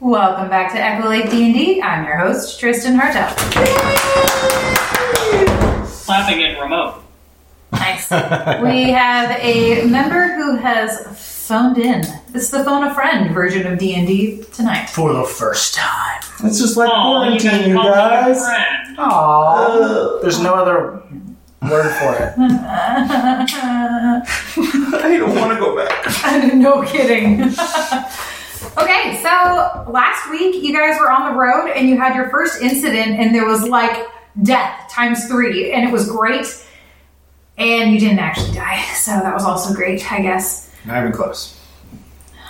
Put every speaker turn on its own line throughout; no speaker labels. Welcome back to Echo Lake D&D. I'm your host, Tristan Hartel.
Clapping it remote.
Nice. we have a member who has phoned in. This is the phone a friend version of D&D tonight.
for the first time.
It's just like
Oh, you
quarantine,
can
you,
call me a
guys.
friend.
Aww. There's no other word for it.
I don't want to go back.
no kidding. okay, so last week you guys were on the road and you had your first incident and there was like death times three and it was great. And you didn't actually die, so that was also great, I guess.
Not even close.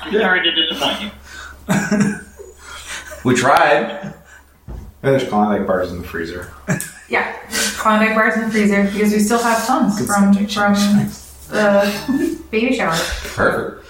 I'm sorry to disappoint you.
We tried.
Yeah, there's Klondike bars in the freezer.
Yeah, Klondike bars in the freezer because we still have tons from from the baby shower.
Perfect.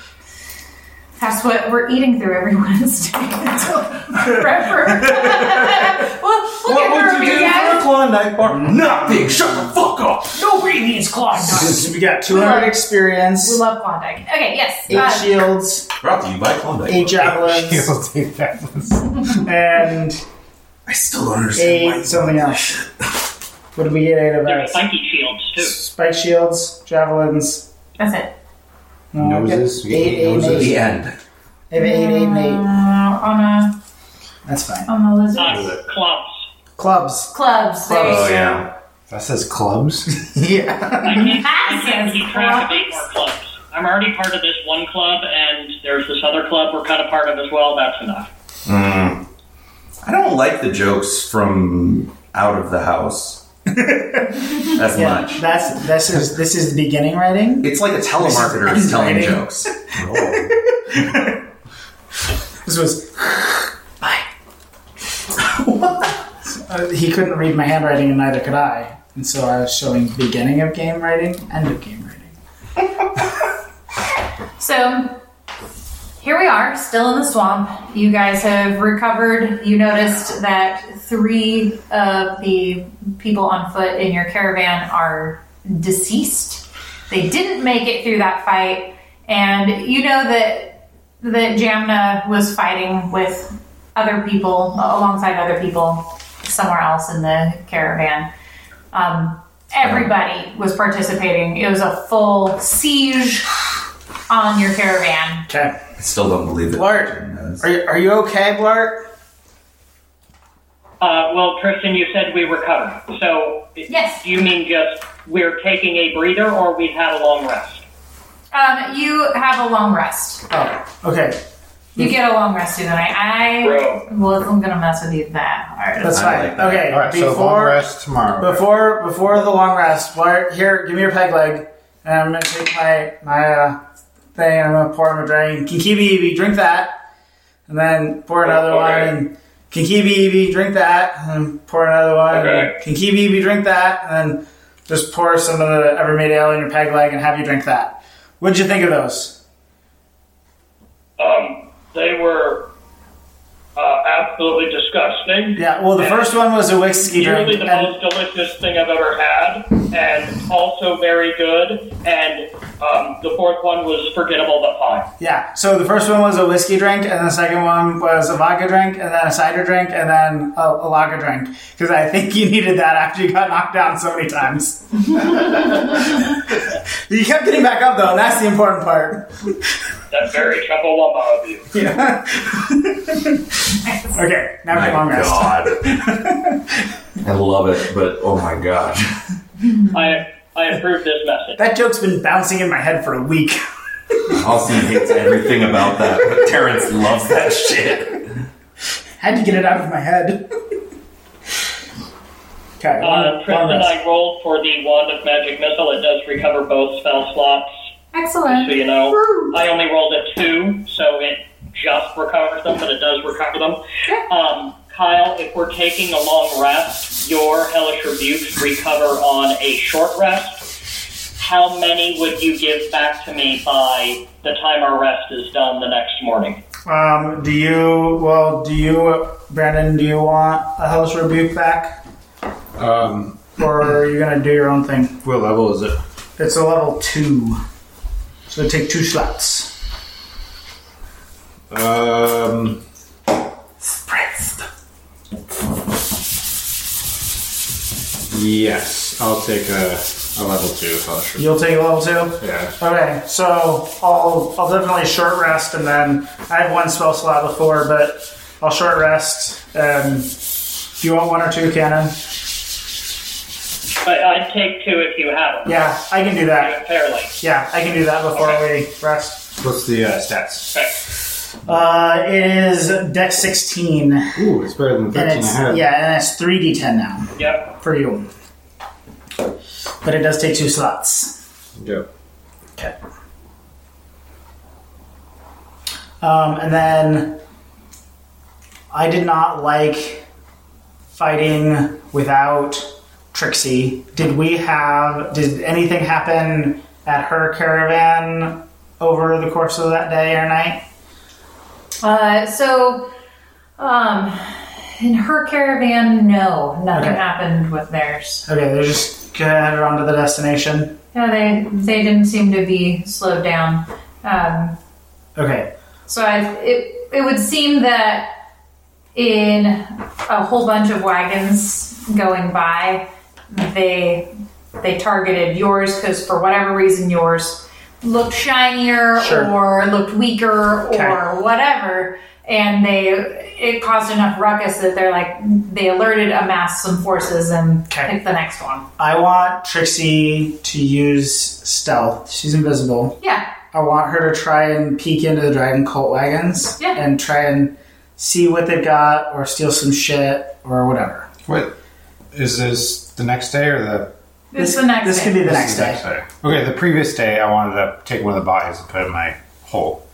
That's what we're eating through every Wednesday until forever. well, we'll
What
get
would
through
you
it,
do
guys.
for a Klondike bar? Nothing. Shut the fuck up.
Nobody needs Klondikes. We got
We love-
200
We
experience,
love Klondike. Okay, yes.
eight
uh,
shields,
Brought to you by Klondike.
eight javelins, and
I still don't understand why you
eight something else. What did we get? Eight of
There are
us.
spiky shields too.
Spike shields, javelins.
that's it.
no, I got
Noses? We
Eight,
ate
eight, and
noses.
eight.
The end.
I have eight, eight, and
Uh,
eight.
on a
That's fine.
on the lizard.
Uh, clubs.
Clubs.
Clubs. There you
Clubs.
go.
Oh,
yeah. That says clubs?
Yeah.
I can't, I
That says
can't keep track of eight
clubs.
more clubs. I'm already part of this one club, and there's this other club we're kind of part of as well. That's enough.
Mm. I don't like the jokes from out of the house as much.
That's this is this is the beginning writing.
It's like a telemarketer
This
is
is
telling
writing.
jokes.
This was bye. Uh, he couldn't read my handwriting, and neither could I. And so I was showing beginning of game writing, end of game writing.
So here we are, still in the swamp. You guys have recovered. You noticed that three of the people on foot in your caravan are deceased. They didn't make it through that fight, and you know that that Jamna was fighting with other people alongside other people somewhere else in the caravan. Um, everybody was participating. It was a full siege on your caravan.
Okay,
I still don't believe it.
Blart, are you, are you okay, Blart?
Uh, well, Tristan, you said we recovered. So,
Yes.
do you mean just we're taking a breather, or we've had a long rest?
Um, you have a long rest.
Oh, okay,
You get a long rest through the night. I
Bro.
well, I'm gonna mess with you that hard.
that's
I
fine.
like that.
Okay,
Alright, so
before
long rest tomorrow.
before before the long rest, Blart, here, give me your peg leg, and I'm gonna take my my uh, thing, and I'm gonna pour him a drink. Kinkibi Eevee, drink that, and then pour another
Oh, Okay.
one, and Kinkibi Eevee, drink that, and then pour another one.
Okay.
Kinkibi Eevee, drink that, and then just pour some of the Evermade Ale in your peg leg and have you drink that. What'd you think of those?
Um, they were uh, absolutely disgusting.
Yeah, well, the first one was a whiskey
Really
drink.
the
and-
most delicious thing I've ever had, and also very good. And um, the fourth one was forgettable but fine.
Yeah. So the first one was a whiskey drink, and the second one was a vodka drink, and then a cider drink, and then a, a lager drink. Because I think you needed that after you got knocked down so many times. you kept getting back up though, and that's the important part.
That's very chumbawamba of you.
Yeah. okay. Now
My
for long rest.
God. I love it, but oh my gosh.
I I approve this message.
That joke's been bouncing in my head for a week.
Austin hates everything about that, but Terrence loves that shit.
Had to get it out of my head. okay. long-
Uh,
long
Tristan and
rest.
I rolled for the wand of magic missile. It does recover both spell slots, so
Excellent.
you know. I only rolled a two, so it just recovers them, but it does recover them. Um, Kyle, if we're taking a long rest, your hellish rebukes recover on a short rest. How many would you give back to me by the time our rest is done the next morning?
Um, do you, well, do you, Brandon, do you want a hellish rebuke back?
Um,
Or are you going to do your own thing?
what level is it?
It's a level two. So take two slots.
Um, Yes, I'll take a, a level two fellowship.
You'll take a level two.
Yeah.
Okay, so I'll I'll definitely short rest, and then I have one spell slot before, but I'll short rest. And if you want one or two, Cannon,
But I'd take two if you have them.
yeah, I can do that.
Fairly.
Yeah, I can do that before we rest.
What's the uh, stats?
Okay.
Uh, it is deck sixteen, and
Ooh, it's better than 13
it's
I had.
yeah, and it's three d ten now
Yep.
for you, but it does take two slots.
Yep.
Okay. Um, and then I did not like fighting without Trixie. Did we have? Did anything happen at her caravan over the course of that day or night?
Uh, so, um, in her caravan, no, nothing
Okay.
happened with theirs.
Okay, they're just headed on to the destination.
Yeah, they they didn't seem to be slowed down. Um,
Okay.
so I, it it would seem that in a whole bunch of wagons going by, they they targeted yours because for whatever reason yours looked shinier
Sure.
or looked weaker
Okay.
or whatever, and they it caused enough ruckus that they're like they alerted, amassed some forces, and
Okay.
picked the next one.
I want Trixie to use stealth. She's invisible.
Yeah,
I want her to try and peek into the dragon cult wagons
Yeah.
and try and see what they've got or steal some shit or whatever.
What? Is this the next day or the
it's the next.
This
thing.
could be the
this
next
is the
day.
Okay, the previous day I wanted to take one of the bodies and put it in my hole.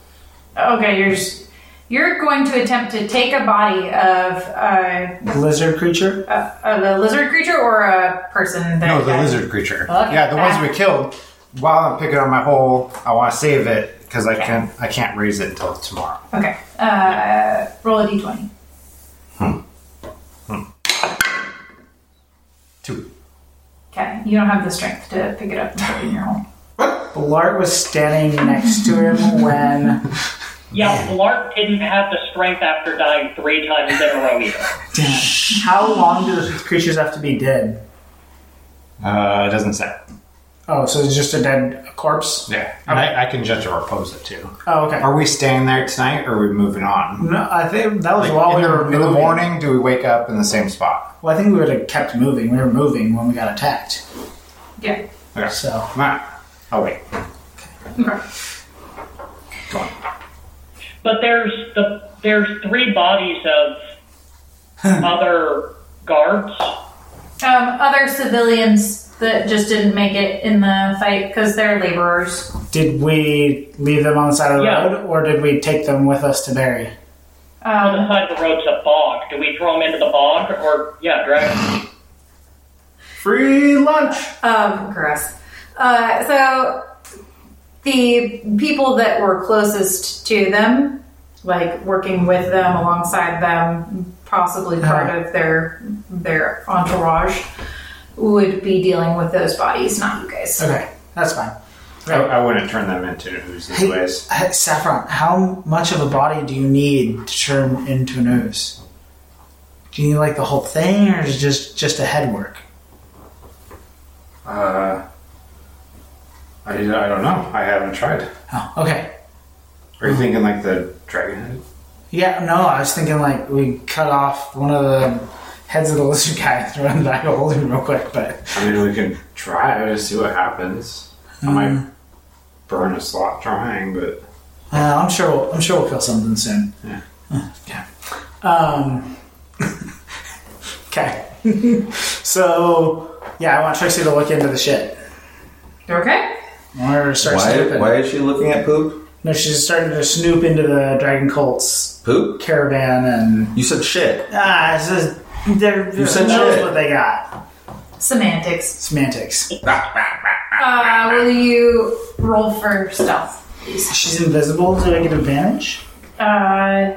Okay, you're s- you're going to attempt to take a body of uh,
Lizard creature?
a, a, a Uh, lizard creature or a person. That
No, the
that-
lizard creature.
Oh,
Look
yeah,
at
the ones
that.
we killed. While I'm picking on my hole, I want to save it because I can I can't raise it until tomorrow.
Okay, uh, roll a d20.
Two.
Okay, you don't have the strength to pick it up and put it in your home.
Blart was standing next to him when.
Yeah, Blart didn't have the strength after dying three times in a row either.
How long do the creatures have to be dead?
Uh, it doesn't say.
Oh, so it's just a dead corpse?
Yeah, and I, I can judge or oppose it too.
Oh, okay.
Are we staying there tonight, or are we moving on?
No, I think that was
Like,
while we
in, the,
were
in the
moving.
morning, do we wake up in the same spot?
Well, I think we would have kept moving. We were moving when we got attacked.
Yeah.
Okay.
So,
Nah. Oh wait.
Okay.
Go on.
But there's the there's three bodies of other guards.
Um, other civilians that just didn't make it in the fight because they're laborers.
did we leave them on the side of the
Yeah.
road or did we take them with us to bury?
On the
Um,
side of the road's a bog. Do we throw them into the bog or yeah, drag?
Free lunch.
Um, gross. Uh, so the people that were closest to them, like working with them, alongside them, possibly
Uh-huh.
part of their their entourage, would be dealing with those bodies, not you guys.
Okay, that's fine.
I, I wouldn't turn them into who's these ways.
Uh, Saffron, how much of a body do you need to turn into an ooze? Do you need like the whole thing, or is it just just a head work?
Uh, I, I don't know. I haven't tried.
Oh, okay.
Are you thinking like the dragon head?
Yeah, no, I was thinking like we cut off one of the heads of the lizard guy and throw it in the back of the hole real quick, but
I mean, we can try to see what happens. I
Hmm.
might burn a slot trying, but
uh, I'm sure we'll, I'm sure we'll feel something soon.
Yeah.
Uh, Okay. Um, okay. so yeah, I want Trixie to look into the shit.
Okay.
I want her to start
Why,
snooping.
why is she looking at poop?
No, she's starting to snoop into the Dragon Cult's
Poop?
caravan and
You said shit.
ah, it's just, they're,
You said
knows
shit.
what they got.
Semantics.
Semantics.
Uh, will you roll for stealth?
She's invisible. Do I get advantage?
Uh,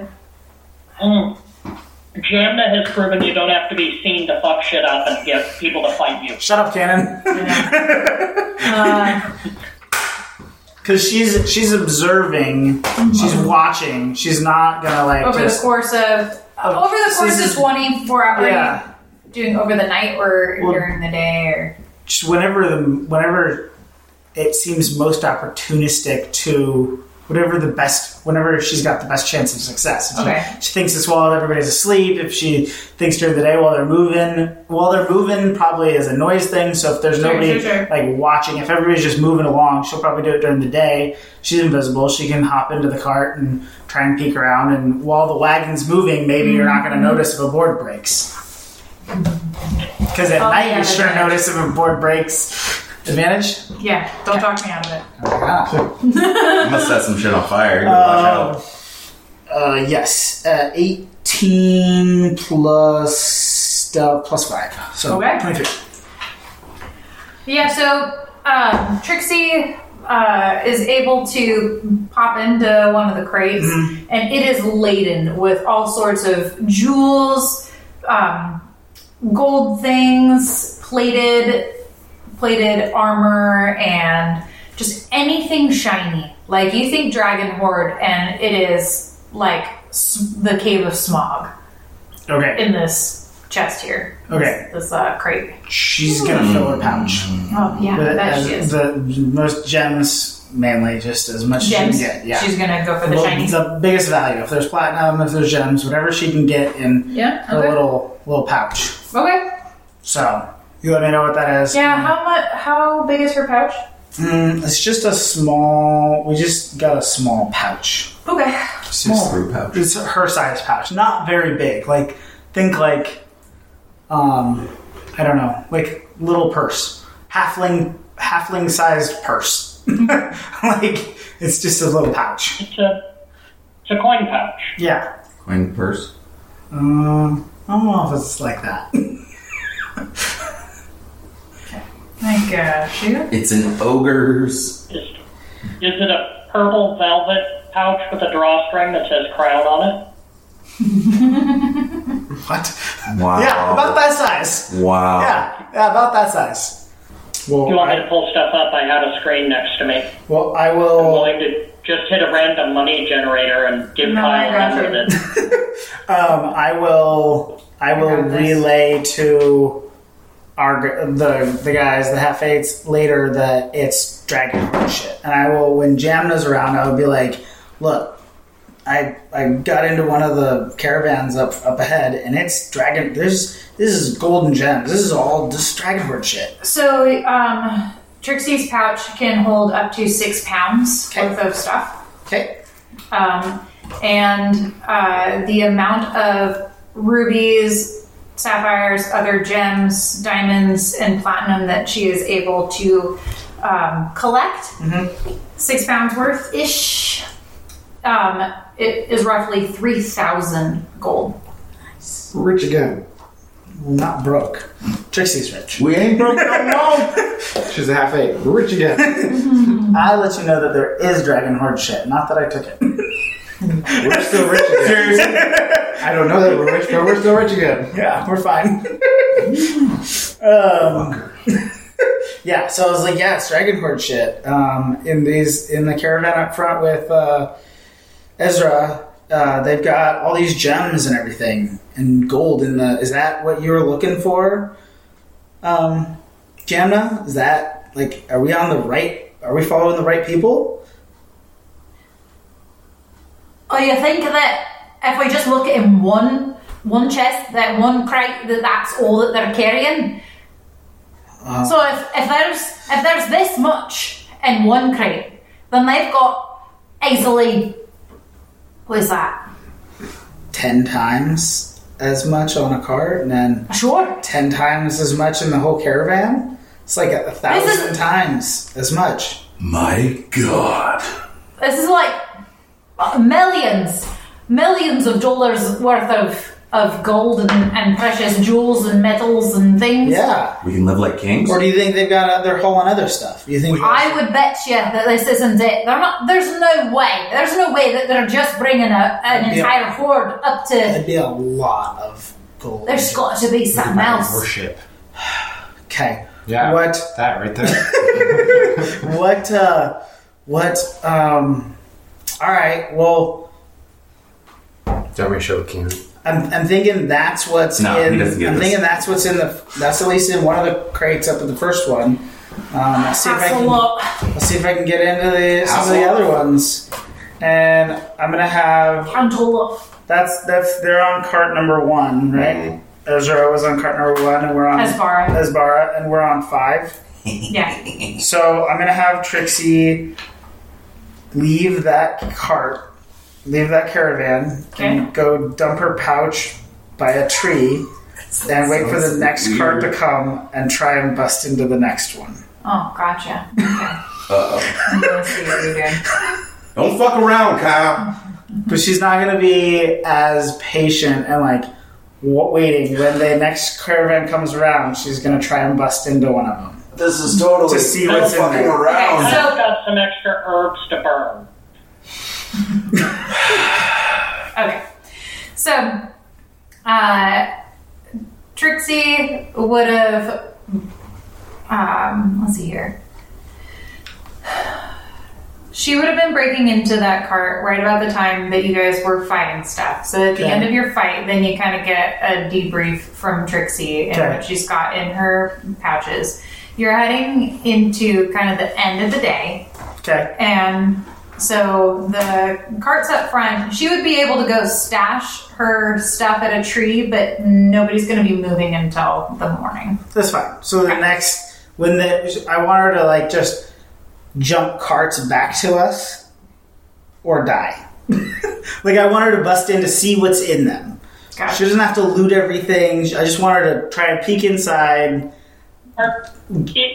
Hmm. Jamna has proven you don't have to be seen to fuck shit up and get people to fight you.
Shut up, Cannon.
uh,
Because she's she's observing. She's watching. She's not gonna like
Mm-hmm. over the
just
course of
Oh,
over the course
this
of
is-
twenty four hours.
yeah.
doing over the night or
Well-
during the day or
just whenever the whenever it seems most opportunistic to whatever the best whenever she's got the best chance of success. If she-
Okay.
She, thinks it's while everybody's asleep. If she thinks during the day while they're moving, while they're moving probably is a noise thing. So if there's
Sure,
nobody
sure, sure.
like watching, if everybody's just moving along, she'll probably do it during the day. She's invisible. She can hop into the cart and try and peek around. And while the wagon's moving, maybe you're not going
Mm-hmm.
to notice if a board breaks. Because at
Oh,
night
yeah,
you sure
that's right.
notice if a board breaks. Advantage?
yeah. Don't talk me out of it.
I must set some shit on fire. You better
Uh,
watch out.
uh, yes. Uh, 18 plus, uh, plus 5. So
Okay.
23.
Yeah, so um, Trixie uh, is able to pop into one of the crates, and it is laden with all sorts of jewels, um, gold things, plated, plated armor, and just anything shiny. Like you think Dragon Horde, and it is like s- the Cave of Smog
Okay.
in this chest here.
Okay.
this, this uh, crate.
She's going to fill her pouch.
Oh yeah,
But
that
as
she is.
the most gems, mainly, just as much
gems.
as she can get. Yeah.
She's gonna go for the
Well,
shiny.
the biggest value. If there's platinum, if there's gems, whatever she can get in
Yeah.
her little little pouch.
Okay.
So you let me know what that is.
Yeah. How much? How big is her pouch?
Mm, it's just a small. We just got a small pouch.
Okay.
Just through pouch.
It's her size pouch, not very big. Like think like, um, I don't know, like little purse, halfling halfling sized purse. like it's just a little pouch.
It's a, it's a coin pouch.
Yeah.
Coin purse.
Um, I don't know if it's like that.
Like uh, shoe.
It's an
Is,
ogre's.
is it a purple velvet pouch with a drawstring that says crown on it?
What?
Wow.
Yeah, about that size.
Wow.
Yeah, yeah, about that size.
You
Well,
want me
I,
to pull stuff up? I had a screen next to me.
well, I
I'm
will.
willing to just hit a random money generator and give
No, I
Kyle
got
a number
you.
that
Um, I will. I will
got this.
relay to our g- the the guys, the half eights later that it's dragon Lord shit, and I will when Jamna's around, I will be like, look. I, I got into one of the caravans up up ahead, and it's dragon. There's this is golden gems. This is all just dragon Lord shit.
So um, Trixie's pouch can hold up to six pounds
Okay.
worth of stuff.
Okay.
um, and uh, the amount of rubies, sapphires, other gems, diamonds, and platinum that she is able to um, collect, six pounds worth ish, um, it is roughly 3,000 gold.
Rich again.
Well, not broke. Trixie's rich.
We ain't broke no more.
She's a half eight. Rich again.
I let you know that there is dragon horde shit. Not that I took it.
We're still rich again. I don't know that we're rich, but we're still rich again.
Yeah, we're fine. um, yeah, so I was like, yeah, it's dragon horde shit. Um, in these, in the caravan up front with uh, Ezra, uh, they've got all these gems and everything and gold in the. Is that what you were looking for, um, Jamna? Is that like, are we on the right? Are we following the right people?
Oh, you think that if we just look at in one one chest, that one crate, that that's all that they're carrying? so if, if there's if there's this much in one crate, then they've got easily what is that?
Ten times as much on a cart, and then
Sure.
10 times as much in the whole caravan. It's like a
This
thousand times as much.
My God.
This is like uh, millions, millions of dollars worth of of gold and, and precious jewels and metals and things.
Yeah.
We can live like kings.
Or do you think they've got uh, they're hauling other stuff? You think
I would bet you that this isn't it. They're not. There's no way. There's no way that they're just bringing a, an
Yeah.
entire horde up to.
that'd be a lot of gold?
There's got to be something else.
Worship.
Okay.
Yeah.
What
That right there.
what uh what um all right, well
Don't we show Ken?
I'm, I'm thinking that's what's
No, he
in. I'm
doesn't get this.
thinking that's what's in the. That's at least in one of the crates up at the first one. Um, I'll see if I can.
Hasselhoff.
I'll see if I can get into the, some of the other ones. And I'm gonna have
Hasselhoff.
that's that's they're on cart number one, right? Ezra was on cart number one, and we're on
Hasbara.
Esbara, and we're on five.
Yeah.
So I'm gonna have Trixie leave that cart, leave that caravan,
Okay.
and go dump her pouch by a tree, and wait for the next cart to come and try and bust into the next one.
Oh, gotcha. Okay. I'm gonna see what you're doing.
Don't fuck around, Kyle.
But she's not gonna be as patient and like wa- waiting when the next caravan comes around. She's gonna try and bust into one of them.
This is totally
To see what's in there.
Okay,
I've
so
got some extra herbs to burn.
okay, so uh, Trixie would have. Um, let's see here. She would have been breaking into that cart right about the time that you guys were fighting stuff. So at the
Okay.
end of your fight, then you kind of get a debrief from Trixie and
Okay.
what she's got in her pouches. You're heading into kind of the end of the day.
Okay.
And so the cart's up front. She would be able to go stash her stuff at a tree, but nobody's going to be moving until the morning.
That's fine. So the next when the I want her to like just jump carts back to us or die. like I want her to bust in to see what's in them. She
Gotcha.
doesn't have to loot everything. I just want her to try and peek inside.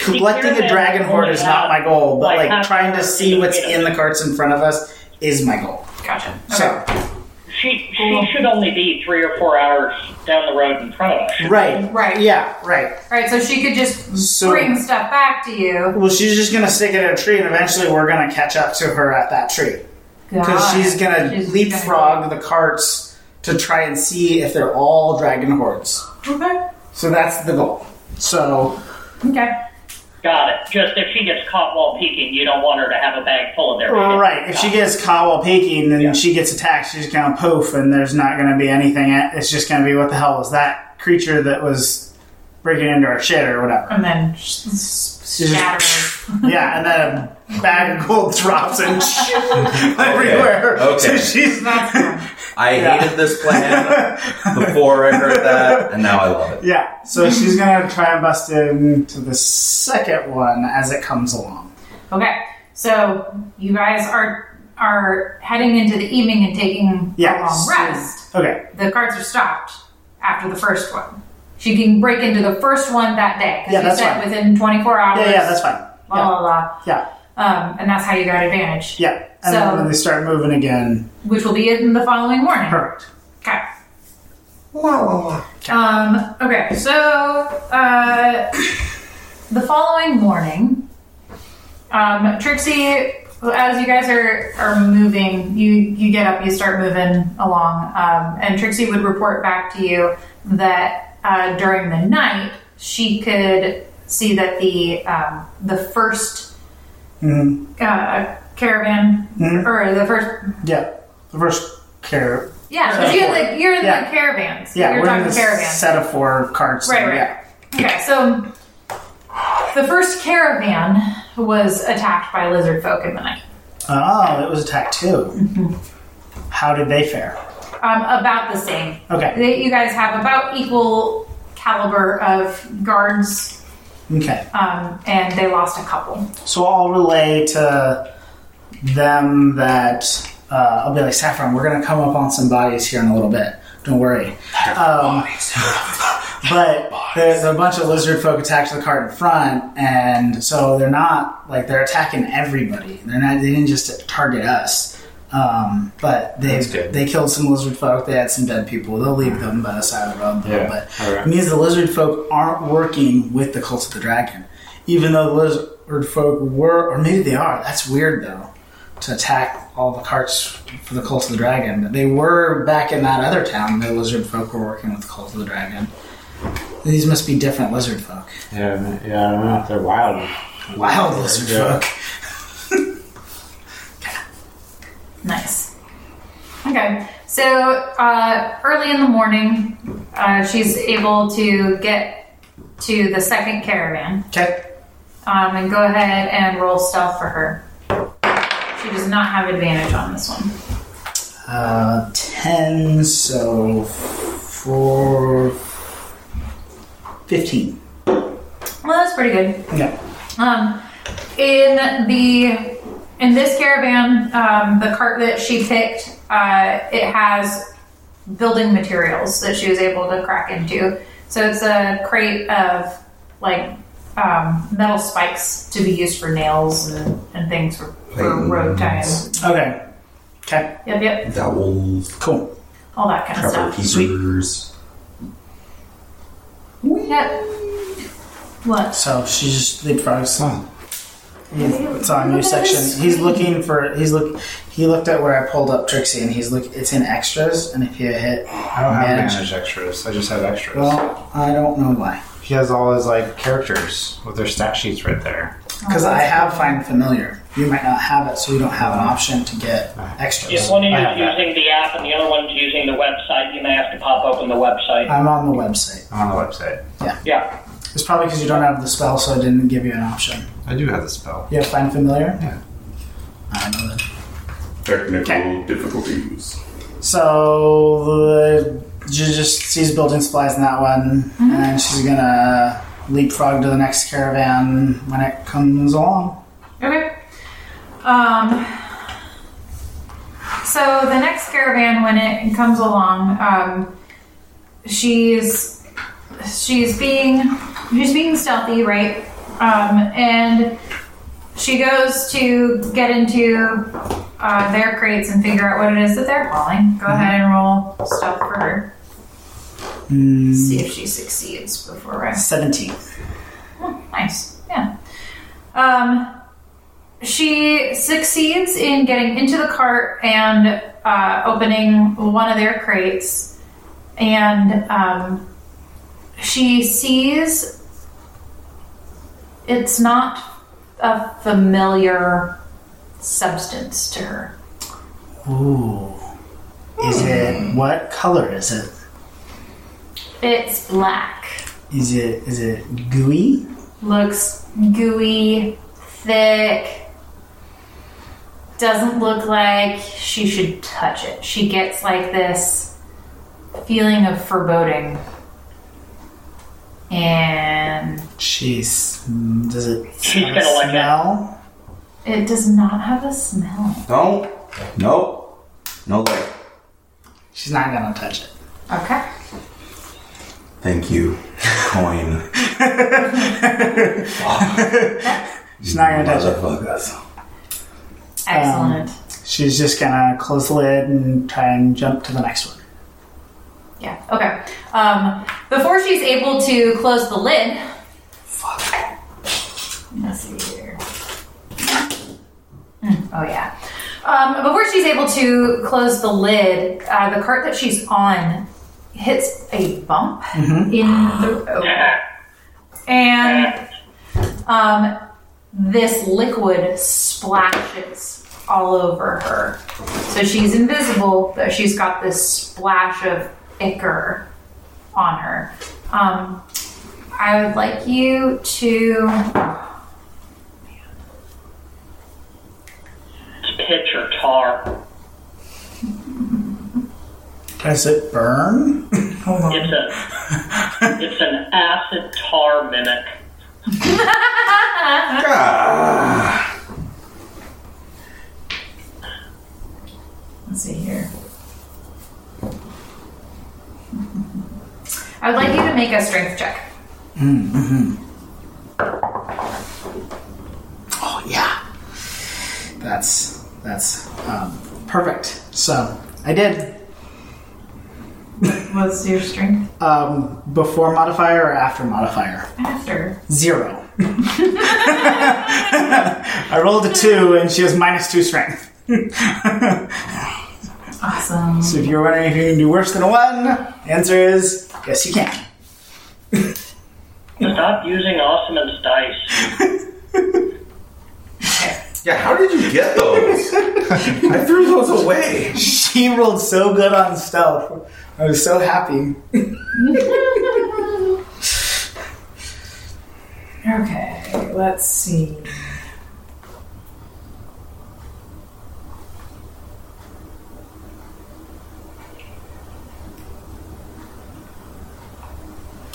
Collecting a dragon horde is not my goal, but like trying to see what's in the carts in front of us is my goal.
Gotcha. Okay.
So
She, she should only be three or four hours down the road in front of us.
right,
Right.
yeah, right.
All right. So she could just
So-
bring stuff back to you.
Well, she's just gonna stick it at a tree, and eventually we're gonna catch up to her at that tree. because
Got
she's
it.
gonna
She's
leapfrog the carts to try and see if they're all dragon hordes.
Okay.
So that's the goal. So
Okay.
Got it. Just if she gets caught while peeking, you don't want her to have a bag full of their shit.
right, if she gets caught while peeking and she gets attacked, she's gonna poof, and there's not gonna be anything. It's just gonna be what the hell was that creature that was breaking into our shit or whatever.
And then s- s- scatter.
yeah, and then a bag of gold drops and everywhere.
Okay.
So she's
That's fine.
I hated this plan before I heard that, and now I love it.
yeah. So she's gonna try and bust into the second one as it comes along.
Okay. So you guys are are heading into the evening and taking
Yeah.
a long rest.
Okay.
the carts are stopped after the first one. She can break into the first one that day. 'cause
Yeah,
you
that's
said
fine.
Within 24 hours.
Yeah, yeah, that's fine.
blah, blah, blah.
Yeah,
Um, and that's how you got advantage,
yeah. And
So-
then when they start moving again,
which will be in the following morning.
perfect.
Okay. Um, okay, so uh, the following morning, um, Trixie, as you guys are, are moving, you, you get up, you start moving along, um, and Trixie would report back to you that uh, during the night she could see that the um, the 1st
Mhm.
uh, caravan
Mhm.
or the first
Yeah, the first care.
yeah, because you're in the, you're in
Yeah.
the caravans.
Yeah,
you're
we're in
talking
this
caravans.
set of four carts.
Right,
so
right.
Yeah.
Okay, so the first caravan was attacked by lizard folk in the night.
Oh, it was attack 2
Mm-hmm.
How did they fare?
Um, about the same.
Okay.
They, you guys have about equal caliber of guards,
Okay.
um, and they lost a couple.
So I'll relay to them that uh, I'll be like Saffron. We're gonna come up on some bodies here in a little bit. Don't worry. Um, but there's a bunch of lizard folk attacked the cart in front, and so they're not like they're attacking everybody. They're not. They didn't just target us. Um, but they
That's good.
they killed some lizard folk. They had some dead people. They'll leave them by the side of the road.
Yeah,
But
all right.
it means the lizard folk aren't working with the cult of the dragon, even though the lizard folk were, or maybe they are. That's weird though, to attack all the carts for the cult of the dragon. But they were back in that other town. The lizard folk were working with the cult of the dragon. These must be different lizard folk.
Yeah, man, yeah, I don't know if they're wild.
Wild lizard
Yeah.
folk.
Nice. Okay, So uh, early in the morning, uh, she's able to get to the second caravan
Okay.
um, and go ahead and roll stealth for her. She does not have advantage on this one.
Uh, 10, so 4, 15.
Well, that's pretty good.
Yeah.
Um, in the in this caravan, um, the cart that she picked, uh, it has building materials that she was able to crack into. So it's a crate of like um, metal spikes to be used for nails and, and things for, for road ties.
Okay. Okay,
Yep, yep,
Dowels,
cool.
all that kind of
trapper
stuff.
keepers.
Yep. What?
So she just leapfrogs. Yeah, It's on a new section. He's looking for. He's look. He looked at where I pulled up Trixie, and he's look. It's in extras, and if you hit,
I don't have
Manage.
manage extras. I just have extras.
well, I don't know why.
he has all his like characters with their stat sheets right there.
Because I have find familiar. You might not have it, so you don't have an option to get
If
extras.
one of you
I have
is
that.
using the app and the other one's using the website, you may have to pop open the website.
I'm on the website.
I'm on the website.
Yeah.
It's probably because you don't have the spell, so I didn't give you an option.
I do have the spell.
You have find familiar.
Yeah.
I know that.
Technical
Okay.
difficulties.
So the, she just sees building supplies in that one, and she's gonna leapfrog to the next caravan when it comes along.
Okay. Um, so the next caravan, when it comes along, um, she's she's being she's being stealthy, right? Um, and she goes to get into uh, their crates and figure out what it is that they're hauling. Go ahead and roll stuff for her.
Mm,
See if she succeeds before I
Seventeen.
Nice. Yeah. Um, she succeeds in getting into the cart and uh, opening one of their crates, and um, she sees it's not a familiar substance to her.
Ooh. Is it what color is it?
It's black.
Is it is it gooey?
looks gooey, thick. Doesn't look like she should touch it. She gets like this feeling of foreboding. And
She's mm, does it
She's
have a
gonna like it.
smell?
it does not have a smell.
Don't. Nope. No like.
She's not gonna touch it.
Okay.
Thank you. Coin.
She's not gonna touch it.
Motherfuckers.
Excellent.
She's just gonna close the lid and try and jump to the next one.
yeah. Okay. Um, before she's able to close the lid. Let's see here. Mm, oh yeah. Um, before she's able to close the lid, uh, the cart that she's on hits a bump in the road, and um, this liquid splashes all over her. So she's invisible, but she's got this splash of ichor on her. Um, I would like you to.
It's pitch or tar.
Does it burn? Hold on.
It's a it's an acid tar mimic.
Ah.
Let's see here. I would like you to make a strength check.
Oh yeah, that's that's um, perfect. So I did
What's your strength?
um, before modifier or after modifier
After.
zero. I rolled a two, and she has minus two strength.
Awesome.
So if you're wondering if you can do worse than a one, the answer is yes, you can.
Stop using Osman's dice.
Yeah, how did you get those? I threw those away.
She rolled so good on stealth. I was so happy.
Okay, let's see.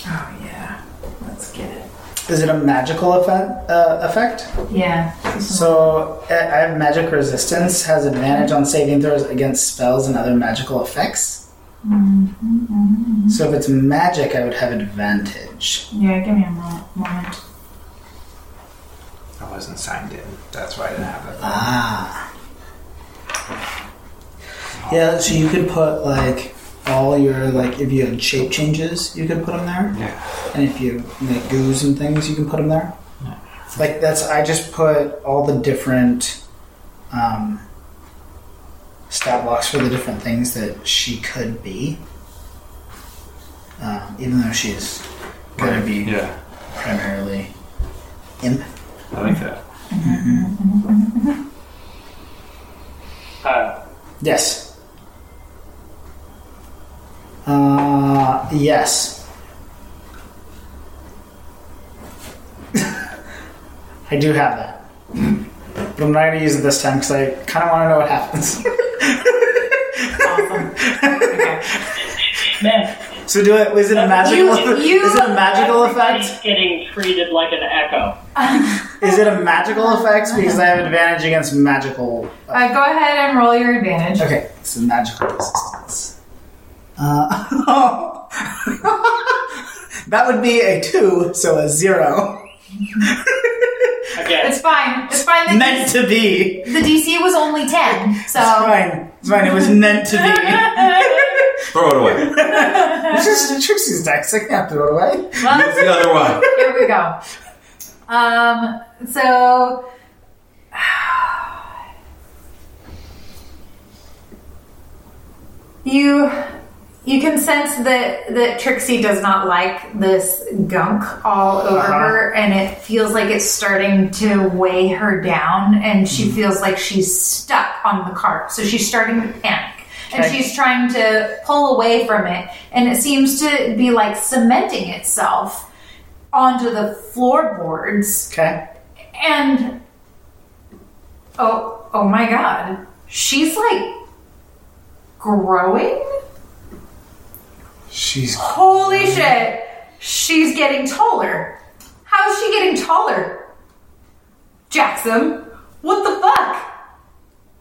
Oh yeah, let's get it.
Is it a magical effect? Uh, effect?
Yeah.
So I I have magic resistance has advantage on saving throws against spells and other magical effects. So if it's magic, I would have advantage.
Yeah, give me a mo- moment.
I wasn't signed in. That's why it didn't happen.
Ah. Yeah. So you could put like all your like if you had shape changes, you could put them there.
Yeah.
And if you make goos and things, you can put them there. Like that's I just put all the different um, stat blocks for the different things that she could be, um, even though she's gonna be
Yeah.
primarily imp.
I like that.
Kyle.
Yes. Uh, yes. I do have that. But I'm not going to use it this time because I kind of want to know what happens.
Man,
so do it. Was it a magical?
Uh, You- you-
is it a magical
everybody's
effect?
getting treated like an echo.
Is it a magical effect? Because I have advantage against magical.
Uh, go ahead and roll your advantage.
Okay, so magical resistance. Uh, that would be a two, so a zero.
Again,
It's fine. It's fine. The,
Meant to be.
the DC was only ten, so.
It's fine. It's fine. It was meant to be.
Throw it away.
It's just Trixie's dice. I can't throw it away.
Well,
It's the other one.
here we go. Um, so you you can sense that that Trixie does not like this gunk all over
Uh-huh.
her, and it feels like it's starting to weigh her down, and she
Mm-hmm.
feels like she's stuck on the cart. So she's starting to panic. And
Okay.
she's trying to pull away from it, and it seems to be like cementing itself onto the floorboards
Okay.
and oh oh my god she's like growing
She's
holy
Mm-hmm.
shit she's getting taller how is she getting taller jackson what the fuck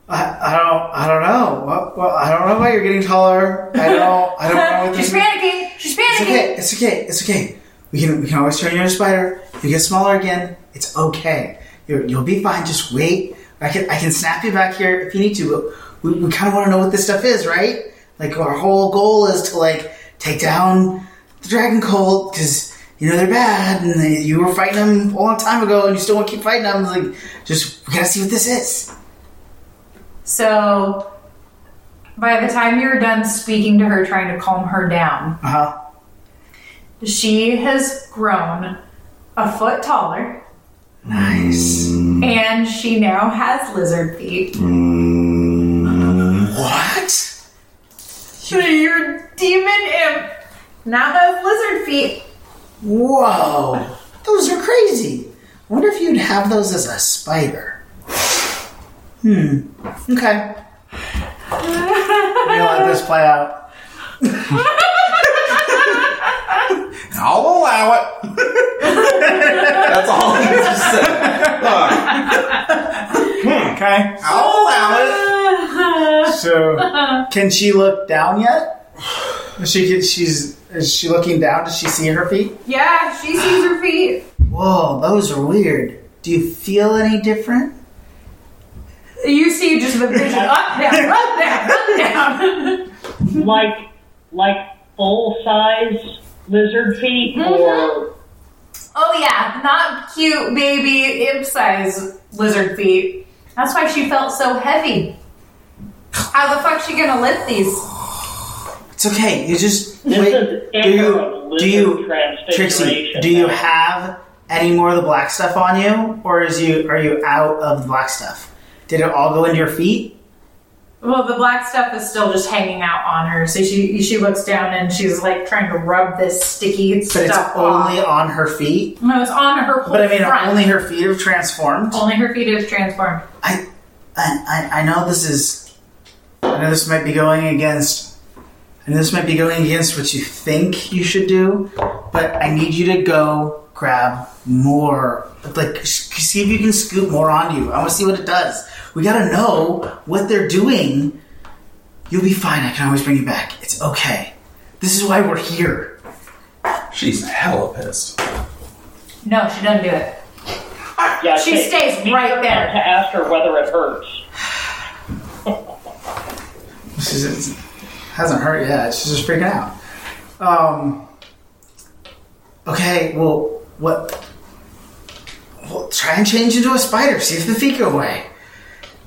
I, I don't I don't know. Well, well, I don't know why you're getting taller. I don't Oh, I don't know what
she's
this
panicking she's
It's
panicking
okay. It's okay. It's okay. We can we can always turn you into a spider. You get smaller again. It's okay. You're, you'll be fine. Just wait. I can I can snap you back here if you need to. We, we kind of want to know what this stuff is, right? Like our whole goal is to like take down the dragon cult because you know they're bad and they, you were fighting them a long time ago and you still want to keep fighting them. Like just we gotta see what this is.
so by the time you're done speaking to her trying to calm her down
Uh huh.
she has grown a foot taller
Nice.
And she now has lizard feet.
Mm.
What?
Your demon imp now has lizard feet.
Whoa. Those are crazy. I wonder if you'd have those as a spider. Hmm. Okay. We'll let this play out.
I'll allow it. That's all I need to say. Look,
Hmm, Okay.
I'll allow it.
So, can she look down yet? Is she she's is she looking down? Does she see her feet?
Yeah, she sees her feet.
Whoa, those are weird. Do you feel any different?
You see just the vision up, down, up, down, up, down.
like, like full size lizard feet or
Oh, yeah, not cute baby imp size lizard feet. That's why she felt so heavy. How the fuck's she gonna lift these?
It's okay. You just
Mm-hmm.
This
wait.
is
do you
Emperor
do you
Lizard Transfiguration.
Trixie? Do you have any more of the black stuff on you, or is you are you out of the black stuff? Did it all go into your feet?
Well, the black stuff is still just hanging out on her, so she she looks down and she's like trying to rub this sticky
But
stuff
it's
off.
only on her feet.
no, it's on her whole
But I mean,
front.
only her feet have transformed.
Only her feet is transformed.
I, I, I- I know this is. I know this might be going against. I know this might be going against what you think you should do, but I need you to go grab more. Like, s- see if you can scoop more on you. I want to see what it does. We gotta know what they're doing. You'll be fine. I can always bring you back. It's okay. This is why we're here.
She's hella pissed.
No, she doesn't do it.
Yeah,
She
take-
stays
be
right
careful
there.
not To ask her whether it hurts.
This is, it hasn't hurt yet. She's just freaking out. Um, okay, well, what? Well, try and change into a spider. See if the feet go away.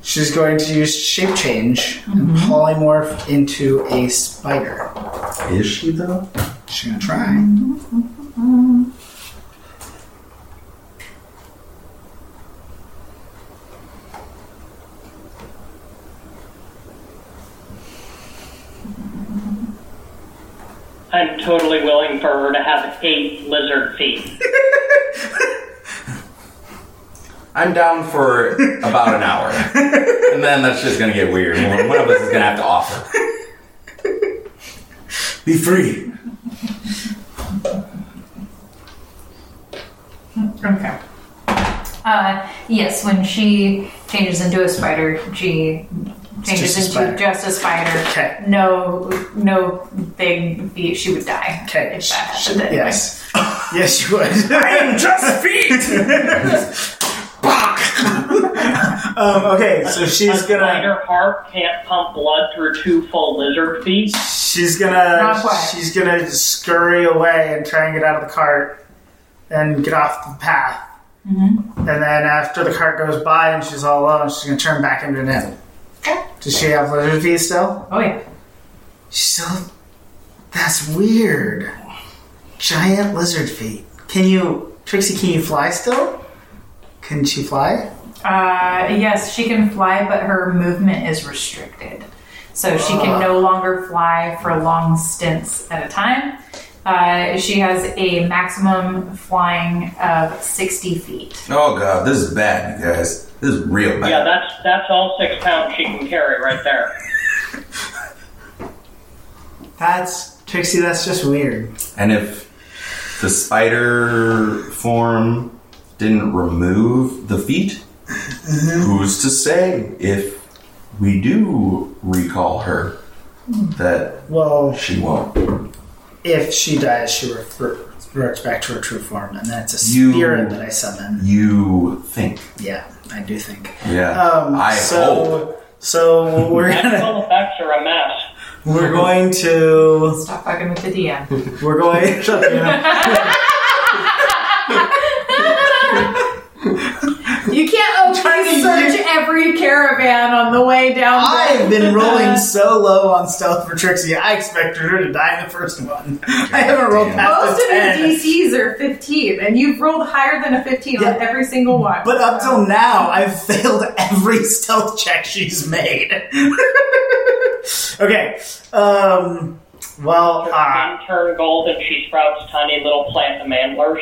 She's going to use shape change and polymorph into a spider.
Is she though?
She's gonna try.
I'm totally willing for her to have eight lizard feet.
I'm down for about an hour, and then that's just gonna get weird. One one of us is gonna have to offer. Be free.
Okay. Uh, yes, when she changes into a spider, she changes
just a
into
spider.
just a spider.
Okay.
No, no big feet. She would die.
Okay.
If that happened. anyway.
Yes. yes, you would. I am just feet. um, okay, so she's
a
gonna.
spider heart can't pump blood through two full lizard feet.
She's
Not
gonna
quite.
she's gonna scurry away and try and get out of the cart and get off the path. Mm-hmm. And then after the cart goes by and she's all alone, she's gonna turn back into Nim.
Okay.
Does she have lizard feet still?
Oh yeah.
She's still. That's weird. Giant lizard feet. Can you, Trixie? Can you fly still? Can she fly?
Uh, yes, she can fly, but her movement is restricted. So she can
Ah.
no longer fly for long stints at a time. Uh, she has a maximum flying of 60 feet.
Oh god, this is bad, you guys. This is real
Yeah,
bad.
that's that's all six pounds she can carry right there.
That's Trixie. That's just weird.
and if the spider form didn't remove the feet, who's to say if we do recall her that
Well,
she won't?
if she dies, she reverts back to her true form, and then it's a
You-
spirit that I summon.
You think?
Yeah, I do think.
Yeah.
Um,
I hope.
so, so we're gonna
Medical effects are a mess.
we're going to
Stop fucking with the DM.
we're going. Shut up, Anna.
You can't
trying
open
to
search
use-
every caravan on the way down.
I've been rolling so low on stealth for Trixie. I expected her to die in the first one. I haven't rolled
Goddamn.
past
Most
a
of
ten.
your DCs are 15, and you've rolled higher than a 15
Yeah.
on every single one.
But up till now, I've failed every stealth check she's made. okay. Um, well, uh,
Sun turn gold and she sprouts tiny little plant mantlers.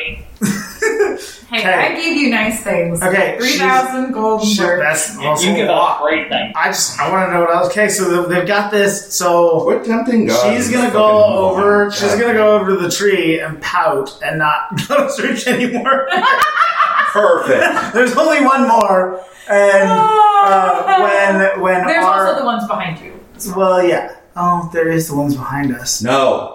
Hey,
Okay.
I gave you nice things.
Okay, she's-
3,000 gold.
shit,
worth.
that's also
You give
a
us
lot.
great things.
I just I want to know what else. Okay, so they've got this. So
What tempting God
she's
is
gonna
fucking
go
evil.
over.
God.
She's gonna go over to the tree and pout and not go to search anymore.
Perfect.
There's only one more, and uh, when when
There's
our
also the ones behind you.
well, yeah. Oh, there is the ones behind us.
No.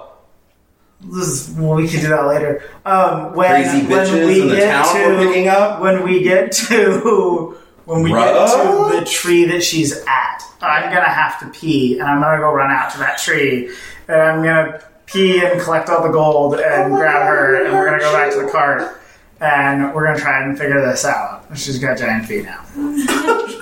This is, well, we can do that later. Um, when
Crazy
when
bitches
we
in the
get
town
to,
we're picking up?
When we get to when we
Bruh.
get to the tree that she's at, I'm gonna have to pee, and I'm gonna go run out to that tree, and I'm gonna pee and collect all the gold and grab her, and we're gonna go back to the cart, and we're gonna try and figure this out. She's got giant feet now.
Dude,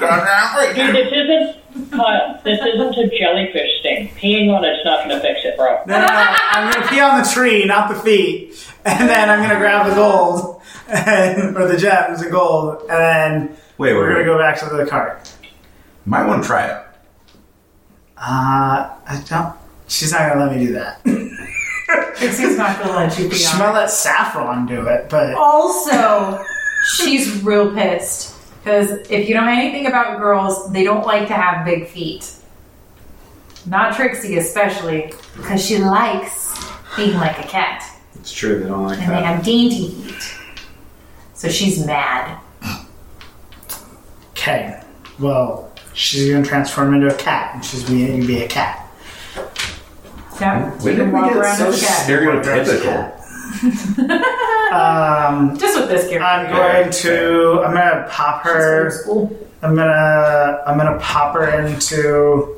this isn't Kyle. This isn't a jellyfish sting. Peeing on it's not going to fix it, bro.
No, no, no. I'm gonna pee on the tree, not the feet, and then I'm gonna grab the gold, and, or the gems and gold, and then
Wait,
we're
wait,
gonna go
wait.
back to the cart.
Might want to try it.
Uh, I don't. She's not gonna let me do that.
Trixie's not gonna let you be
She
on.
might let Saffron do it, but
Also, she's real pissed because if you know anything about girls, they don't like to have big feet. Not Trixie, especially because she likes being like a cat,
It's true, they don't like
and they
that.
have dainty feet. So she's mad.
okay. Well, she's gonna transform into a cat, and she's gonna be a cat.
Yeah,
When
you
did
can
we
walk
get
around
so
as a cat.
stereotypical?
Um,
Just with this character.
I'm going to. I'm gonna pop her. I'm gonna I'm gonna pop her into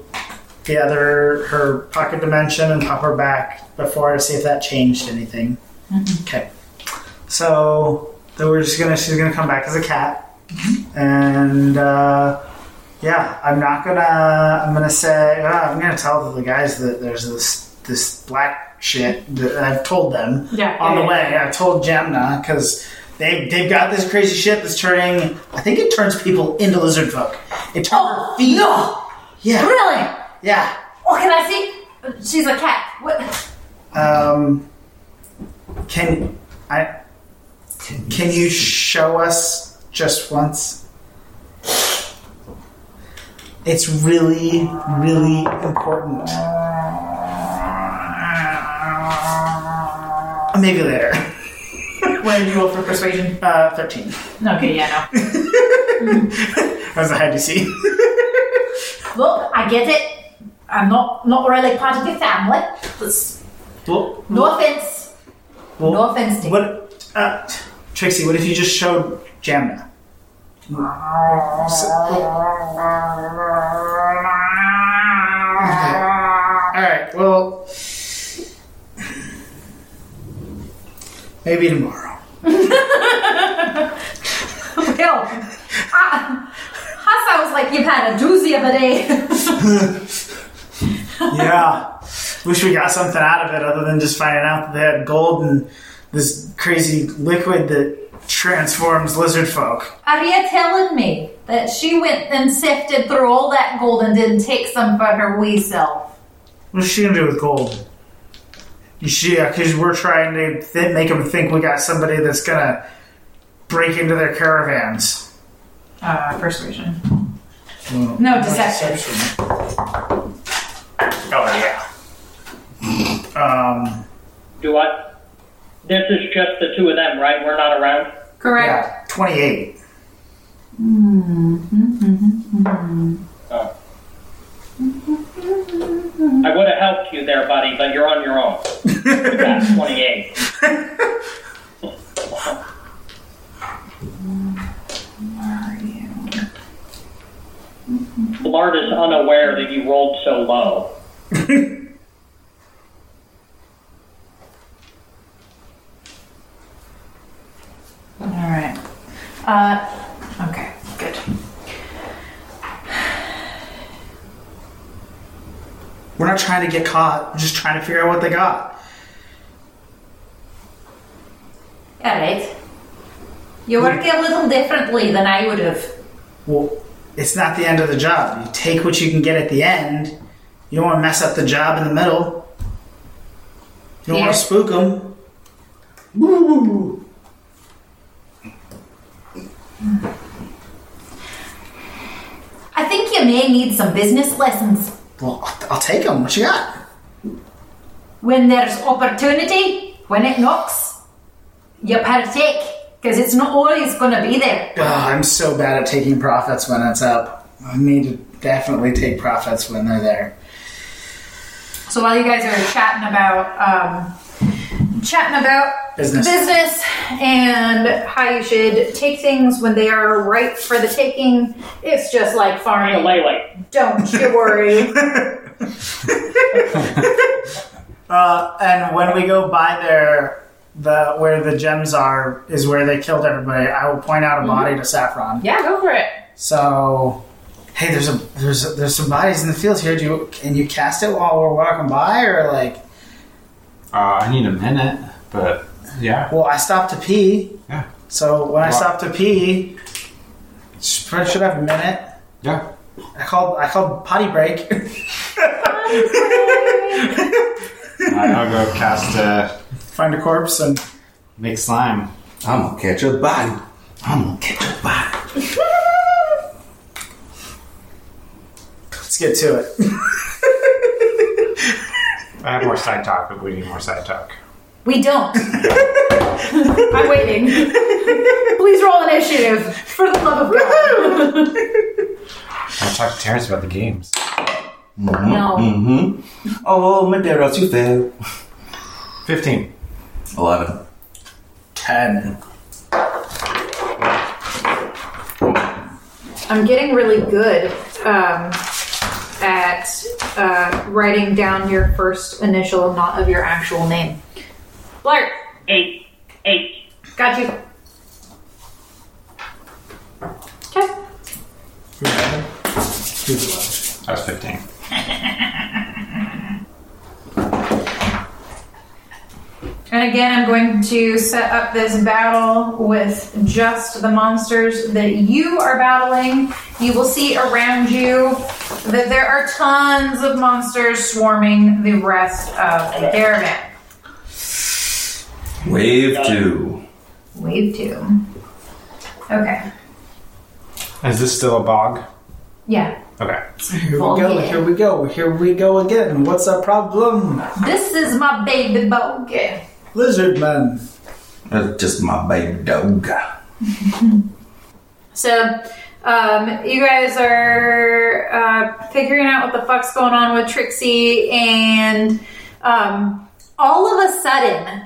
the other her pocket dimension and pop her back before to see if that changed anything. Okay. So then we're just gonna she's gonna come back as a cat. And uh, yeah, I'm not gonna I'm gonna say uh, I'm gonna tell the guys that there's this this black shit that I've told them
Yeah,
on the
yeah,
way. I told Jamna because they they've got this crazy shit that's turning. I think it turns people into lizard folk. It turns
Oh,
feet.
no!
Yeah,
Really?
yeah.
Oh, can I see? She's a cat. What?
Um, can I? Can you show us just once? It's really, really important. Maybe later.
What did you roll for persuasion?
Uh, Thirteen.
Okay, yeah, no.
That was a high DC.
Look, I get it. I'm not not really part of your family. That's-
Well,
no offense.
well,
no offense, Dick.
What, uh, Trixie? What if you just showed Jamna? So- Okay. All right. Well, maybe tomorrow.
Well, I, I sounds Ah, like you've had a doozy of a day.
Yeah. Wish we got something out of it other than just finding out that they had gold and this crazy liquid that transforms lizard folk.
Are you telling me that she went and sifted through all that gold and didn't take some for her wee self?
What's she gonna do with gold? She, because we're trying to th- make them think we got somebody that's gonna break into their caravans.
Uh, persuasion.
Well,
No, deception.
Oh yeah. Um.
Do I? This is just the two of them, right? We're not around.
Correct.
Yeah. Twenty-eight.
I would have helped you there, buddy, but you're on your own. That's 28. Blart is unaware that you rolled so low.
All right. Uh, okay, good.
We're not trying to get caught. We're just trying to figure out what they got.
All right. You work a little differently than I would have.
Well, it's not the end of the job. You take what you can get at the end. You don't want to mess up the job in the middle. You don't
Yeah.
want to spook them.
I think you may need some business lessons.
Well, I'll- I'll take them. What you got?
When there's opportunity, when it knocks, you partake, because it's not always going to be there.
Ugh, I'm so bad at taking profits when it's up. I need to definitely take profits when they're there.
So while you guys are chatting about, um, chatting about
Business.
business and how you should take things when they are right for the taking, it's just like
Hey,
farming.
Lele,
Don't you worry.
Uh, and when we go by there, the where the gems are is where they killed everybody. I will point
Mm-hmm.
out a body to Saffron.
yeah, go for it.
So, hey, there's a there's a, there's some bodies in the fields here. Do you can you cast it while we're walking by, or like?
Uh, I need a minute, but yeah.
Well, I stopped to pee.
Yeah.
So when I stopped to pee, sh- probably should have a minute.
Yeah.
I called. I called potty break.
Alright, I'll go cast uh,
Find a corpse and
make slime.
I'm gonna catch a body. I'm gonna catch a body.
let's get to it.
I have more side talk, but we need more side talk.
We don't. I'm waiting. Please roll initiative for the love of God.
I talked to Terrence about the games.
No.
Oh, Medeiros, you fail.
15.
11.
Ten.
I'm getting really good um, at uh, writing down your first initial, not of your actual name. Blart,
Eight. Eight.
got you. Okay.
I was 15.
And again, I'm going to set up this battle with just the monsters that you are battling. You will see around you that there are tons of monsters swarming the rest of the caravan.
Wave 2.
Wave two. Okay.
Is this still a bog?
Yeah.
Okay.
Here
Oh,
we go.
yeah.
Here we go. Here we go again. What's the problem,
This is my baby bogey.
lizard man?
That's just my baby dog.
So, um, you guys are uh, figuring out what the fuck's going on with Trixie, and um, all of a sudden,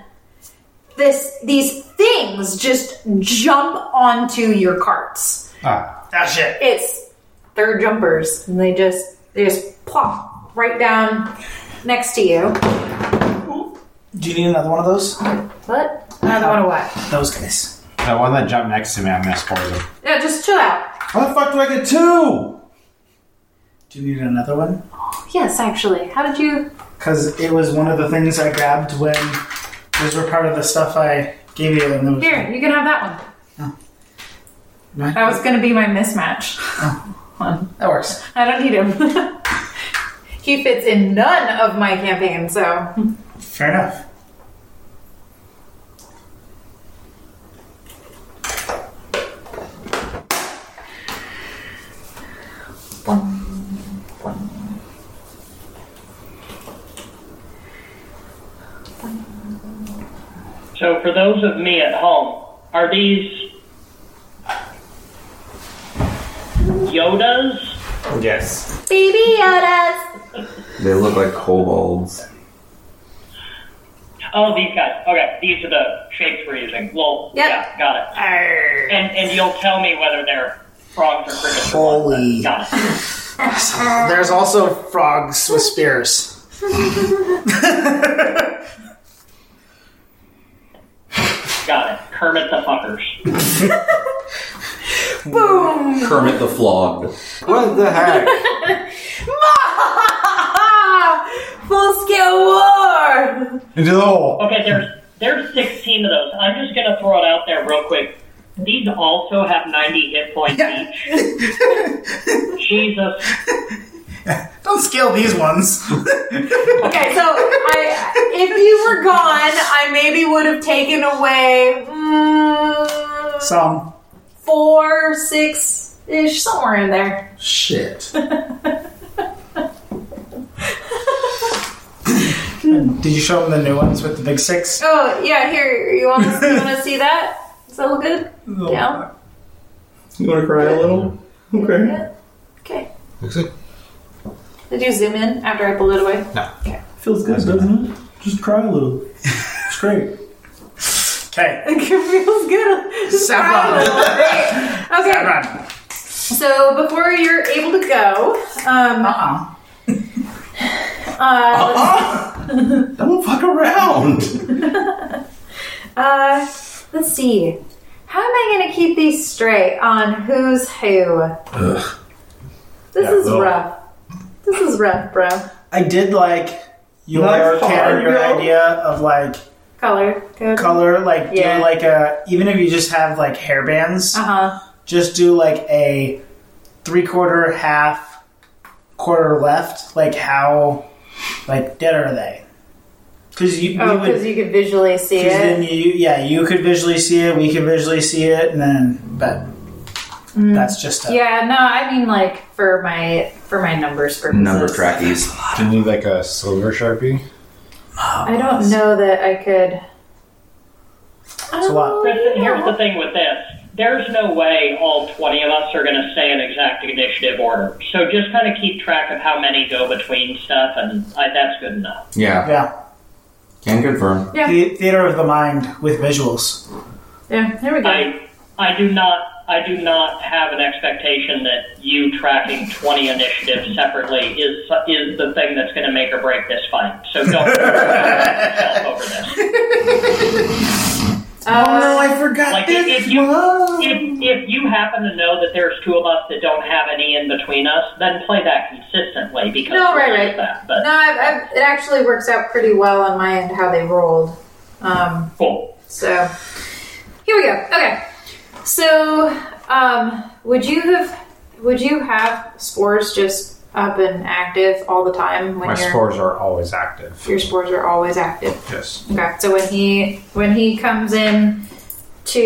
this these things just jump onto your carts.
Ah,
That shit.
It's they're jumpers, and they just they just plop right down next to you.
Do you need another one of those?
What? Another one of what?
Those guys.
that one that jumped next to me, I missed four of them.
Yeah, just chill out.
How the fuck do I get two?
Do you need another one?
Yes, actually, how did you?
Because it was one of the things I grabbed when those were part of the stuff I gave you. And those
Here, you can have that one.
Right.
That was going to be my mismatch. One.
that works.
I don't need him. he fits in none of my campaign, so.
Fair enough.
So for those of me at home, are these Yodas?
Yes.
Baby Yodas!
They look like kobolds.
Oh, these guys. Okay, these are the shapes we're using. Well,
Yep.
yeah, got it.
Arr.
And and you'll tell me whether they're frogs or crickets. or what.
Holy.
Got it.
There's also frogs with spears.
Got it. Kermit the fuckers.
Kermit the Flogged.
What the heck?
Full scale war!
Into the hole.
Okay, there's there's 16 of those. I'm just gonna throw it out there real quick. These also have 90 hit points each. Jesus.
Don't scale these ones.
Okay, so I, if you were gone, I maybe would have taken away mm,
Some.
four, six ish, somewhere in there.
Shit. Did you show them the new ones with the big six?
Oh, yeah, here, you want to, you want to see that? Does that look good? Yeah.
You wanna cry a little? Okay.
Okay.
Looks like
Did you zoom in after I pulled it away?
Feels good, doesn't it? Just cry a little. It's great.
Okay.
It feels good. Just
Sound
cry a
on.
little, right? Okay.
Run.
So before you're able to go, um,
Uh-uh.
uh,
Don't fuck around.
uh, let's see. How am I going to keep these straight on who's who? This
Yeah,
is
well.
rough. This is rough, bro.
I did like your
Not hard,
character
bro.
idea of like
Color code.
color like
Yeah.
do like a even if you just have like hair bands
Uh huh.
just do like a three quarter half quarter left like how like dead are they because you,
Oh,
we would
because you could visually see
'cause
it.
then you yeah you could visually see it we could visually see it and then but
Mm.
that's just a,
Yeah, no, I mean like for my for my numbers purposes.
Number trackies.
Do you need like a silver sharpie?
I don't know that I could.
a lot.
Oh,
But
yeah.
here's the thing with this. There's no way all 20 of us are going to stay in exact initiative order. So just kind of keep track of how many go between stuff, and I, that's good enough.
Yeah,
yeah
can confirm.
Yeah.
The, theater of the mind with visuals
Yeah, there we go.
I, I do not. I do not have an expectation that you tracking 20 initiatives separately is is the thing that's going to make or break this fight. So don't yourself over this.
Uh,
Oh, I forgot
Like if, if you if, if you happen to know that there's two of us that don't have any in between us, then play that consistently because
No, right,
we'll
right.
use that. But
no, I've, I've, it actually works out pretty well on my end how they rolled. Um,
cool.
So here we go. Okay. So um, would you have would you have spores just up and active all the time when
My
your
spores are always active.
your spores are always active?
Yes.
Okay. So when he when he comes in to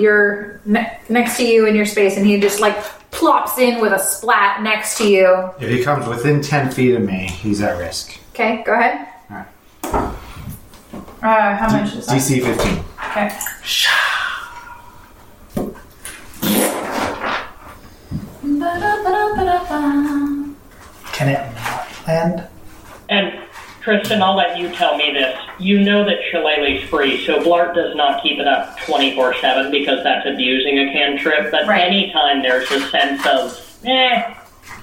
your ne- next to you in your space and he just like plops in with a splat next to you.
If he comes within 10 feet of me, he's at risk.
Okay. Go ahead.
Alright.
Uh, how much is that?
DC 15.
Okay.
can it not land
And Tristan, I'll let you tell me this. You know that Shillelagh's free, so Blart does not keep it up 24 7 because that's abusing a cantrip. But
Right.
anytime there's a sense of, eh,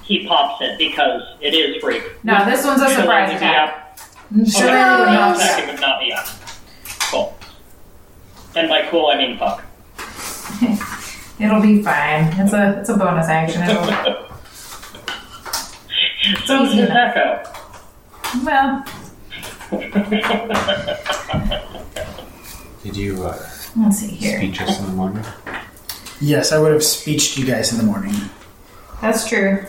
he pops it because it is free.
No, this one's a surprise
Shillelagh
attack.
would be up. Okay,
Shillelagh would not be
Shillelagh would not be up. Cool. And by cool, I mean fuck.
It'll be fine. It's a it's a bonus action. It'll,
So
Easy
does Echo.
well,
Did you uh,
let's see here.
speech us in the morning?
yes I would have speeched you guys in the morning
That's true.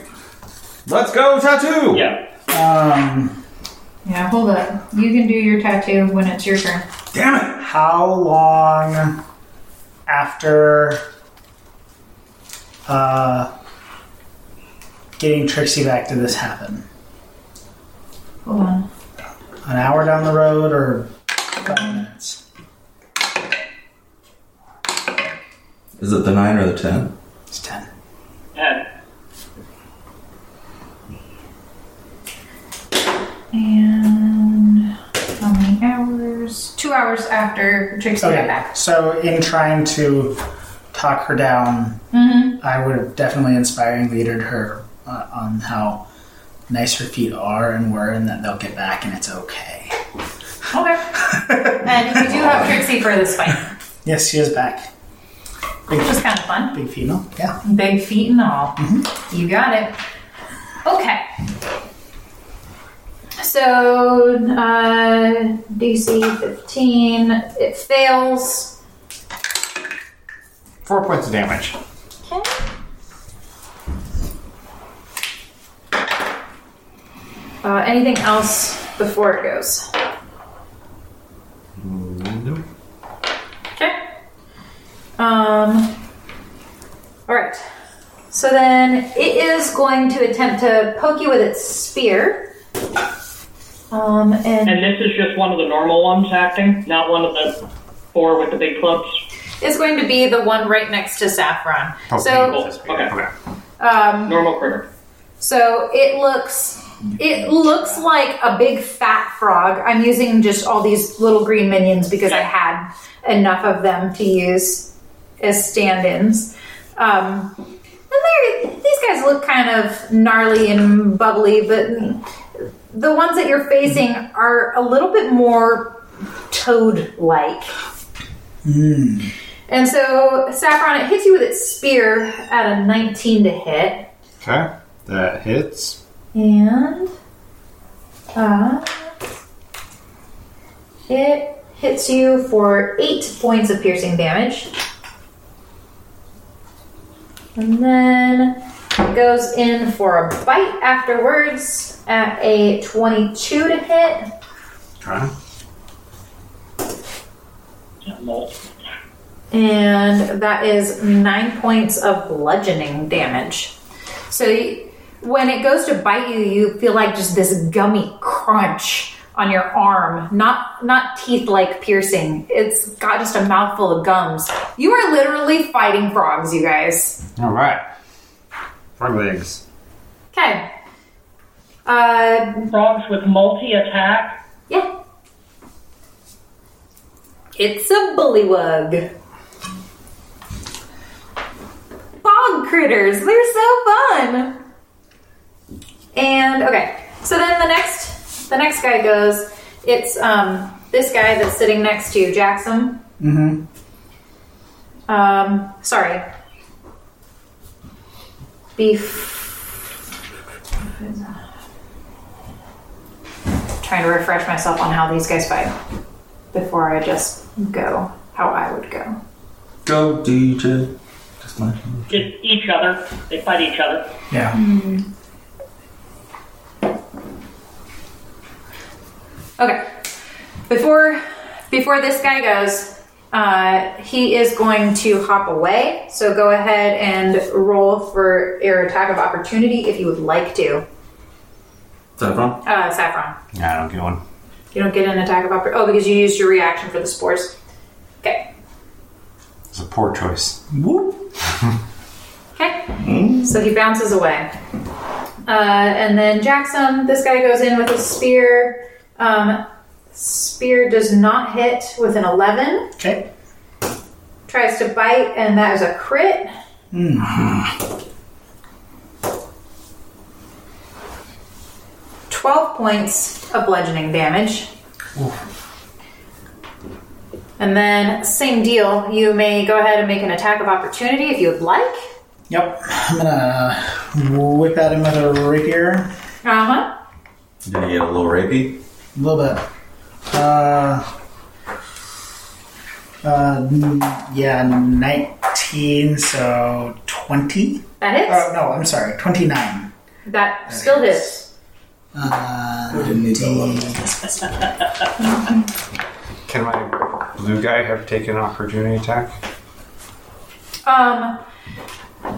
Let's go tattoo.
Yeah.
um
Yeah, hold up. You can do your tattoo when it's your turn.
Damn it.
how long after uh, getting Trixie back did this happen?
Hold on.
An hour down the road or a couple minutes?
Is it the nine or the ten?
It's 10.
And
And how many hours? Two hours after Trixie got
Okay,
back.
so in trying to talk her down, I would have definitely inspiring leadered her uh, on how nice her feet are and were and that they'll get back and it's okay.
Okay. and we do have Trixie for this fight,
Yes, she is back. Big,
which is kind of fun.
big female, yeah.
Big feet and all. You got it.
Okay. So, uh, DC 15, it fails.
Four points of damage.
Okay. Uh, anything else before it goes?
Nope.
Okay. Um, all right. So then it is going to attempt to poke you with its spear. Um,
and this is just one of the normal ones acting, not one of the four with the big clubs.
is going to be the one right next to Saffron. So,
Cool. Okay.
um,
Normal critter.
so it looks it looks like a big fat frog. I'm using just all these little green minions because I had enough of them to use as stand-ins. Um, and they're- these guys look kind of gnarly and bubbly, but the ones that you're facing are a little bit more toad-like. And so, Saffron, it hits you with its spear at a 19 to hit.
Okay. That hits.
And uh, it hits you for eight points of piercing damage. And then it goes in for a bite afterwards at a 22 to hit.
Trying.
And that is nine points of bludgeoning damage. So you, when it goes to bite you, you feel like just this gummy crunch on your arm. Not not teeth like piercing. It's got just a mouthful of gums. You are literally fighting frogs, you guys.
All right. Frog legs.
Okay. Uh,
Frogs with multi attack.
yeah. It's a bullywug. Bog critters, they're so fun. And okay, so then the next the next guy goes. It's um this guy that's sitting next to you, Jackson.
Mm-hmm.
Um, sorry. Beef. Trying to refresh myself on how these guys fight before I just go how I would go.
Go, DJ. Just my turn.
Just each other. They fight each other.
Yeah.
Okay. Before before this guy goes, uh, he is going to hop away. So go ahead and roll for your attack of opportunity if you would like to.
Is that wrong?
Uh, Saffron.
Nah, I don't get one.
You don't get an attack of opportunity. Oh, because you used your reaction for the spores. Okay.
It's a poor choice.
Whoop.
Okay. So he bounces away. Uh, and then Jackson, this guy goes in with a spear. Um, spear does not hit with an 11.
Okay.
Tries to bite, and that is a crit. Twelve points of bludgeoning damage. And then, same deal. You may go ahead and make an attack of opportunity if you would like.
Yep. I'm gonna whip at him with a rapier.
Uh huh.
You gonna get a little rapey?
A little bit. Uh. Uh. n- Yeah. Nineteen. So twenty.
That hits.
Oh no! I'm sorry. Twenty-nine.
that still hits.
Uh,
We didn't need that
D-
Can my blue guy have taken an opportunity attack?
Um,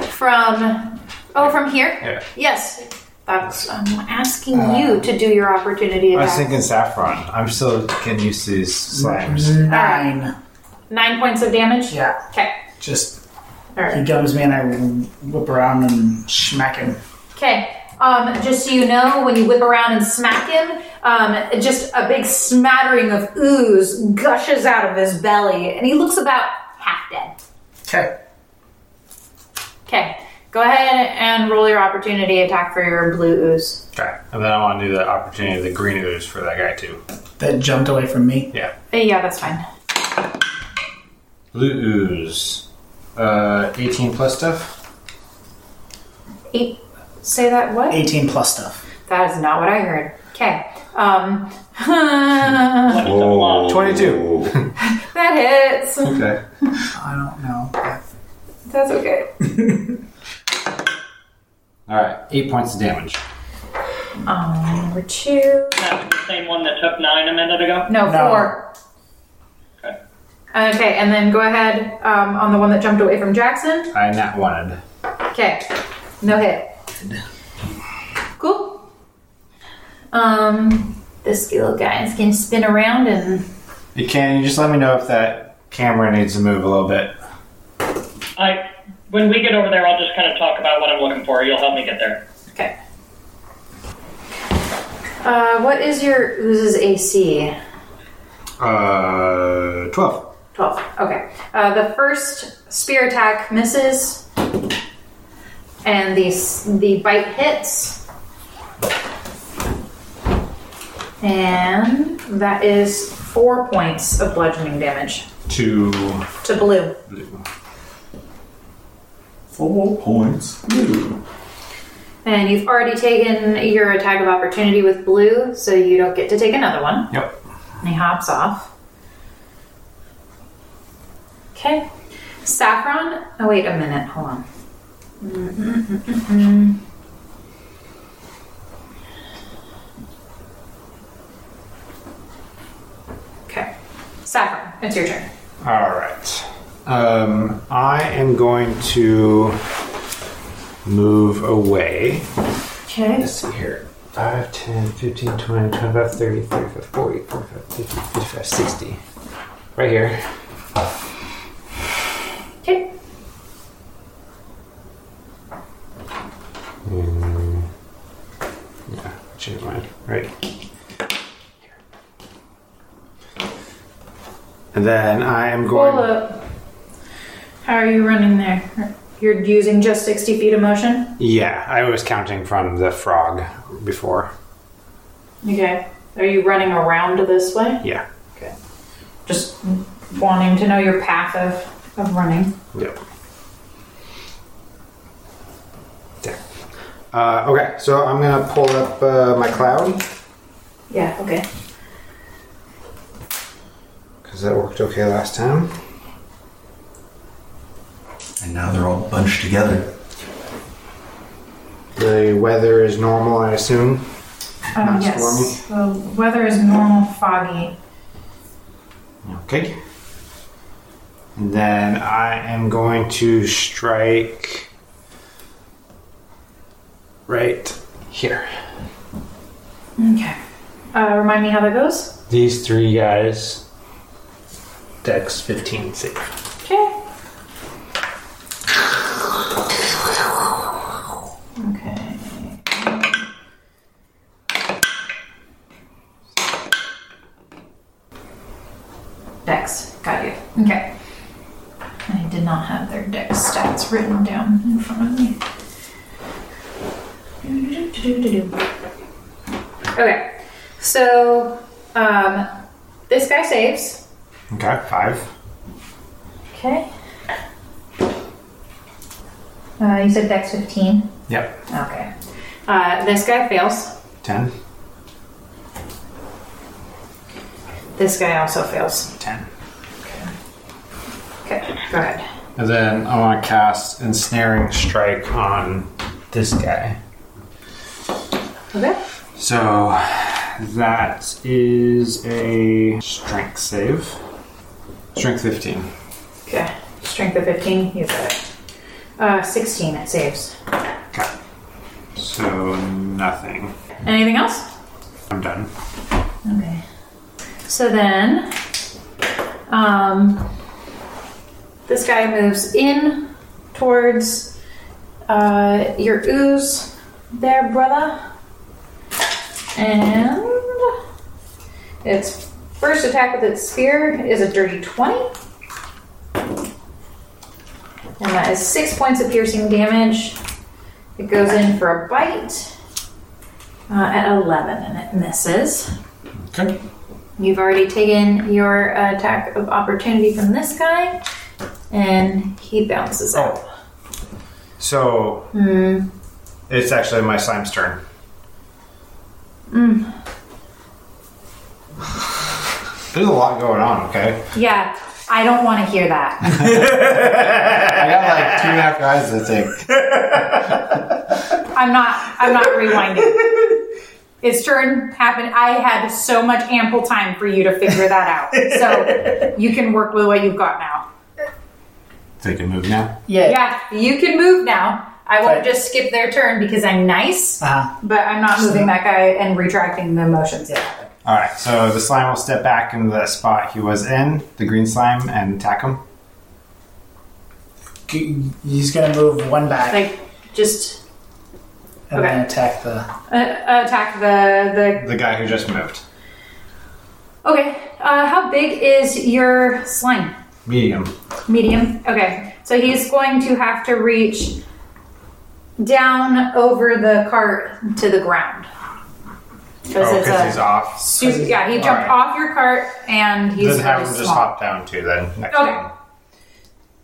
from oh, from here.
Yeah.
Yes. That's, I'm asking you to do your opportunity
I was
attack.
thinking saffron. I'm still getting used to these slimes.
Nine.
Nine points of damage.
Yeah.
Okay.
Just
All right.
he gums me and I whip around and smack him.
Okay. Um, just so you know, when you whip around and smack him, um, just a big smattering of ooze gushes out of his belly, and he looks about half dead.
Okay.
Okay, go ahead and roll your opportunity attack for your blue ooze.
Okay. And then I want to do the opportunity of the green ooze for that guy too.
That jumped away from me.
Yeah.
Uh, yeah, that's fine.
Blue ooze. Uh, 18 plus stuff.
Eight. Say that what?
Eighteen plus stuff.
That is not what I heard. Okay. Um,
What's the
Whoa.
plot?
22.
that hits.
okay.
I don't know.
That's okay.
All right. Eight points of damage.
Um, number two.
That was the same one that took nine a minute ago.
No,
No.
four.
Okay.
Okay, and then go ahead um, on the one that jumped away from Jackson.
I not wanted.
Okay, no hit. Cool. Um, this little guy is gonna spin around and
You can. You just let me know if that camera needs to move a little bit.
I when we get over there, I'll just kind of talk about what I'm looking for. You'll help me get there.
okay. Uh, what is your ooze's AC?
Uh, 12.
12. Okay. Uh, the first spear attack misses, and the, s- the bite hits. And that is four points of bludgeoning damage
Two.
to blue.
blue.
Four points. Ooh.
And you've already taken your attack of opportunity with blue, so you don't get to take another one.
Yep.
And he hops off.
Okay.
Saffron? Oh, wait a minute. Hold on. Okay. Saffron, it's your turn.
All right. Um, I am going to move away.
Okay.
Let's see here. 5, 10, 15, 20, 25, 30, 35, 40, 45, 50, 55, 60. Right here.
Okay.
Mm, yeah, change mine. Right. Here. And then I am going.
Hold up. How are you running there? You're using just 60 feet of motion?
Yeah, I was counting from the frog before.
Okay. Are you running around this way?
Yeah.
Just wanting to know your path of, of running.
Yep. There. Uh, okay, so I'm gonna pull up uh, my cloud
Yeah, okay.
because that worked okay last time.
And now they're all bunched together.
The weather is normal, I assume.
Um,
Not
yes. The weather is normal, foggy.
Okay. And then I am going to strike right here.
Okay.
Uh, remind me how that goes?
These three guys. Dex 15 save.
Okay. Okay.
Dex. Got you.
Okay. I did not have their dex stats written down in front of me.
Okay. So, um, this guy saves.
Okay, five.
Okay. Uh, you said dex 15?
Yep,
Okay. Uh, this guy fails.
ten.
This guy also fails.
10.
Okay, go ahead.
And then I want to cast Ensnaring Strike on this guy.
Okay.
So that is a strength save. Strength 15.
Okay. Strength of 15, you got it. Uh, 16, it saves.
Okay. So nothing.
Anything else?
I'm done.
Okay. So then, um, this guy moves in towards uh, your ooze there, brother. And its first attack with its spear is a dirty 20. And that is six points of piercing damage. It goes in for a bite uh, at 11 and it misses.
Okay.
You've already taken your uh, attack of opportunity from this guy, and he bounces Hmm. out.
Oh. So it's actually my slime's turn. There's a lot going on, okay?
Yeah, I don't want to hear that.
I got like two and a half guys, I think.
I'm not. I'm not rewinding. Its turn happened. I had so much ample time for you to figure that out. So you can work with what you've got now.
They can move now.
Yeah.
Yeah, you can move now. I won't
Right.
just skip their turn because I'm nice,
Uh-huh.
but I'm not moving that guy and retracting the motions yet.
Alright, so the slime will step back into the spot he was in, the green slime, and attack him.
G- He's gonna move one back
Like, just
and then attack the.
uh, attack the the
The guy who just moved.
Okay. Uh, how big is your slime?
Medium.
Medium. Okay. So he's going to have to reach down over the cart to the ground. Because
Oh,
it's
because he's
a.
off.
Super, yeah, he jumped
Alright.
off your cart and he's
then have
really
him just
small.
hop down too. Then next
Okay.
time.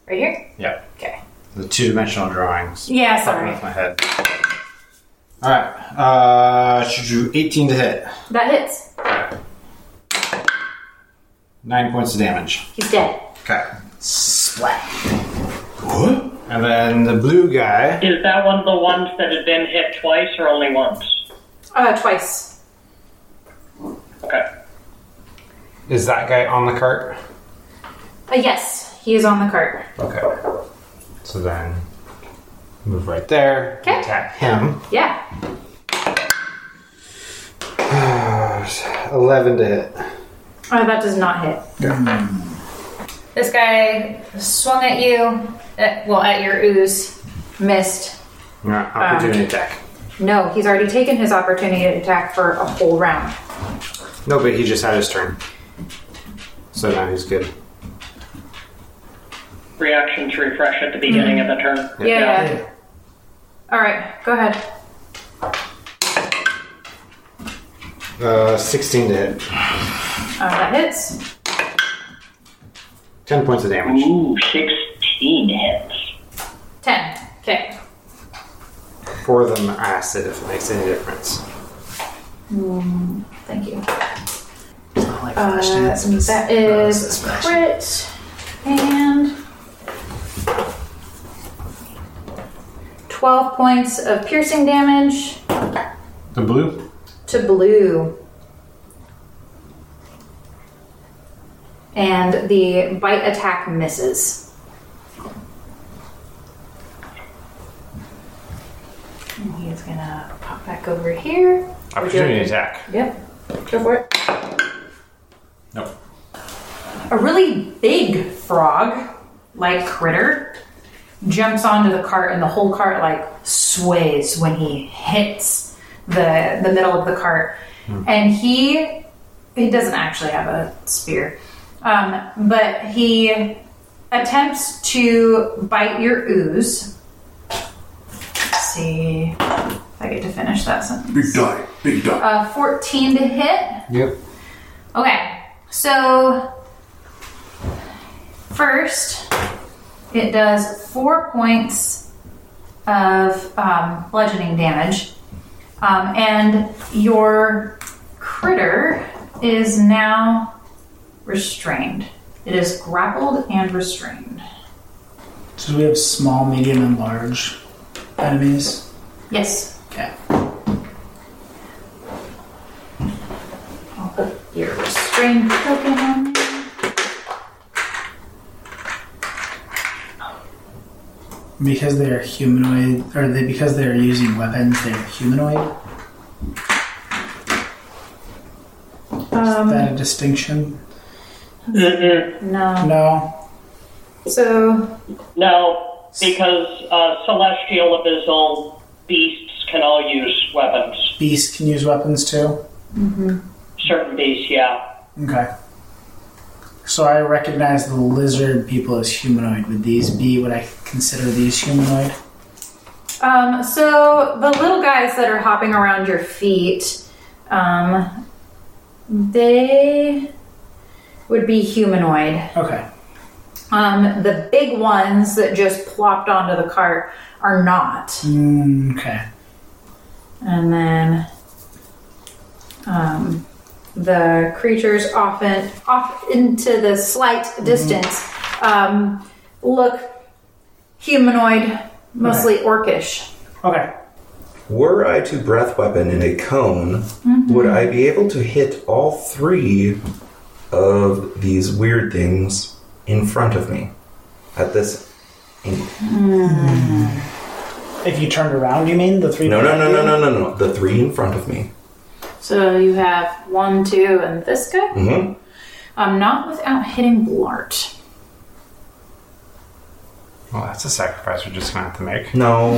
Right here?
Yeah.
Okay.
The two dimensional drawings.
Yeah,
Popping
sorry.
off my head. All right. Uh, should you 18 to hit.
That hits.
Nine points of damage.
He's dead.
Okay.
flat.
And then the blue guy.
Is that one the ones that had been hit twice or only once?
Uh, twice.
Okay.
Is that guy on the cart?
Uh, yes, he is on the cart.
Okay. So then move right there.
'Kay.
Attack him.
Yeah.
11 to hit.
Uh, that does not hit.
This guy swung at you, at, well, at your ooze.
Missed.
No, opportunity
Um,
attack.
No, he's already taken his opportunity to attack for a whole round.
No, but he just had his turn. So now he's good.
Reaction to refresh at the beginning of the turn.
Yeah. yeah. All right, go ahead.
Uh, 16 to hit.
Uh, that hits.
10 points of damage.
Ooh, 16 hits.
10. Okay.
Pour them acid if it makes any difference.
Thank you.
I like
Uh,
flash dance.
that
Uh,
is
it's a smash.
crit. And 12 points of piercing damage
The blue?
to blue. And the bite attack misses. And he's gonna pop back over here.
Opportunity attack.
Yep. Go for it.
Nope.
A really big frog, like critter, jumps onto the cart, and the whole cart like sways when he hits the the middle of the cart.
Hmm.
And he he doesn't actually have a spear, um, but he attempts to bite your ooze. Let's see if I get to finish that sentence.
Big die. Big die.
Uh, Fourteen to hit.
Yep.
Okay, so first it does four points of um, bludgeoning damage, um, and your critter is now restrained. It is grappled and restrained.
So do we have small, medium, and large enemies?
Yes.
Okay.
I'll put your restrained token on.
Because they are humanoid, or they because they are using weapons, they are humanoid. is that a distinction?
Mm-mm.
No.
No.
So,
No, because uh, celestial, abyssal beasts can all use weapons.
Beasts can use weapons too.
Certain beasts, yeah.
Okay. So I recognize the lizard people as humanoid. Would these be what I consider these humanoid?
um, so the little guys that are hopping around your feet, um, they would be humanoid.
Okay.
Um, the big ones that just plopped onto the cart are not.
Mm, okay.
And then um, the creatures often off into the slight distance um, look humanoid, mostly orcish.
Okay.
Were I to breath weapon in a cone, would I be able to hit all three of these weird things in front of me at this? In-
If you turned around, you mean the three?
no, no, no, no, no, no, no. The three in front of me.
So you have one, two, and this guy.
hmm
Um, not without hitting Blart.
Well, that's a sacrifice we're just going to have to make.
No,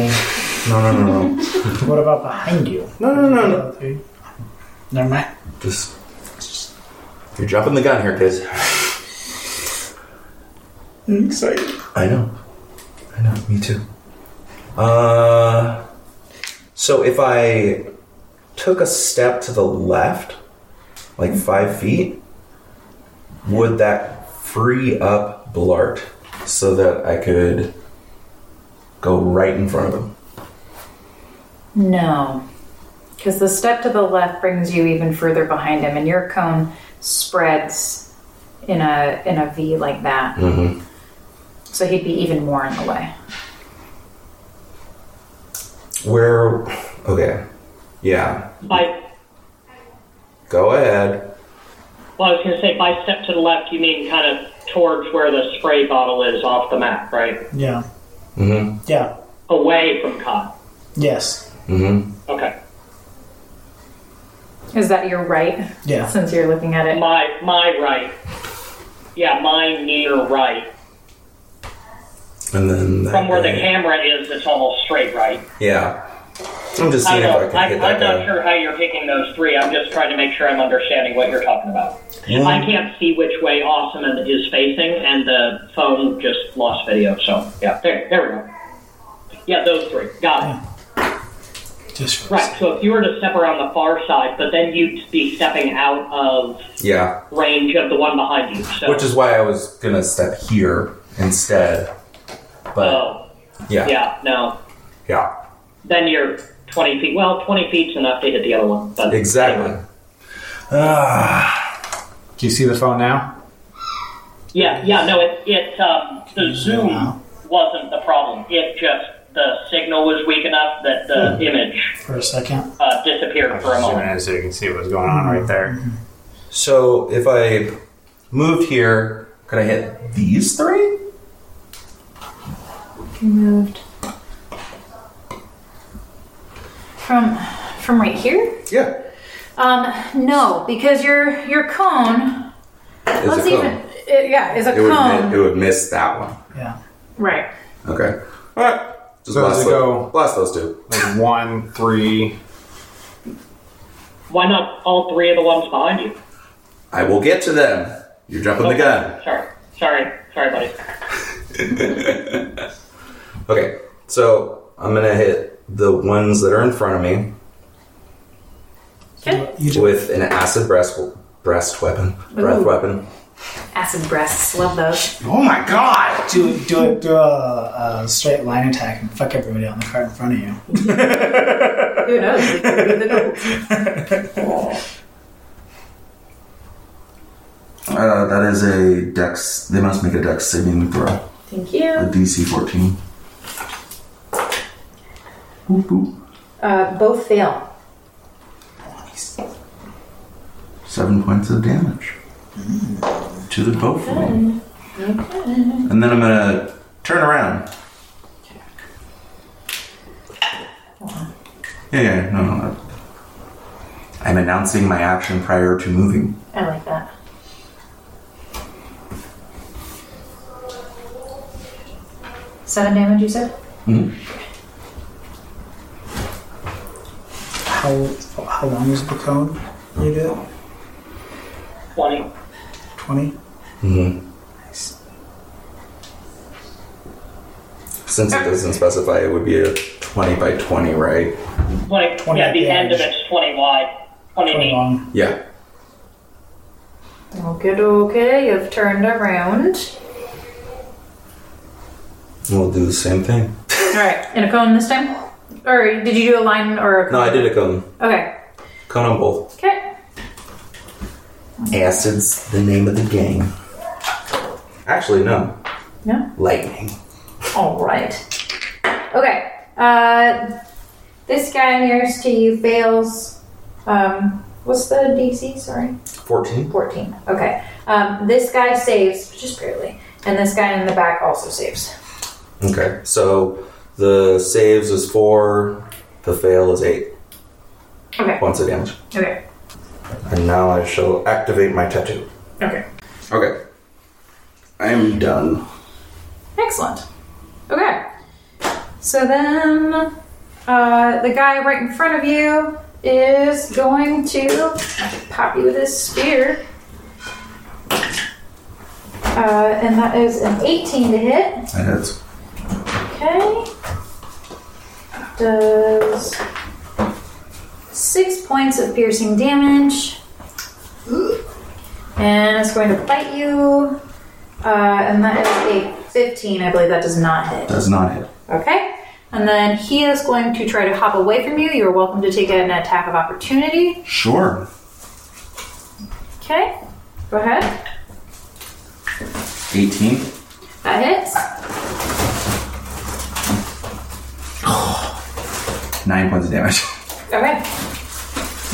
no, no, no, no.
What about behind you?
No, no, no, no.
The three? Never mind.
Just, you're dropping the gun here, kids. I'm excited. I know. I know. Me too. Uh, so if I took a step to the left, like five feet, would that free up Blart so that I could go right in front of him?
No. Because the step to the left brings you even further behind him, and your cone spreads in a in a V like that.
Mm-hmm.
So he'd be even more in the way.
Where? Okay. Yeah.
By,
Go ahead.
well, I was going to say, by step to the left, you mean kind of towards where the spray bottle is off the map, right?
Yeah.
Mm-hmm.
Yeah.
Away from Kyle.
Yes.
Mm-hmm.
Okay.
Is that your right?
Yeah.
Since you're looking at it.
My my right. Yeah, my near right.
And then that
From where the
guy-
camera is, it's almost straight right.
Yeah. I'm just
I
seeing if
know.
I can
I,
hit
I'm
that
not
guy.
sure how you're picking those three. I'm just trying to make sure I'm understanding what you're talking about.
Yeah.
I can't see which way Awesome is facing, and the phone just lost video. So yeah, there, there we go. Yeah, those three. Got it.
Just for a
Right. So if you were to step around the far side, but then you'd be stepping out of
Yeah.
range of the one behind you. So
Which is why I was gonna step here instead. But
oh,
yeah.
yeah, no.
Yeah.
Then you're 20 feet. Well, 20 feet's enough to hit the other one. But
Exactly. Ah.
Do you see the phone now?
Yeah, yeah, no, it, it um, the zoom wasn't the problem. It just the signal was weak enough that the image
for a second.
uh,
Oh,
disappeared for a
Zoom
moment.
in so you can see what's going on right there.
So if I moved here, could I hit these three?
You moved. From from right here?
Yeah.
Um, no, because your your cone
It's
let's
a cone.
even it, yeah, is a
It would, mi-
cone.
it would miss that one.
Yeah.
right.
Okay. All right. Just
So
blast,
does it
those,
go-
blast those two.
Like one, three.
Why not all three of the ones behind you?
I will get to them. You're jumping the gun.
Sorry, sorry, sorry, buddy.
Okay. So I'm gonna hit the ones that are in front of me
You do
with an acid breast breast weapon. Breath
Ooh.
weapon.
Acid breasts, love those.
Oh my god!
do do a, do a, a straight line attack and fuck everybody on the card in front of you.
Who knows? It could be the gold.
Uh, that is a dex. They must make a dex saving throw.
Thank
A
you.
DC 14. Boop, boop.
Uh, both fail.
Seven points of damage to the both of them. And then I'm gonna turn around. Yeah, yeah, no, no, no. I'm announcing my action prior to moving.
I like that. Seven damage, you said?
How how long is the cone? You do it?
20.
Twenty.
Mm-hmm. Since it doesn't specify, it would be a 20 by 20, right?
20,
20
yeah,
at
the
the
end
edge.
of it's 20 wide, 20
How
deep.
long?
Yeah.
Okay, okay, you've turned around.
We'll do the same thing.
Alright, in a cone this time? Or did you do a line or a
No, I did a cone.
Okay.
Cone on both.
Okay.
Acid's the name of the game. Actually, no.
No?
Lightning.
Alright. Okay. Uh this guy nearest to you fails. Um what's the DC? Sorry.
14.
14. Okay. Um this guy saves just barely. And this guy in the back also saves.
Okay, so the saves is 4, the fail is 8
Okay.
points of damage.
Okay.
And now I shall activate my tattoo.
Okay.
Okay. I am done.
Excellent. Okay. So then, uh, the guy right in front of you is going to pop you with his spear. Uh, and that is an 18 to hit.
That hits.
Okay. Does six points of piercing damage. And it's going to bite you. Uh, and that is a 15. I believe that does not hit.
Does not hit.
Okay. And then he is going to try to hop away from you. You're welcome to take an attack of opportunity.
Sure.
Okay. Go ahead.
18.
That hits.
Nine points of damage.
Okay.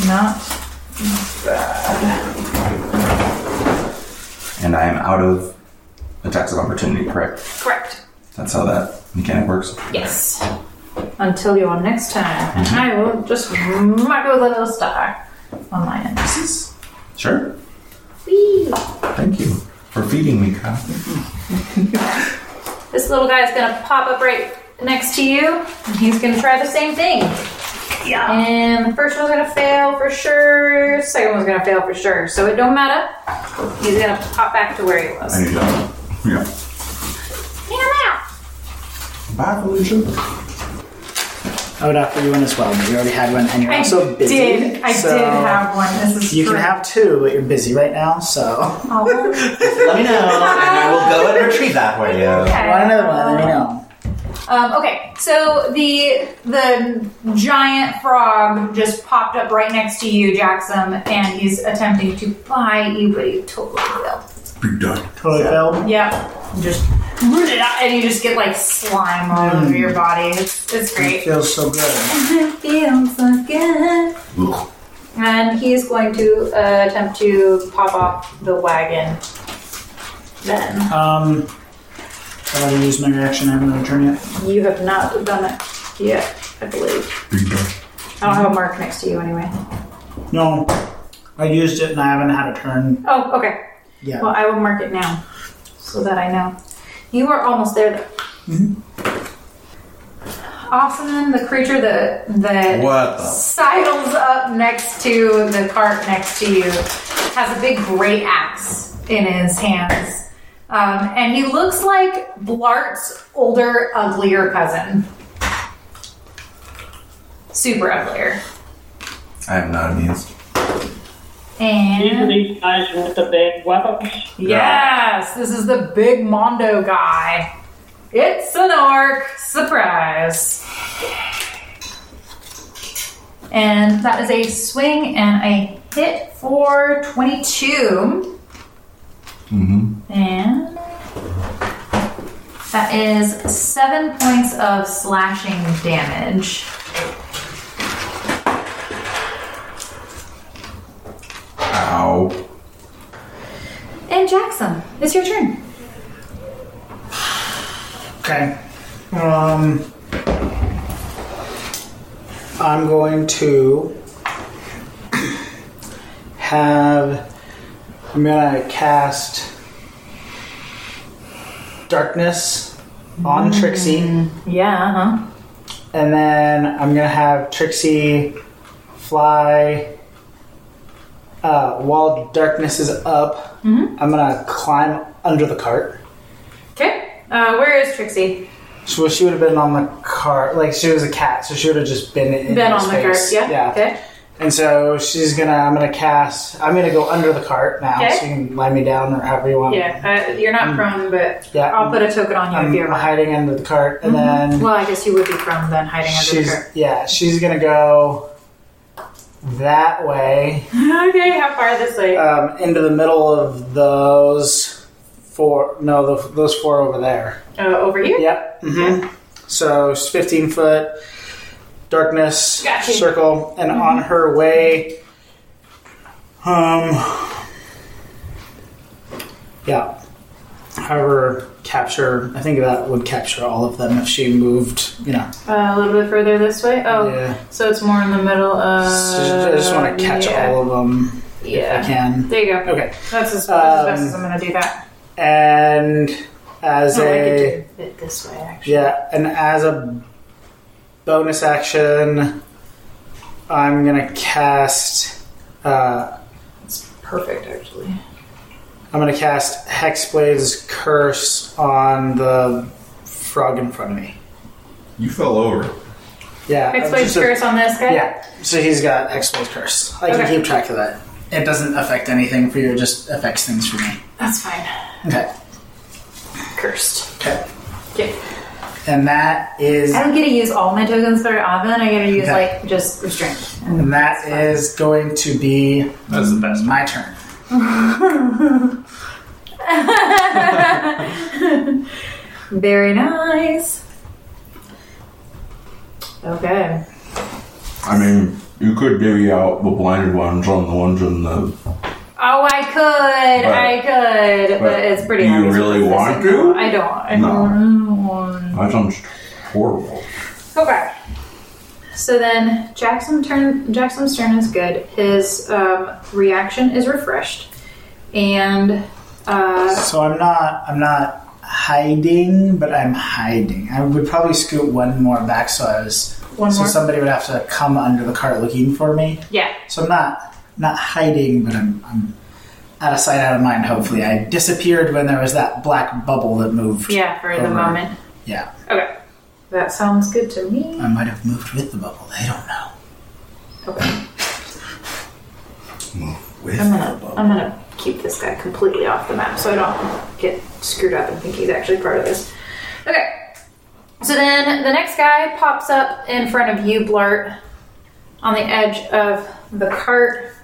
Not
And I am out of attacks of opportunity, correct?
correct.
That's how that mechanic works.
Yes.
Until your next time,
And I will just mark it with a little star on my end.
Sure. Thank you for feeding me, Kyle.
This little guy's gonna pop up right next to you, and he's gonna try the same thing. Yeah. And the first one's gonna fail for sure. Second one's gonna fail for sure. So it don't matter. He's gonna pop back to where he was.
There you go. Yeah.
Get him out.
Bye, Felicia.
I would offer you one as well, but you already had one, and you're
I
also busy.
did. I
so
did have one. This is
You can
true.
have two, but you're busy right now, so.
Oh,
Let me know, and I will go and retrieve that for you.
okay.
Want another one? Let me know.
Um, okay, so the the giant frog just popped up right next to you, Jackson, and he's attempting to bite you, but he totally will.
Big dog.
Totally failed.
Yep, just root it out, and you just get like slime all over your body. It's, it's
It
great.
feels so good.
Feels so good.
Ugh.
And he's going to uh, attempt to pop off the wagon. Then
Um, I've already used my reaction. I haven't done a turn yet.
you have not done it yet, I believe.
Big dog.
I don't have a mark next to you anyway.
No, I used it and I haven't had a turn
Oh, okay.
yet.
Well, I will mark it now so that I know. You are almost there, though.
Mm-hmm.
Often, the creature that that
What the-
sidles up next to the cart next to you has a big great axe in his hands, um, and he looks like Blart's older, uglier cousin. Super uglier.
I am not amused.
These are
And
these guys with the big weapons.
yes, this is the big Mondo guy. It's an orc. Surprise. And that is a swing and a hit for 22.
Mm-hmm.
And that is seven points of slashing damage.
Ow.
And Jackson, it's your turn.
Okay. Um, I'm going to have. I'm gonna cast darkness on Trixie,
Yeah, uh-huh.
and then I'm gonna have Trixie fly. Uh, while darkness is up, I'm gonna climb under the cart.
Okay. Uh, where is Trixie?
So, well, she would have been on the cart. Like she was a cat, so she would have just been in
Been
his
on the cart.
face.
Yeah.
Yeah.
Okay.
And so she's gonna. I'm gonna cast. I'm gonna go under the cart now,
Okay.
so you can lie me down or however you want.
Yeah, uh, you're not
um,
prone, but
Yeah.
I'll put a token on you
I'm
if you're
hiding under the cart, and then
Well, I guess you would be prone then, Mm-hmm. hiding under the
she's
cart.
yeah. She's gonna go that way
okay, how far this way? Uh,
um, into the middle of those four. No, the, those four over there.
Uh, over here?
Yep. hmm So it's 15 foot darkness
Gotcha. Mm-hmm.
circle, and on her way, um, yeah. However, capture. I think that would capture all of them if she moved. You know.
Uh, a little bit further this way? Oh,
yeah.
so it's more in the middle of.
So I just want to catch
yeah.
all of them if I
Yeah.
can.
There you go.
Okay.
That's as,
Um,
that's as best as I'm going to do that.
And as
No, Oh, I
a
could do it this way, actually.
Yeah, and as a bonus action, I'm gonna cast. Uh,
It's perfect, actually.
I'm gonna cast Hexblade's Curse on the frog in front of me.
You fell over.
Yeah,
Fixed
uh, just a-
curse on this guy?
Yeah, so he's got Hexblade's Curse. I can
Okay.
keep track of that. It doesn't affect anything for you; it just affects things for me.
That's fine.
Okay.
Cursed.
Okay.
Okay.
And that is
I don't get to use all my tokens that are often. I get to use,
Okay.
like, just restraint.
and that is going to be
That's the best.
my turn.
Very nice. Okay.
I mean, you could divvy out the blinded ones on the ones in the.
Oh, I could,
But-
I could, but,
but
it's pretty.
do you
obvious
really
what this
want
is.
to?
I don't. I
No.
don't want.
That sounds horrible.
Okay. So then, Jackson's turn. Jackson's turn is good. His um, reaction is refreshed, and uh,
So I'm not I'm not hiding, but I'm hiding. I would probably scoot one more back so I was
one
so
more.
somebody would have to come under the cart looking for me.
yeah.
So I'm not not hiding, but I'm, I'm out of sight, out of mind. Hopefully, I disappeared when there was that black bubble that moved.
Yeah. For the
Over.
moment.
Yeah.
Okay. That sounds good to me.
I might have moved with the bubble. I don't know.
Okay.
With
I'm gonna. I'm gonna keep this guy completely off the map so I don't get screwed up and think he's actually part of this. Okay. So then the next guy pops up in front of you, Blart, on the edge of the cart,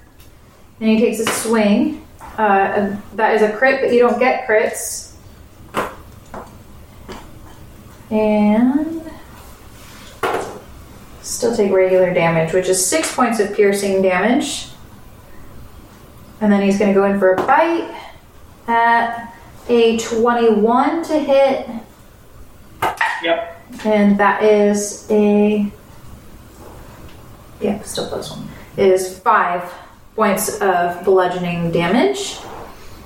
and he takes a swing. Uh, and that is a crit, but you don't get crits. And still take regular damage, which is six points of piercing damage. And then he's going to go in for a bite at a 21 to hit.
Yep.
And that is a. Yeah, still plus one. Is five points of bludgeoning damage.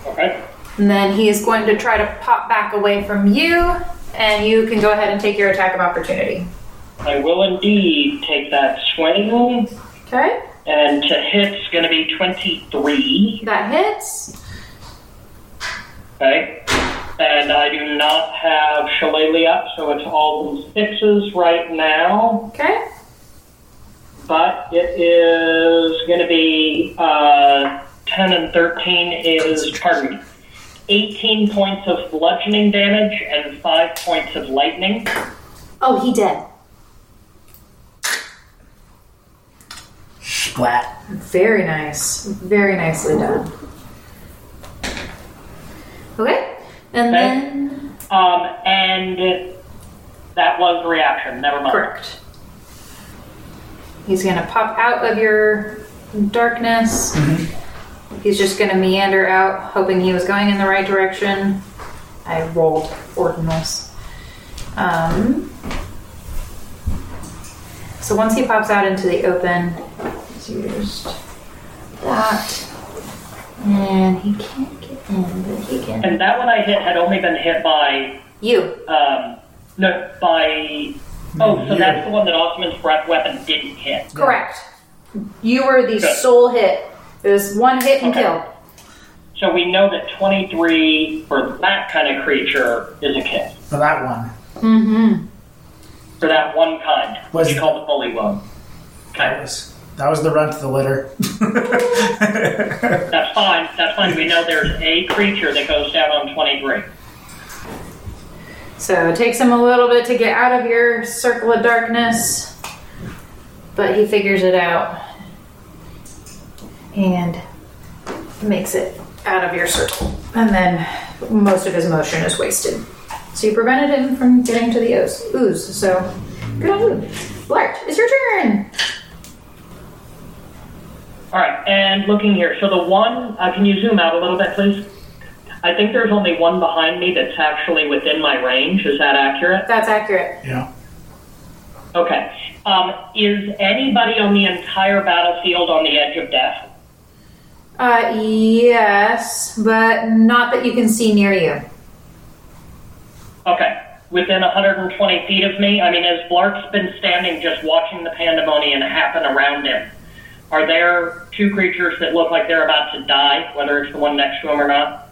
Okay.
And then he is going to try to pop back away from you. And you can go ahead and take your attack of opportunity.
I will indeed take that swing,
Okay,
and to hit's going to be 23.
that hits.
Okay. And I do not have Shillelagh up, so it's all these fixes right now.
Okay,
But it is going to be uh, 10 and 13 is, pardon me, 18 points of bludgeoning damage and 5 points of lightning.
Oh, he dead.
Splat.
Very nice. Very nicely done. Okay, and then
Um, and that was the reaction. Never mind.
correct. He's gonna pop out of your darkness. He's just gonna meander out, hoping he was going in the right direction. I rolled ordinals. Um, so once he pops out into the open, he's used that, and he can't get in, but he can.
And that one I hit had only been hit by,
You,
um, no, by, oh, so
you.
that's the one that Osman's breath weapon didn't hit.
correct. You were the
Good.
sole hit. It was one hit and
Okay.
kill.
So we know that 23 for that kind of creature is a kill.
For that one.
Mm-hmm.
For that one kind.
Was-
you call the bully one.
That
Okay.
was that was the run to the litter.
That's fine. That's fine. We know there's a creature that goes down on 23.
So it takes him a little bit to get out of your circle of darkness, but he figures it out and makes it out of your circle. And then most of his motion is wasted. So you prevented him from getting to the ooze. ooze so good on you. Blart, it's your turn.
All right. And looking here. So the one, uh, can you zoom out a little bit, please? I think there's only one behind me that's actually within my range. Is that accurate?
That's accurate.
yeah.
Okay. Um, is anybody on the entire battlefield on the edge of death?
Uh, yes, but not that you can see near you.
Okay. Within 120 feet of me, I mean, as Blart's been standing just watching the pandemonium happen around him, are there two creatures that look like they're about to die, whether it's the one next to him or not?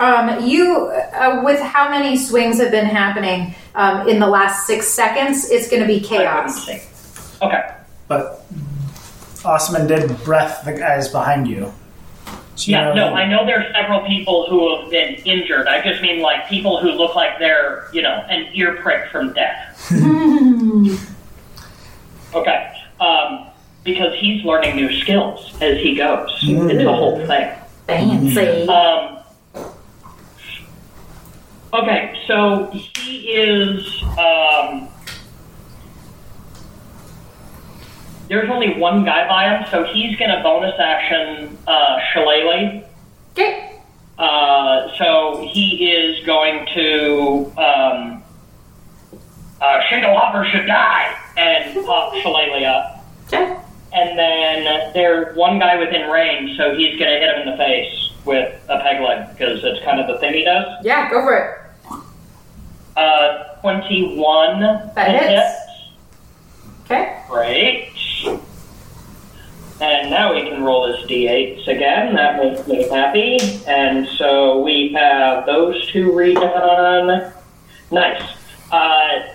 Um, you, uh, with how many swings have been happening um, in the last six seconds, it's going to be chaos.
I couldn't see. Okay.
But Osman did breath the guys behind you. So you
Yeah,
know-
no, I know there's several people who have been injured. I just mean, like, people who look like they're, you know, an ear prick from death. okay. Um, because he's learning new skills as he goes. It's a whole thing.
Fancy.
Um, okay, so he is. Um, There's only one guy by him, so he's going to bonus action uh, Shillelagh.
Okay.
Uh, so he is going to. Um, uh, Shingle Hopper should die! And pop Shillelagh up.
Okay.
And then there's one guy within range, so he's going to hit him in the face with a peg leg, because that's kind of the thing he does.
Yeah, go for it.
Uh, 21.
That
to
hits.
hit.
Okay.
Great. And now we can roll his d8s again. That makes me happy. And so we have those two redone. Nice. Uh,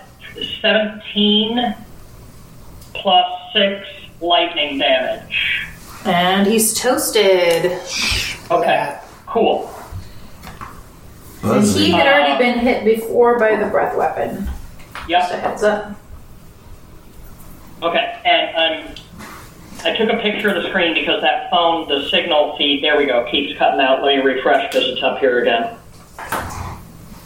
17 plus 6 lightning damage.
And he's toasted.
Okay, cool.
And
Buzzy.
he had already been hit before by the breath weapon. Just a
Yep.
heads up.
Okay, and um, I took a picture of the screen because that phone, the signal feed, there we go, keeps cutting out. Let me refresh because it's up here again.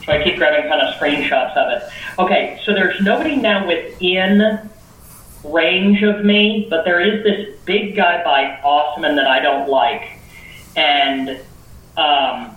So I keep grabbing kind of screenshots of it. Okay, so there's nobody now within range of me, but there is this big guy by Osman that I don't like. And, um,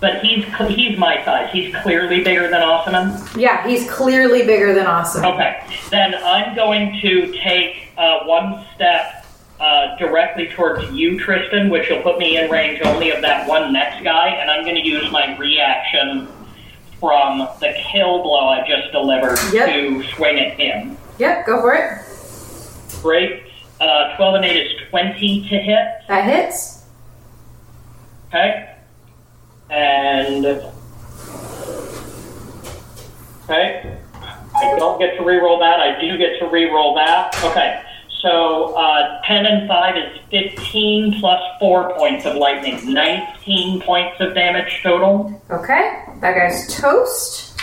but he's, he's my size. He's clearly bigger than Osman.
Yeah, he's clearly bigger than awesome.
Okay, then I'm going to take uh, one step uh, directly towards you, Tristan, which will put me in range only of that one next guy, and I'm going to use my reaction from the kill blow I just delivered
Yep.
to swing at him.
Yep, go for it.
Great. Uh, 12 and 8 is 20 to hit.
That hits.
Okay. And. Okay. I don't get to reroll that. I do get to reroll that. Okay. So uh, 10 and 5 is 15 plus 4 points of lightning. 19 points of damage total.
Okay. That guy's toast.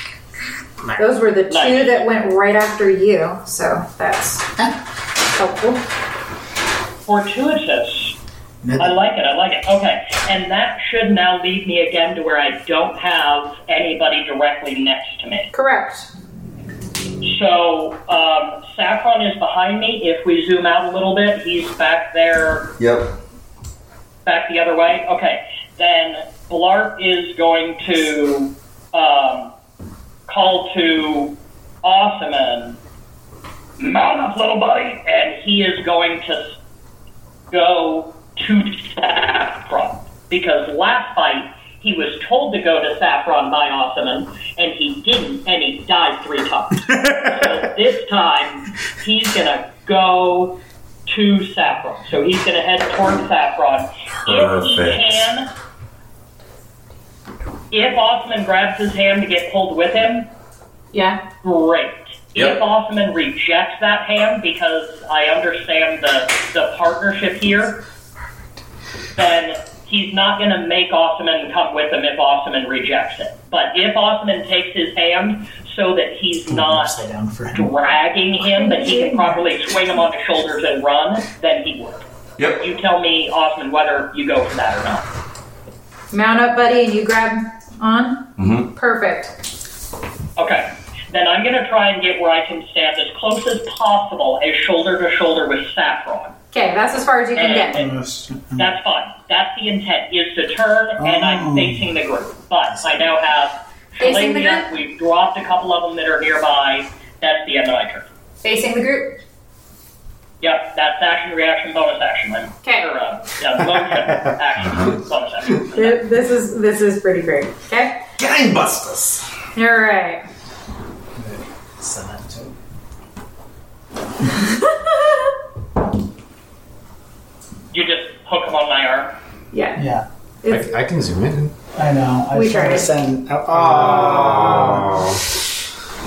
Those were the two
Nice.
that went right after you, so that's helpful.
Fortuitous.
Mid-
I like it. I like it. Okay. And that should now lead me again to where I don't have anybody directly next to me.
Correct.
So um, Saffron is behind me. If we zoom out a little bit, he's back there,
Yep.
back the other way. Okay. Then Blart is going to um, call to Ossaman, mount up, little buddy, and he is going to go to Saffron because last fight he was told to go to Saffron by Ossaman, and he didn't, and he died three times. so this time he's gonna go to Saffron. So he's gonna head toward Saffron. If
Perfect.
he can, if Osman grabs his hand to get pulled with him,
Yeah.
great.
Yep.
If Osman rejects that hand because I understand the, the partnership here, then he's not going to make Osman come with him if Osman rejects it. But if Osman takes his hand so that he's not
upside down for him.
dragging him, that he can properly swing him on his shoulders and run, then he would.
Yep.
You tell me, Osman, whether you go for that or not.
Mount up, buddy, and you grab on.
Mm-hmm.
Perfect.
Okay. Then I'm going to try and get where I can stand as close as possible as shoulder to shoulder with Saffron.
Okay, that's as far as you can
eh,
get.
And
Almost.
that's fine. That's the intent, is to turn and
Oh.
I'm facing the group. But I now have
Facing the
Shalalia. We've dropped a couple of them that are nearby. That's the end of my turn.
Facing the group.
Yep, that's action, reaction, bonus action. I'm,
Okay.
or, uh, yeah, motion, action, bonus
Uh-huh.
action.
Th- This is this is pretty great. Okay.
Gangbusters.
All right.
Send that to him.
You just hook them on my arm.
Yeah.
Yeah,
It's,
I, I can zoom in.
I know. I
We
was trying
tried.
to send. Oh, oh,
Ah.
Uh,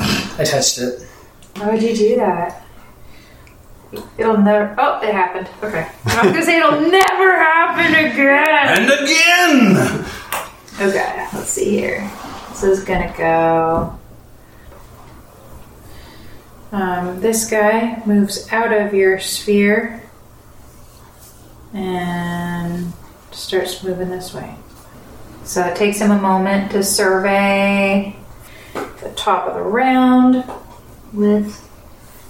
Oh,
I touched it.
why would you do that? It'll never. Oh, it happened. Okay. I was gonna say it'll never happen again.
And again.
Okay, let's see here. This is gonna go. Um, this guy moves out of your sphere and starts moving this way. So it takes him a moment to survey the top of the round with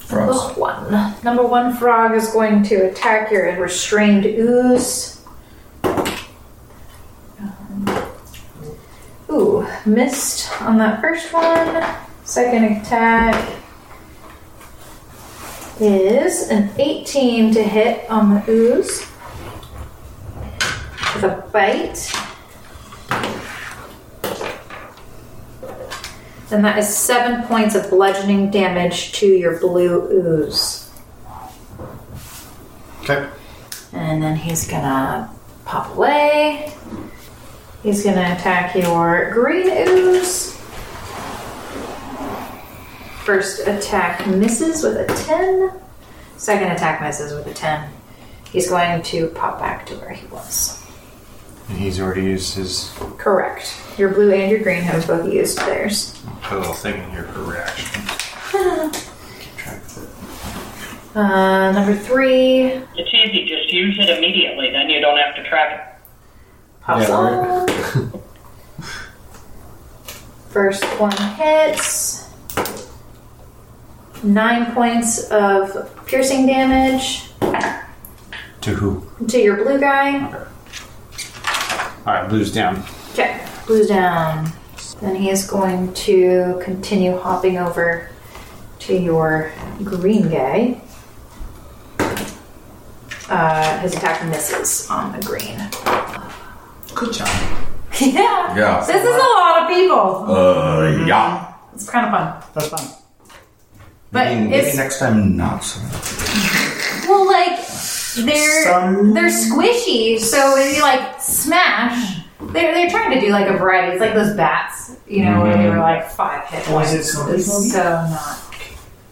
frogs.
One. Number one frog is going to attack your restrained ooze. Um, Ooh, missed on that first one. Second attack is an 18 to hit on the ooze. With a bite. Then that is seven points of bludgeoning damage to your blue ooze.
Okay.
And then he's gonna pop away. He's gonna attack your green ooze. First attack misses with a 10. Second attack misses with a 10. He's going to pop back to where he was.
And he's already used his
Correct. Your blue and your green have both used theirs.
put a little thing in here for reaction. Keep track of it.
Uh, number three
It's easy. Just use it immediately. Then you don't have to track
pops
Yeah,
on. First one hits. Nine points of piercing damage
To who?
to your blue guy.
Alright, blue's down.
Okay, blue's down. Then he is going to continue hopping over to your green guy. Uh, his attack misses on the green.
Good job.
yeah,
Yeah.
this is a lot of people.
Uh, yeah.
It's kind of fun.
That's fine.
But
maybe,
it's-
maybe next time not so.
Well, like they're
Some-
they're squishy, so if you like smash, they're they're trying to do like a variety. It's like those bats, you know, where they were like five hit
Was
points.
Mm-hmm. it Smoky
It's
Smoky?
so not.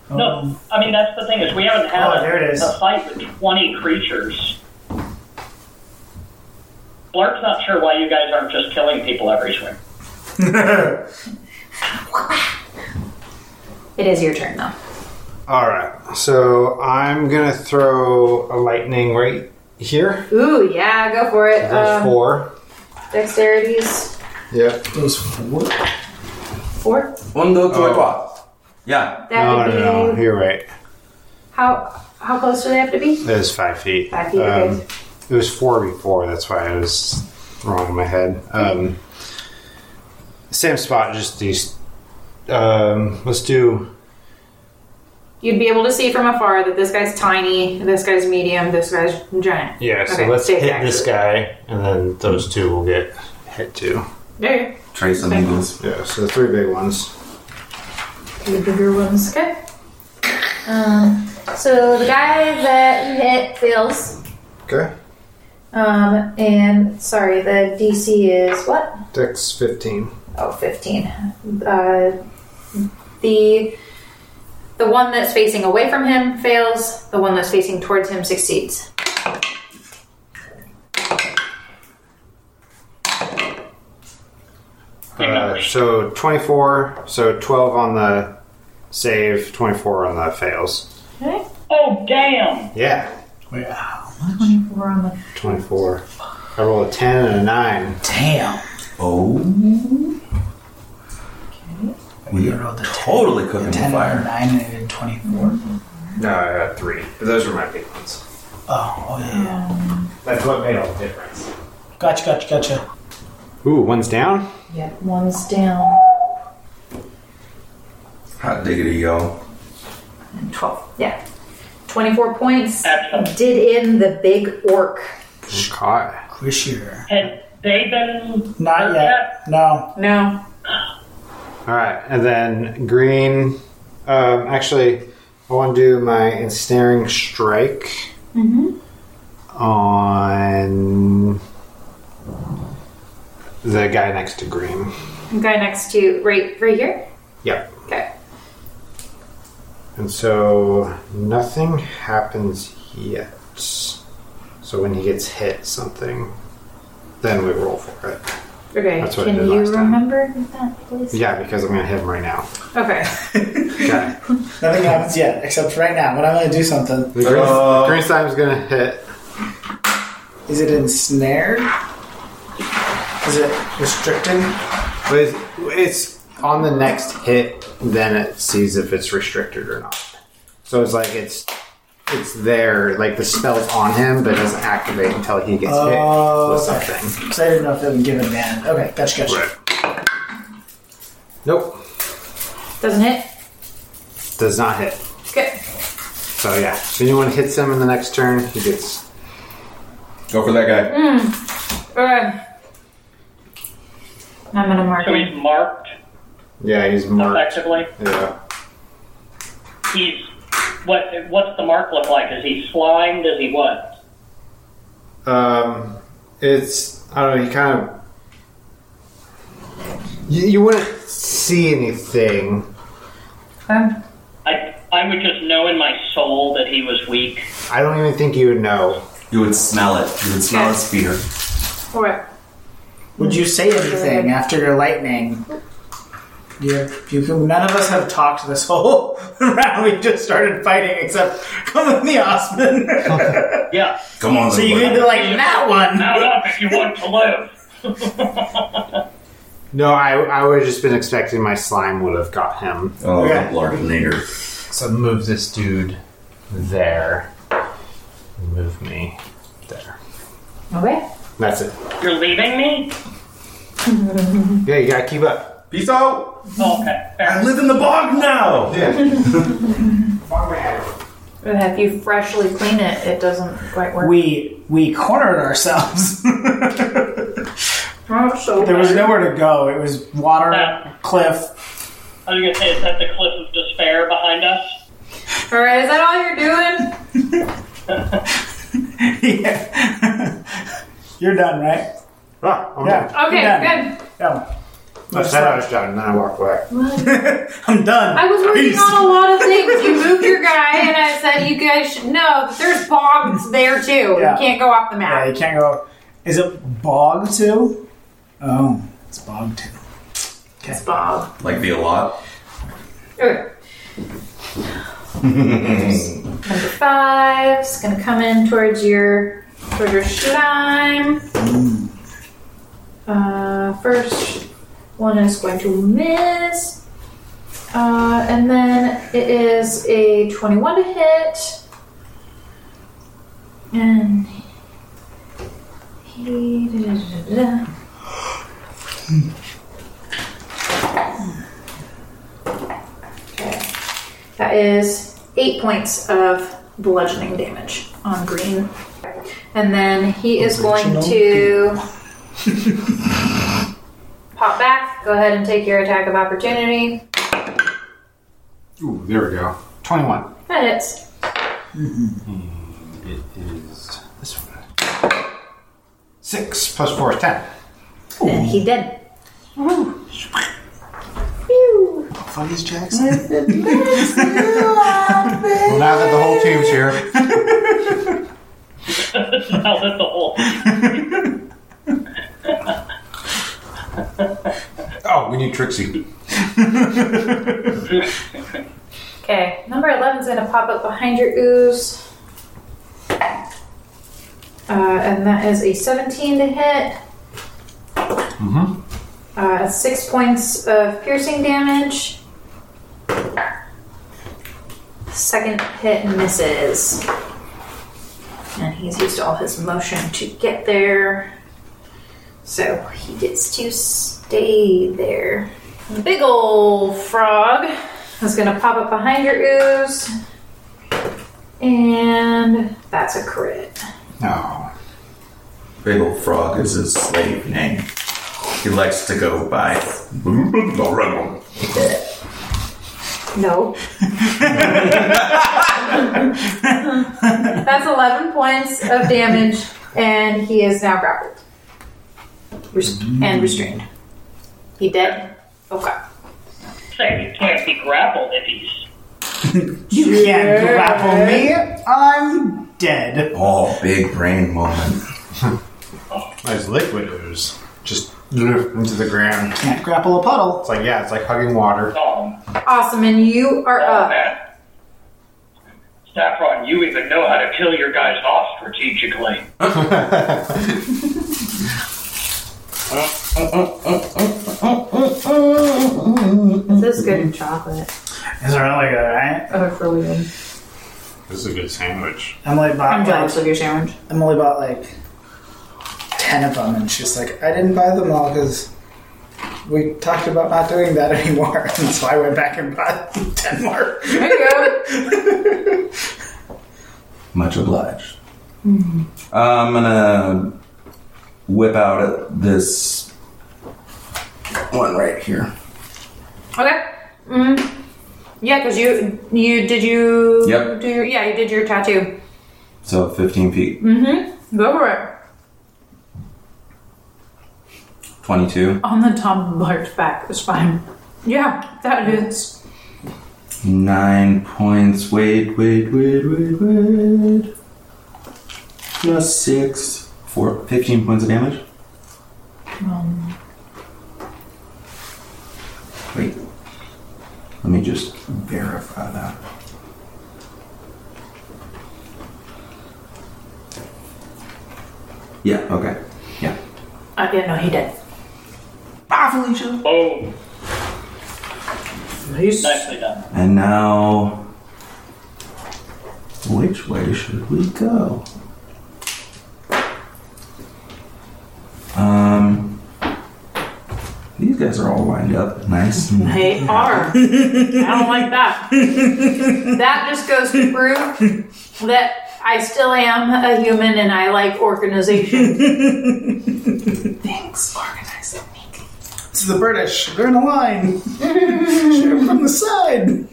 them. No, I mean that's the thing is we haven't had
Oh,
a,
there it is.
a fight with twenty creatures. Blark's not sure why you guys aren't just killing people every swing.
It is your turn though.
Alright, so I'm gonna throw a lightning right here.
Ooh, yeah, go for it.
There's
Um,
four.
dexterities
Yep.
Those four?
four.
One, two,
three,
Oh. Yeah.
That
no,
would be
no, no. You're right.
how how close do they have to be?
It was five feet.
Five feet,
Um,
okay.
it was four before. That's why I was wrong in my head. Um, same spot, just these. Um, let's do.
You'd be able to see from afar that this guy's tiny, this guy's medium, this guy's giant.
Yeah, so
Okay,
let's
stay
hit
back.
this guy, and then those two will get hit too.
There.
Trace and Eagles.
Yeah, so the three big ones.
The bigger ones. Okay. Um, so the guy that you hit fails.
Okay.
Um, and sorry, the DC is what?
Dex 15.
Oh, 15. Uh, the the one that's facing away from him fails. The one that's facing towards him succeeds.
Uh, so 24, so 12 on the save, 24 on the fails.
Okay.
Oh damn!
Yeah,
Wow.
24. I rolled a 10 and a 9.
Damn.
Oh. We are
rolled a
totally cooking the
10,
fire.
9, and 24.
No, I got three. But those were my big ones.
Oh, oh yeah. yeah.
That's what made all the difference.
Gotcha, gotcha, gotcha.
Ooh, one's down.
Yep, one's down.
Hot diggity, y'all.
12. Yeah. 24 points.
Excellent.
Did in the big orc.
Just caught.
Quishier.
Had they been
Not yet. No.
No.
All right, and then green. Um, actually, I want to do my ensnaring strike on the guy next to green.
Guy next to you, right, right here.
Yep.
Okay.
And so nothing happens yet. So when he gets hit something, then we roll for it.
Okay.
That's what I
Can
did
you
last time.
remember that, please?
Yeah, because I'm gonna hit him right now.
Okay.
Okay.
Nothing happens yet, except right now when I'm going to do something.
The green,
Uh,
green slime's gonna hit.
Is it ensnared? Is it restricted?
But it's, it's on the next hit, then it sees if it's restricted or not. So it's like it's it's there, like the spell's on him, but it doesn't activate until he gets
Oh,
hit
okay.
with something.
Because I didn't know if that would give advantage. Okay, gotcha, gotcha.
Nope,
Doesn't hit?
does not hit.
Okay.
So yeah, if anyone hits him in the next turn, he gets
Go for that guy.
Alright. I'm gonna mark
So
it.
he's marked
yeah, he's marked.
effectively.
Yeah,
He's what? What's the mark look like? Is he slimed? Is he what?
um, it's I don't know. He kind of you, you wouldn't see anything.
I I would just know in my soul that he was weak.
I don't even think you would know.
You would smell it. You would smell his fear.
Alright.
Would you say anything after your lightning? Yeah, you can, none of us have talked this whole round. We just started fighting, except come with me, Osman.
Yeah.
Come on,
so you
little
could be
boy.
like that one.
Mount up if you want to live.
No, I, I would have just been expecting my slime would have got him.
Oh,
Okay.
the Lord later.
So move this dude there. Move me there.
Okay.
That's it.
You're leaving me?
Yeah, you gotta keep up.
Peace out.
Oh, Okay. Fair.
I live in the bog now.
If you freshly clean it, it doesn't quite work.
We we cornered ourselves.
Oh, so
there was nowhere to go. It was water,
Yeah.
cliff.
I was gonna say, is that the cliff of despair behind us?
Alright, is that all you're doing?
Yeah. You're done, right?
Ah, I'm
Yeah.
done.
Okay,
You're done.
good.
Yeah.
I said I was done, and then I walked away.
I'm done.
I was working
Peace.
on a lot of things. You moved your guy, and I said you guys should know that there's bogs there too.
Yeah.
You can't go off the
Yeah,
map.
you can't go. Is it bog two? Oh, it's bog two.
It's bog.
Like the a lot.
Okay. Number five is gonna come in towards your towards your slime. Uh, first one is going to miss. Uh, and then it is a 21 to hit. And he. da, da, da, da, da. Okay. That is eight points of bludgeoning damage on green. And then he is going to pop back. Go ahead and take your attack of opportunity.
Ooh, there we go. 21.
That hits.
It is this one. 6 plus 4 is 10.
And he did.
Funnies, Jackson. well, now that the whole team's here.
Now that the whole
Oh, we need Trixie.
Okay, number 11 is going to pop up behind your ooze. Uh, and that is a 17 to hit. Mm-hmm. Uh, six points of piercing damage. Second hit misses. And he's used all his motion to get there. So he gets to stay there. Big ol' frog is going to pop up behind your ooze. And that's a crit.
No.
Big old frog is his slave name. He likes to go by.
No. that's 11 points of damage, and he is now grappled Rest- and restrained. He dead? Okay.
say he can't be grappled if he's
You can't grapple me. I'm dead.
Oh, big brain moment.
There's liquid ooze. Just into the ground.
Can't grapple a puddle.
It's like, yeah, it's like hugging water.
gone.
Awesome, and you are
Oh,
up.
man. Saffron, you even know how to kill your guys off strategically.
This is good chocolate.
It's really good, right?
Oh, it's really good.
This is a good sandwich.
Emily bought
I'm
like,
jealous of your sandwich.
Emily bought like ten of them, and she's like, I didn't buy them all because we talked about not doing that anymore, and so I went back and bought ten more.
There you go.
Much obliged.
Mm-hmm.
I'm gonna whip out this one right here.
Okay. Mm. Yeah, because you you did you
Yep.
do your, yeah you did your tattoo. Mm-hmm.
So 15 feet,
Go for it
22,
on the top of Bart's back. It's fine. Yeah, that is.
nine points. Wait, wait, wait, wait, wait. Plus six, four, 15 points of damage. Wait. Let me just verify that. Yeah, okay. Yeah.
I didn't know he did.
Ah, Felicia!
Boom.
He's
Nicely done.
And now, which way should we go? Um, these guys are all lined up, nice. and-
they are. I don't like that. that just goes to prove that I still am a human and I like organization.
Thanks, organizing me. This is the British. They're in a line. Shoot 'em from the side.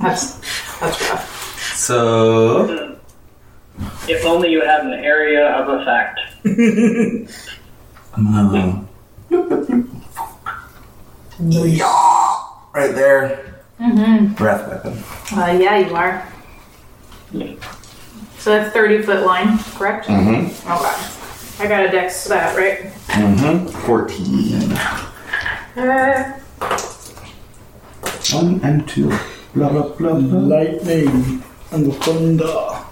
That's that's rough.
So,
Hmm. If only you had an area of effect.
I'm gonna- right there. Breath weapon.
Uh, yeah, you are. So that's thirty foot line, correct?
Mm-hmm.
Okay. I got a dex to that, right?
Mm-hmm. Fourteen.
Uh,
One and two. Blah blah blah blah.
Lightning and the thunder.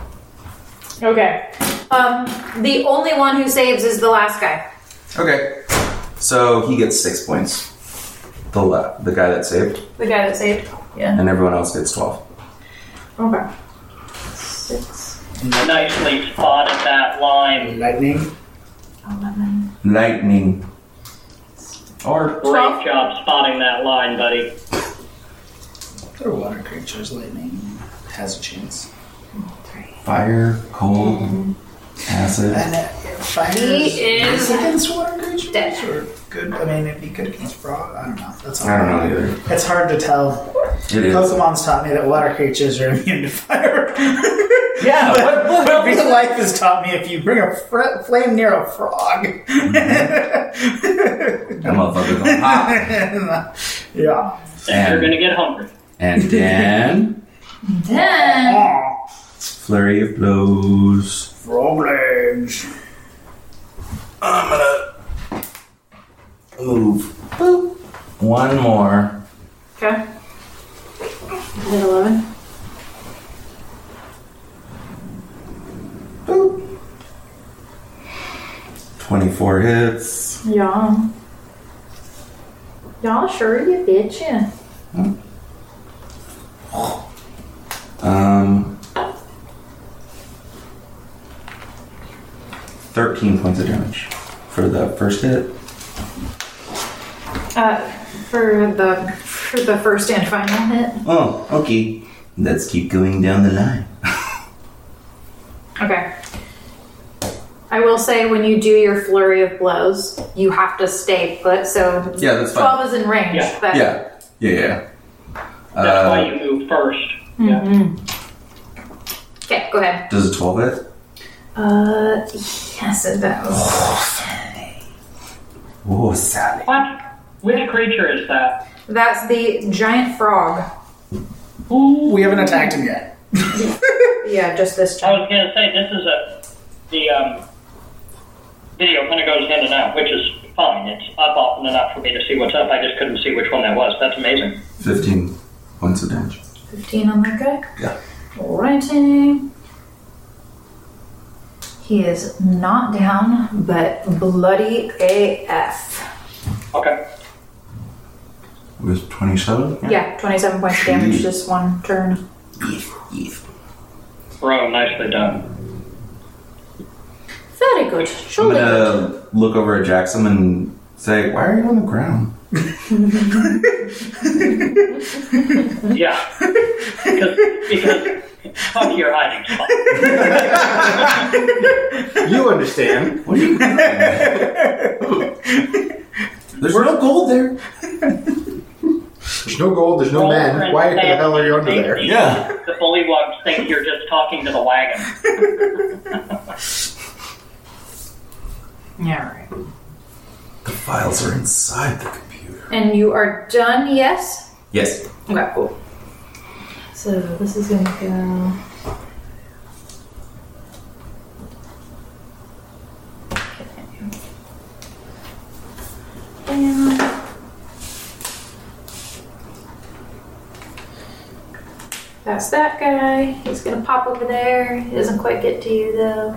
okay. Um, the only one who saves is the last guy.
Okay. So he gets six points. The la- the guy that saved.
The guy that saved.
and everyone else gets 12.
Okay. Six,
Nicely spotted that line.
Lightning.
eleven.
Lightning. Or
Great job spotting that line, buddy.
They're water creatures. Lightning has a chance.
fire, cold, acid.
And uh, fire
He
is
is
against water creatures
dead.
or good. I mean, it'd be good against frog. I don't know. That's all.
I don't know either.
It's hard to tell.
It is.
Pokemon's taught me that water creatures are immune to fire.
Yeah,
but,
what- what-
but real life has taught me if you bring a fr- flame near a frog.
Mm-hmm. That motherfucker's on hot.
yeah.
And you're
And-
gonna get hungry.
And then,
Then
Oh,
flurry of blows.
frog legs.
I'm gonna move. Boop. One more.
Okay. Hit eleven.
Boop. 24 hits.
Yeah. Y'all sure you bitchin'.
Um, 13 points of damage for the first hit.
Uh, for the for the first and final hit.
Oh, okay. Let's keep going down the line.
Okay. I will say when you do your flurry of blows, you have to stay put. So
Yeah, that's fine.
twelve is in range,
Yeah.
but
Yeah, yeah, yeah.
That's why
Uh,
you move first.
okay, go ahead.
does a 12 hit?
Uh, yes, it does.
Oh, Sally.
What? Which creature is that?
That's the giant frog.
Ooh.
We haven't attacked him yet.
Yeah, just this
I
time.
was gonna say this is a the um, video kind of goes in and out, which is fine. It's up often enough for me to see what's up. I just couldn't see which one that was. That's amazing.
15 points of damage.
Fifteen on that guy.
Yeah.
Alrighty. He is not down, but bloody AF.
Okay.
It was 27?
Yeah, 27 points of damage this one turn.
Yeef, yeef.
Bro, nicely done.
Very good.
I'm
Surely good.
gonna look over at Jackson and say, "Why are you on the ground?"
Yeah. because, because fuck your hiding spot.
You understand.
What are you doing? There's no gold there.
There's no gold, there's no men. Why the hell are you under there?
Yeah.
The bullywugs think you're just talking to the wagon.
Yeah, right.
The files are inside the computer.
And you are done, yes?
Yes.
Okay, cool.
So this is gonna go. Down.
That's that guy. He's gonna pop over there. He doesn't quite get to you though.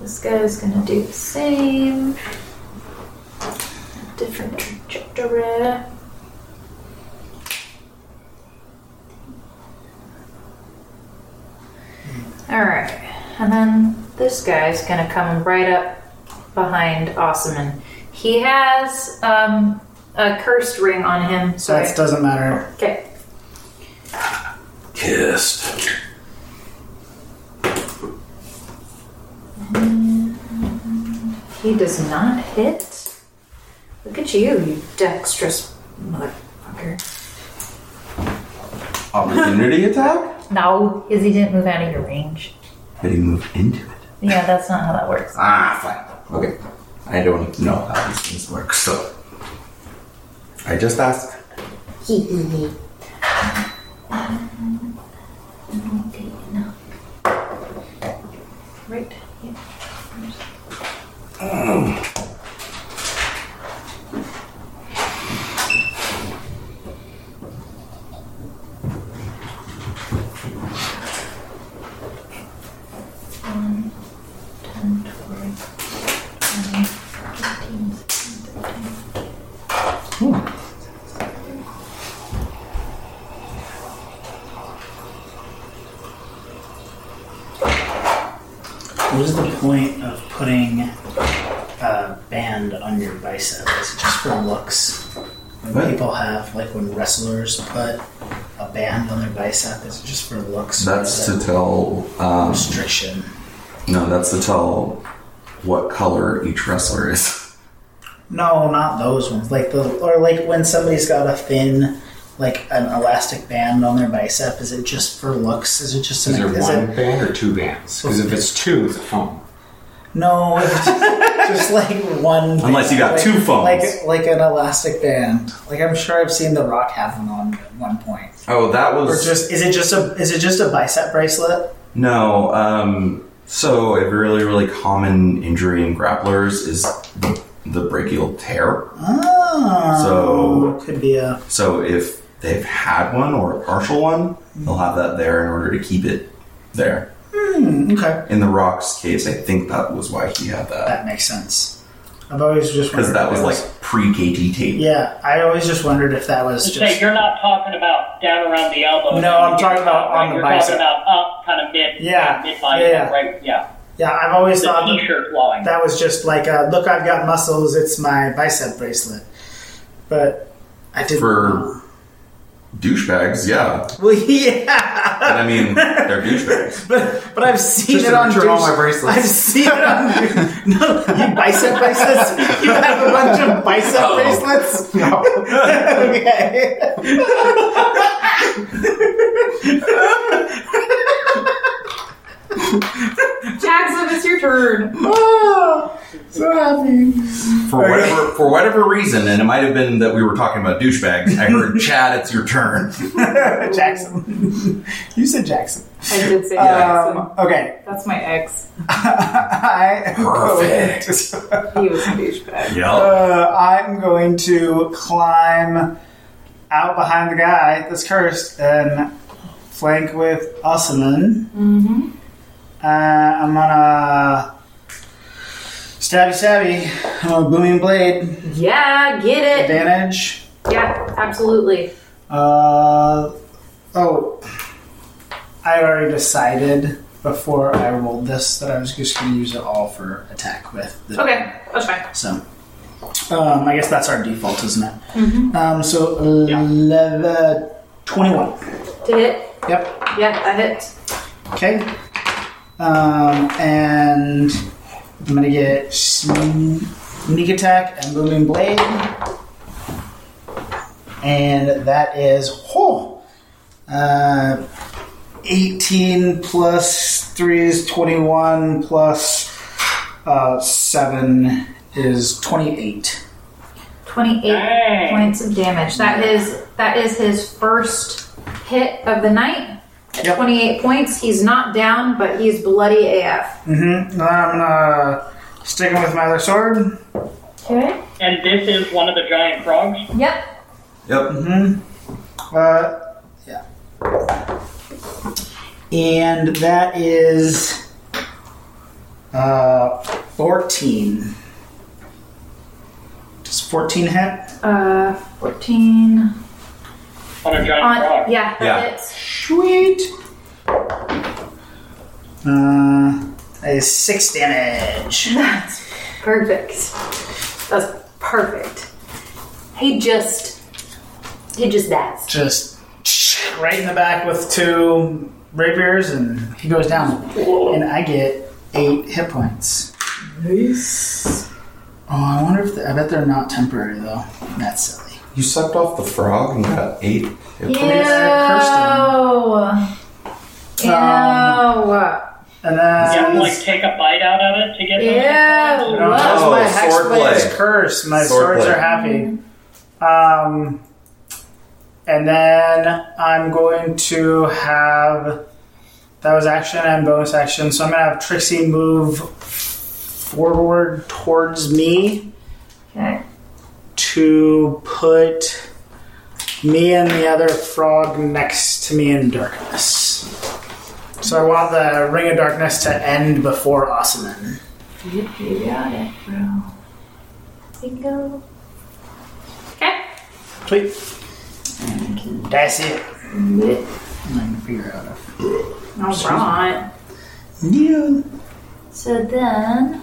This guy's gonna do the same. Different trajectory.
All right,
And then this guy's gonna come right up behind Osman. He has um, a cursed ring on him.
So that doesn't matter.
Okay.
Kissed.
He does not hit. Look at you, you dexterous motherfucker.
Opportunity attack.
No, is he didn't move out of your range.
But he moved into it.
Yeah, that's not how that works.
Ah, fine. Okay. I don't know how these things work, so I just asked.
Right. Yeah.
What is the point of putting a band on your bicep? Is it just for looks? When
What?
people have, like when wrestlers put a band on their bicep, is it just for looks? or
That's
is
to
it
tell. Um,
restriction.
no, that's to tell what color each wrestler is.
No, not those ones. Like the or like when somebody's got a thin, like an elastic band on their bicep. Is it just for looks? Is it just an?
Is there
is
one
it,
band or two bands? Because if it's two, it's a phone.
no, it's just, just like one.
Unless you got
like-
two phones.
like like an elastic band. Like I'm sure I've seen The Rock have them on at one point.
Oh, that
Or
was
just is it just a is it just a bicep bracelet?
no. Um, so a really, really common injury in grapplers is the, the brachial tear.
Oh, could be a
So if they've had one or a partial one, they'll have that there in order to keep it there.
hmm, okay.
In the Rock's case, I think that was why he had that
That makes sense. I've always just
because
wondered
that
if
was
it
like pre-KT tape.
yeah. I always just wondered if that was
Just
just
say you're not talking about down around the elbow.
No, I'm talking about
Right,
on the
you're
bicep.
talking about up, kind of mid,
Yeah,
mid bicep,
yeah, yeah.
right? Yeah,
yeah. I've always
the
thought that
t-shirt line.
That was just like, uh, look, I've got muscles. It's my bicep bracelet. But I didn't.
For- Douchebags, yeah.
well, yeah,
But I mean, they're douchebags.
but but I've seen
Just
it
to
on.
return all
douche-
my bracelets.
I've seen it on. no, you bicep bracelets. You have a bunch of bicep
Uh-oh.
bracelets. No. okay.
Jackson, it's your turn.
Oh, so happy.
For whatever for whatever reason, and it might have been that we were talking about douchebags. I heard Chad, it's your turn.
Jackson. you said Jackson.
I did say Jackson.
Um, okay.
That's my ex.
I am going
Perfect.
to-
He was a douchebag.
Yep.
Uh, I'm going to climb out behind the guy that's cursed and flank with Osman. Mm-hmm. Uh, I'm gonna stabby stabby. I'm gonna booming blade
Yeah, get it.
advantage.
Yeah, absolutely.
Uh, oh, I had already decided before I rolled this that I was just going to use it all for attack with. The,
Okay, that's fine.
So, um, I guess that's our default, isn't it? Um, so, 11, 21.
Did it?
Yep.
Yeah, that hit.
Okay. Um, and I'm going to get sneak attack and booming blade. And that is, oh, uh, 18 plus 3 is 21 plus uh, 7 is 28.
28
Dang.
points of damage. That is that is his first hit of the night. At
Yep.
28 points, he's not down, but he's bloody AF.
Mm-hmm. I'm gonna stick him with my other sword.
Okay.
And this is one of the giant frogs.
Yep.
Yep.
Mm-hmm. Uh, yeah. And that is uh, 14. Does 14 hit?
Uh, 14.
On a giant
Uh,
On,
frog.
Uh, yeah,
Yeah.
that hits.
Sweet. Uh, that is 6 damage.
That's perfect. That's perfect. He just. He just that's.
just right in the back with two rapiers, and he goes down. And I get eight hit points. Nice. Oh, I wonder if I bet they're not temporary though. That's silly.
You sucked off the frog and got eight. hit points.
Ew. Ew. Um,
Oh,
And then
You have to like take a bite out of it to get
Ew.
them.
No, that's
Oh,
my hex
swordplay.
blade is cursed. My
Swordplay.
swords are happy. Um, and then I'm going to have that was action and bonus action. So I'm gonna have Trixie move forward towards me
Okay.
to put me and the other frog next to me in darkness. So I want the ring of darkness to end before Osiman.
You got it, bro. Bingo.
Sweet. That's it. I'm gonna figure out if.
All right.
No.
So then,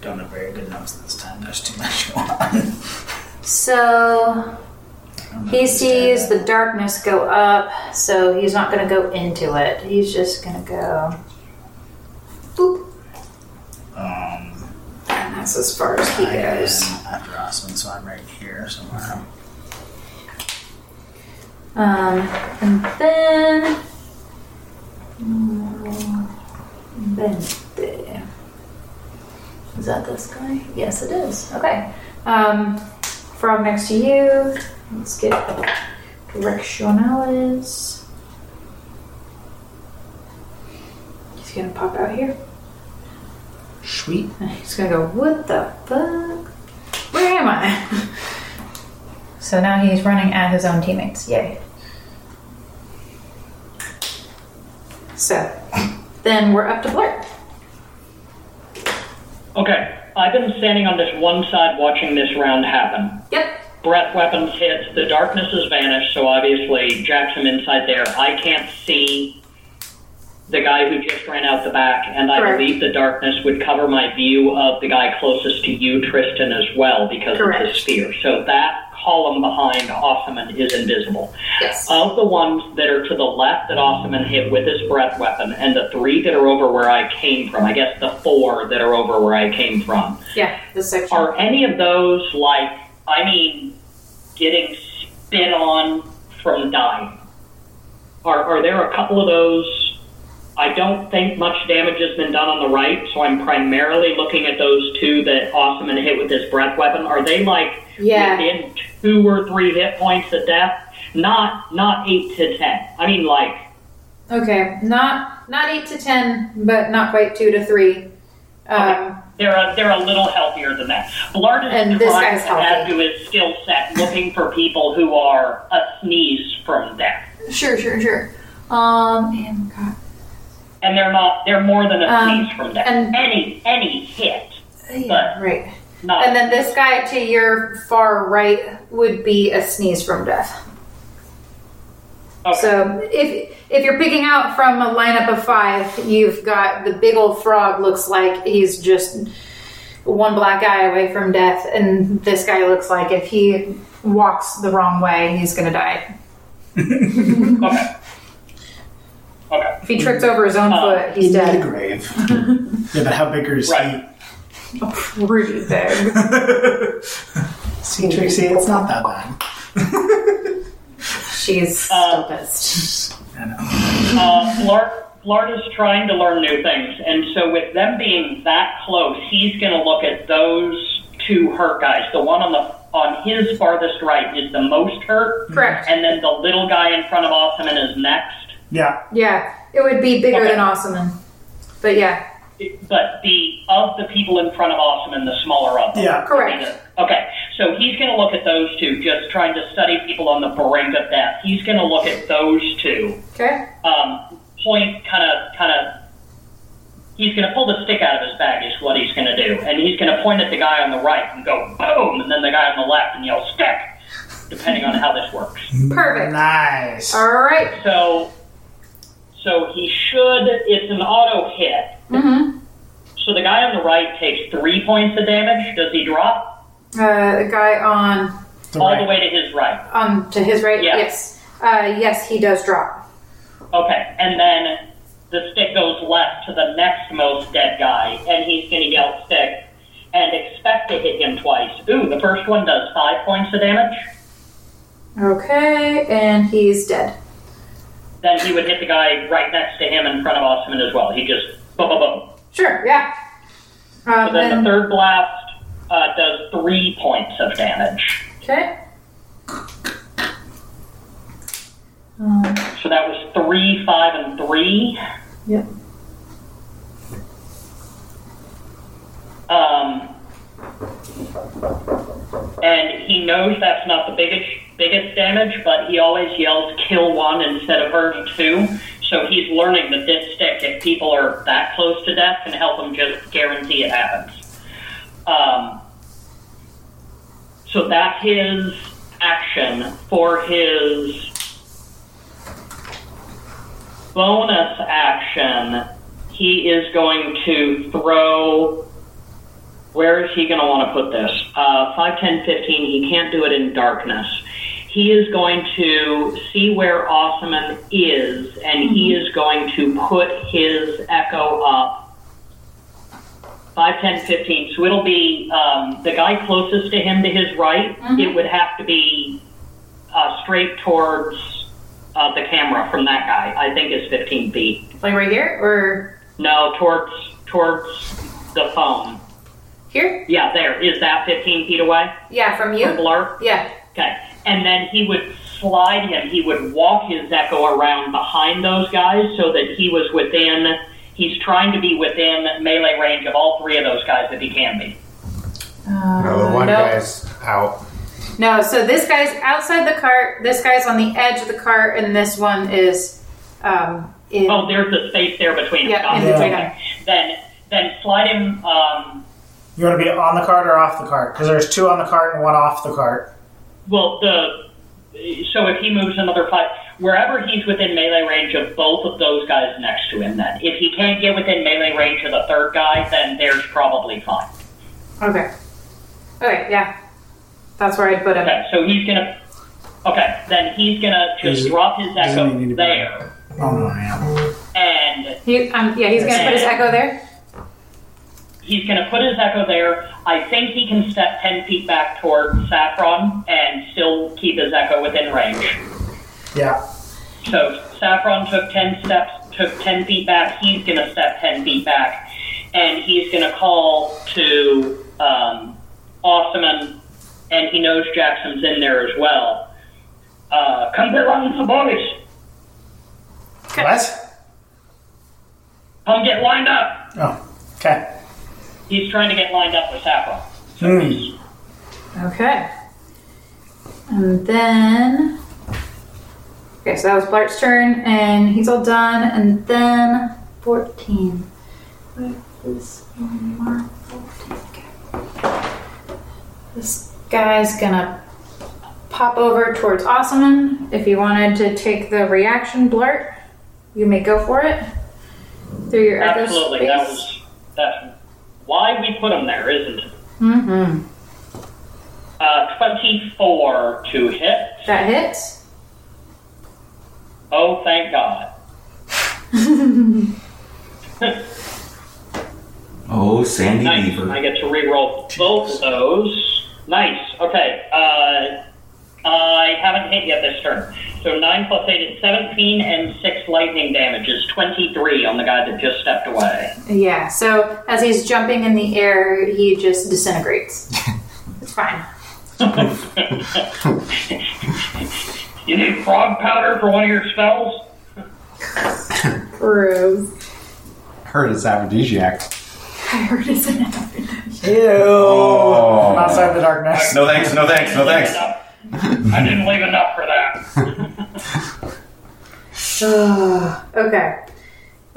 Don't have very good notes this time. There's too much Um, going on.
so he sees the darkness go up, so he's not going to go into it. He's just going to go. Boop.
Um,
And that's as far as he
I am
goes.
after Osmond, so I'm right here somewhere.
Um, and then. Mm, Vente. Is that this guy? Yes, it is. Okay. Um, frog next to you. Let's get directionales. He's gonna pop out here.
Sweet.
He's gonna go, what the fuck? Where am I?
So now he's running at his own teammates.
Yay. So, then we're up to Blurt.
Okay. I've been standing on this one side watching this round happen.
Yep.
Breath weapons hits, the darkness has vanished, so obviously Jackson inside there. I can't see the guy who just ran out the back, and I
Correct.
believe the darkness would cover my view of the guy closest to you, Tristan, as well, because of
Correct.
the sphere. So that column behind Ossaman is invisible.
Yes.
Of the ones that are to the left that Ossaman hit with his breath weapon, and the three that are over where I came from, I guess the four that are over where I came from,
Yeah, this section.
are any of those like, I mean, getting spit on from dying? Are, are there a couple of those? I don't think much damage has been done on the right, so I'm primarily looking at those two that Ossaman hit with his breath weapon. Are they like
Yeah.
within two or three hit points of death? Not not eight to ten. I mean like
Okay. Not not eight to ten, but not quite two to three. Um,
They're a, they're a little healthier than that. Blart is
And this
trying
guy's
to
healthy.
add to his skill set, looking for people who are a sneeze from death,
Sure, sure, sure. Um, and God,
and they're not. They're more than a
Um,
sneeze from death.
and-
any any hit,
yeah, right.
not
And then this guy to your far right would be a sneeze from death.
Okay.
So if if you're picking out from a lineup of five, you've got the big old frog looks like he's just one black guy away from death, and this guy looks like if he walks the wrong way, he's gonna die.
Okay. Okay.
If he trips over his own
Uh,
foot, he's
Into the
dead.
grave. yeah, but how big is
Right.
Pretty big.
he? See, Trixie, it's not that bad.
She's
Uh,
still pissed.
I know.
Uh, Lard, Lard is trying to learn new things, and so with them being that close, he's going to look at those two hurt guys. The one on the on his farthest right is the most hurt,
Correct.
and then the little guy in front of Osman is next.
Yeah.
Yeah, it would be bigger
Okay.
than Osman. But yeah,
But the of the people in front of Osman, the smaller of them.
Yeah.
correct.
Okay, so he's going to look at those two, just trying to study people on the brink of death. He's going to look at those two.
Okay.
um, point kind of kind of he's going to pull the stick out of his bag is what he's going to do and he's going to point at the guy on the right and go boom and then the guy on the left and yell stick depending on how this works
Perfect.
Nice.
All right.
so so he should it's an auto hit
Mhm.
so the guy on the right takes three points of damage does he drop
Uh, the guy on
The
all
right.
the way to his right
on to his right.
Yeah.
Yes. Uh, yes, he does drop.
okay and then the stick goes left to the next most dead guy and he's going to yell stick and expect to hit him twice. Ooh, the first one does five points of damage.
Okay, and he's dead.
Then he would hit the guy right next to him in front of Osman as well. He just boom, boom, boom.
Sure. Yeah.
So
Um,
then the
and,
third blast uh, does three points of damage.
okay.
So that was three, five, and three.
Yep.
Um, and he knows that's not the biggest biggest damage, but he always yells "kill one" instead of "hurt two. So he's learning that this stick, if people are that close to death, can help him just guarantee it happens. Um, so that's his action for his bonus action, he is going to throw. Where is he going to want to put this? Uh, 5, 10, 15. He can't do it in darkness. He is going to see where Osman is, and he is going to put his echo up. 5, 10, 15. So it'll be um, the guy closest to him to his right. It would have to be uh, straight towards uh, the camera from that guy. I think is 15 feet.
Like right here or
No, towards towards the phone.
here?
Yeah, there is that 15 feet away.
Yeah, from
From
you.
blur.
Yeah.
Okay, and then he would slide him. He would walk his echo around behind those guys so that he was within. He's trying to be within melee range of all three of those guys if he can be.
No, Oh, the one
no.
guy's out.
No. So this guy's outside the cart. This guy's on the edge of the cart, and this one is um, in.
Oh, there's the space there between.
Yeah,
them. Got
in
it.
between
Okay. Then, then slide him. Um,
You want to be on the cart or off the cart? Because there's two on the cart and one off the cart.
Well, the so if he moves another five, wherever he's within melee range of both of those guys next to him, then if he can't get within melee range of the third guy, then there's probably fine.
Okay. Okay. Yeah. That's where I'd put him.
Okay, so he's gonna. Okay, then he's gonna just
Does it-
drop his
does it
echo
need to be-
there,
Oh no, yeah.
and
He, um, yeah, he's gonna put his echo there.
he's gonna put his echo there. I think he can step ten feet back toward Saffron and still keep his echo within range.
Yeah.
So Saffron took ten steps, took ten feet back. He's gonna step ten feet back, and he's gonna call to um, Osman, and he knows Jackson's in there as well. Uh, come get lines the boys.
What?
Come get lined up.
Oh. Okay.
He's trying to get lined up with Saffron. So
Hmm.
he's
Okay. And then. Okay, so that was Blart's turn, and he's all done. And then 14. Where is Omar? 14, okay. This guy's gonna pop over towards Ossaman. If you wanted to take the reaction blurt, you may go for it. Through your other
Absolutely.
space.
That was that's why we put him there, isn't it?
Mhm.
Uh, Twenty-four to hit.
That hits.
Oh, thank God.
Oh, Sandy
Nice.
Beaver.
I get to re-roll both of those. Nice. Okay. Uh, I haven't hit yet this turn. So 9 plus 8 is 17, and 6 lightning damage is 23 on the guy that just stepped away.
Yeah, so as he's jumping in the air, he just disintegrates. it's fine.
You need frog powder for one of your spells?
Gross.
Heard it's aphrodisiac.
I heard it's an
Oh.
Outside the darkness.
No thanks, no thanks, no thanks.
I didn't leave enough for that.
okay.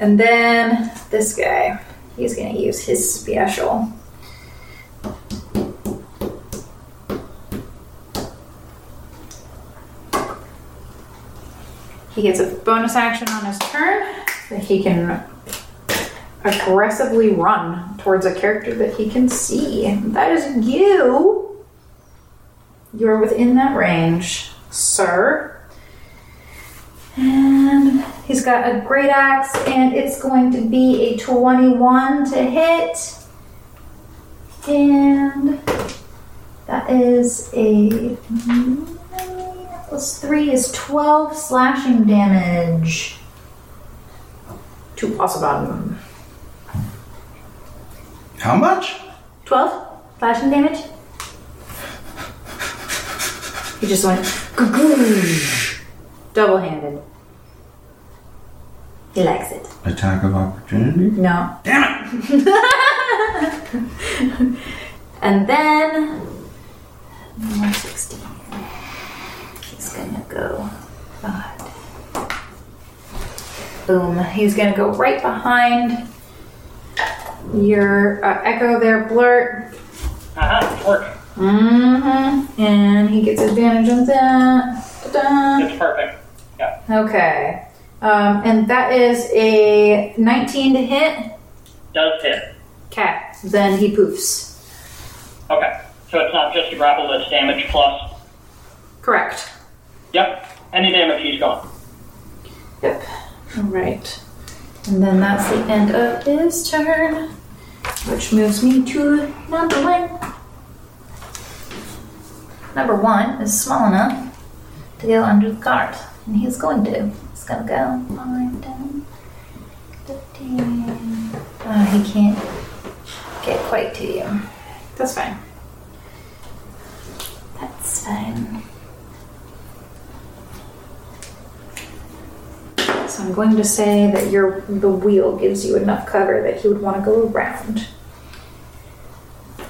And then this guy, he's going to use his special. He gets a bonus action on his turn that he can aggressively run towards a character that he can see. That is you. You're within that range, sir. And he's got a great axe, and it's going to be a 21 to hit. And that is a nine plus 3 is 12 slashing damage to Ossabon.
How much?
12 slashing damage. He just went "Gagoosh," double handed. He likes it.
Attack of opportunity?
No. Damn it! and then. 160. He's gonna go. God. Boom. He's gonna go right behind your uh, echo there, blurt.
Aha, it's working.
Mm-hmm. And he gets advantage on that. Ta-da.
It's perfect.
Okay. Um, and that is a 19 to hit.
Does hit.
Okay, then he poofs.
Okay. So it's not just a grapple, it's damage plus.
Correct.
Yep. Any damage, he's gone.
Yep. All right. And then that's the end of his turn, which moves me to number one. Number one is small enough to go under the guard, and he's going to. He's going to go. Five, 10, 15. Oh, he can't get quite to you. That's fine. That's fine. So I'm going to say that your the wheel gives you enough cover that he would want to go around.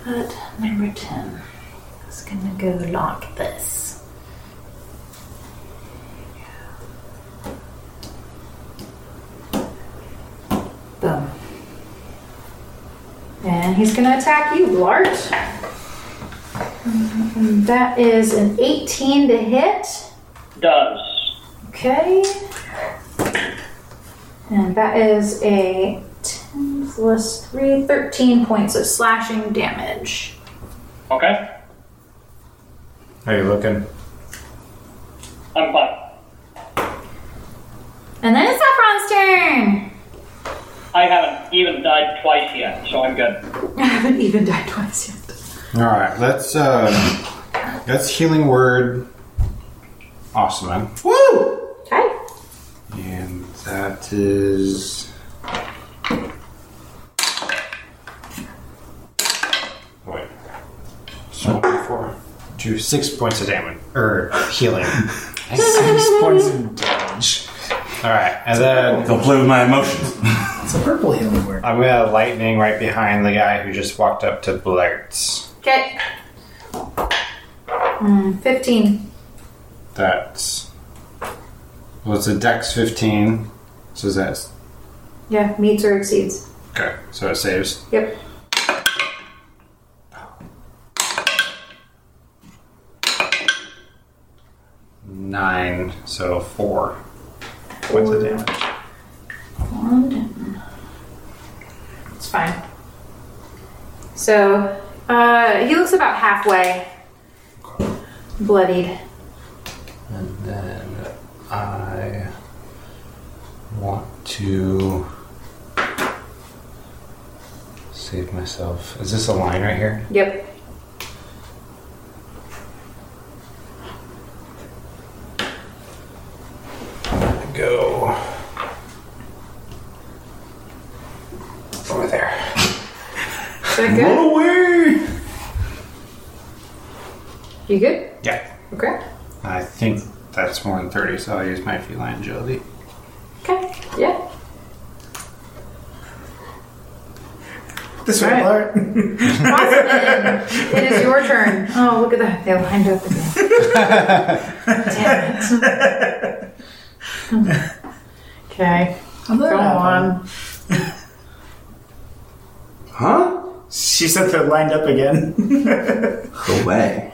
But number ten is gonna go like this. Boom. And he's gonna attack you, Blart. And That is an 18 to hit.
Does.
Okay. And that is a 10 plus 3, 13 points of slashing damage.
Okay.
How you looking?
I'm fine.
And then it's Efron's turn!
I haven't even died twice yet, so I'm good.
I haven't even died twice yet.
All right, let's uh, let's healing word. Awesome, man.
Woo!
Okay.
And that is. Wait. So four. Two, six points of damage. Or healing.
Six points of damage.
Alright, and then
Don't play with my emotions.
It's a purple healing word.
I'm gonna lightning right behind the guy who just walked up to Blurts.
Okay. Mm, 15.
That's. Well, it's a dex 15. So that's.
Yeah, meets or exceeds.
Okay, so it saves.
Yep.
Nine, so four. What's the damage?
It's fine.
So uh, he looks about halfway bloodied.
And then I want to save myself. Is this a line right here?
Yep.
Go over there.
Is that good?
Run away!
You good?
Yeah.
Okay.
I think that's more than 30, so I'll use my feline agility.
Okay. Yeah.
This way, Blair.
It is your turn. Oh, look at that. They lined up again. Damn it. Okay.
I'm
Go on.
Huh?
She said they're lined up again.
Go away.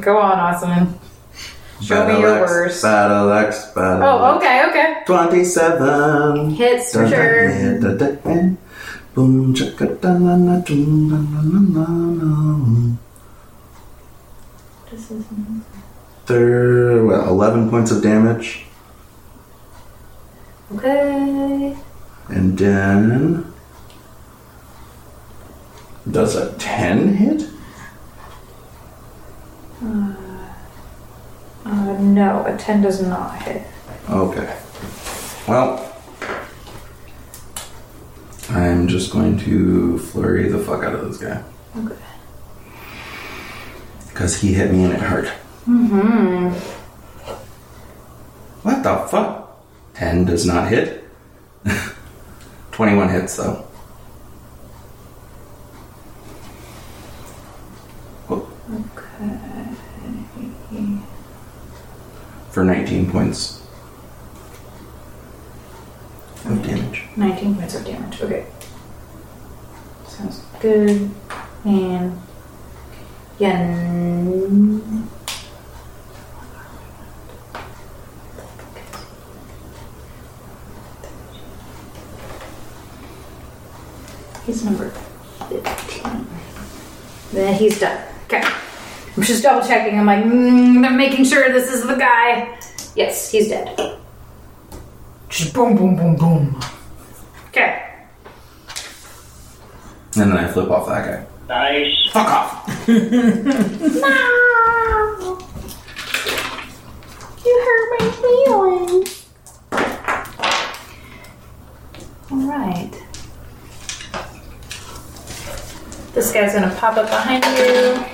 Go on, Awesome. Show me your
X,
worst.
Battle X, Battle
Oh, okay, okay.
X. 27.
Hits for sure.
Dun-dun-dun-dun-dun-dun. Boom, chaka-dun-dun-dun-dun-dun-dun-dun. Thir- well, 11 points of damage.
Okay.
And then. Does a 10 hit?
Uh, no, a 10 does not hit.
Okay. Well, I'm just going to flurry the fuck out of this guy.
Okay.
Because he hit me and it hurt. Mm-hmm. What the fuck? 10 does not hit. 21 hits, though. Okay. For 19 points of damage.
19 points of damage. Okay. Sounds good. And. Yen. He's number 15. Then he's done. Okay. I'm just double checking. I'm like, mm, I'm making sure this is the guy. Yes, he's dead. Just boom, boom, boom, boom. Okay.
And then I flip off that guy.
Nice.
Fuck off!
No! You hurt my feelings. All right.
This guy's gonna pop up behind you.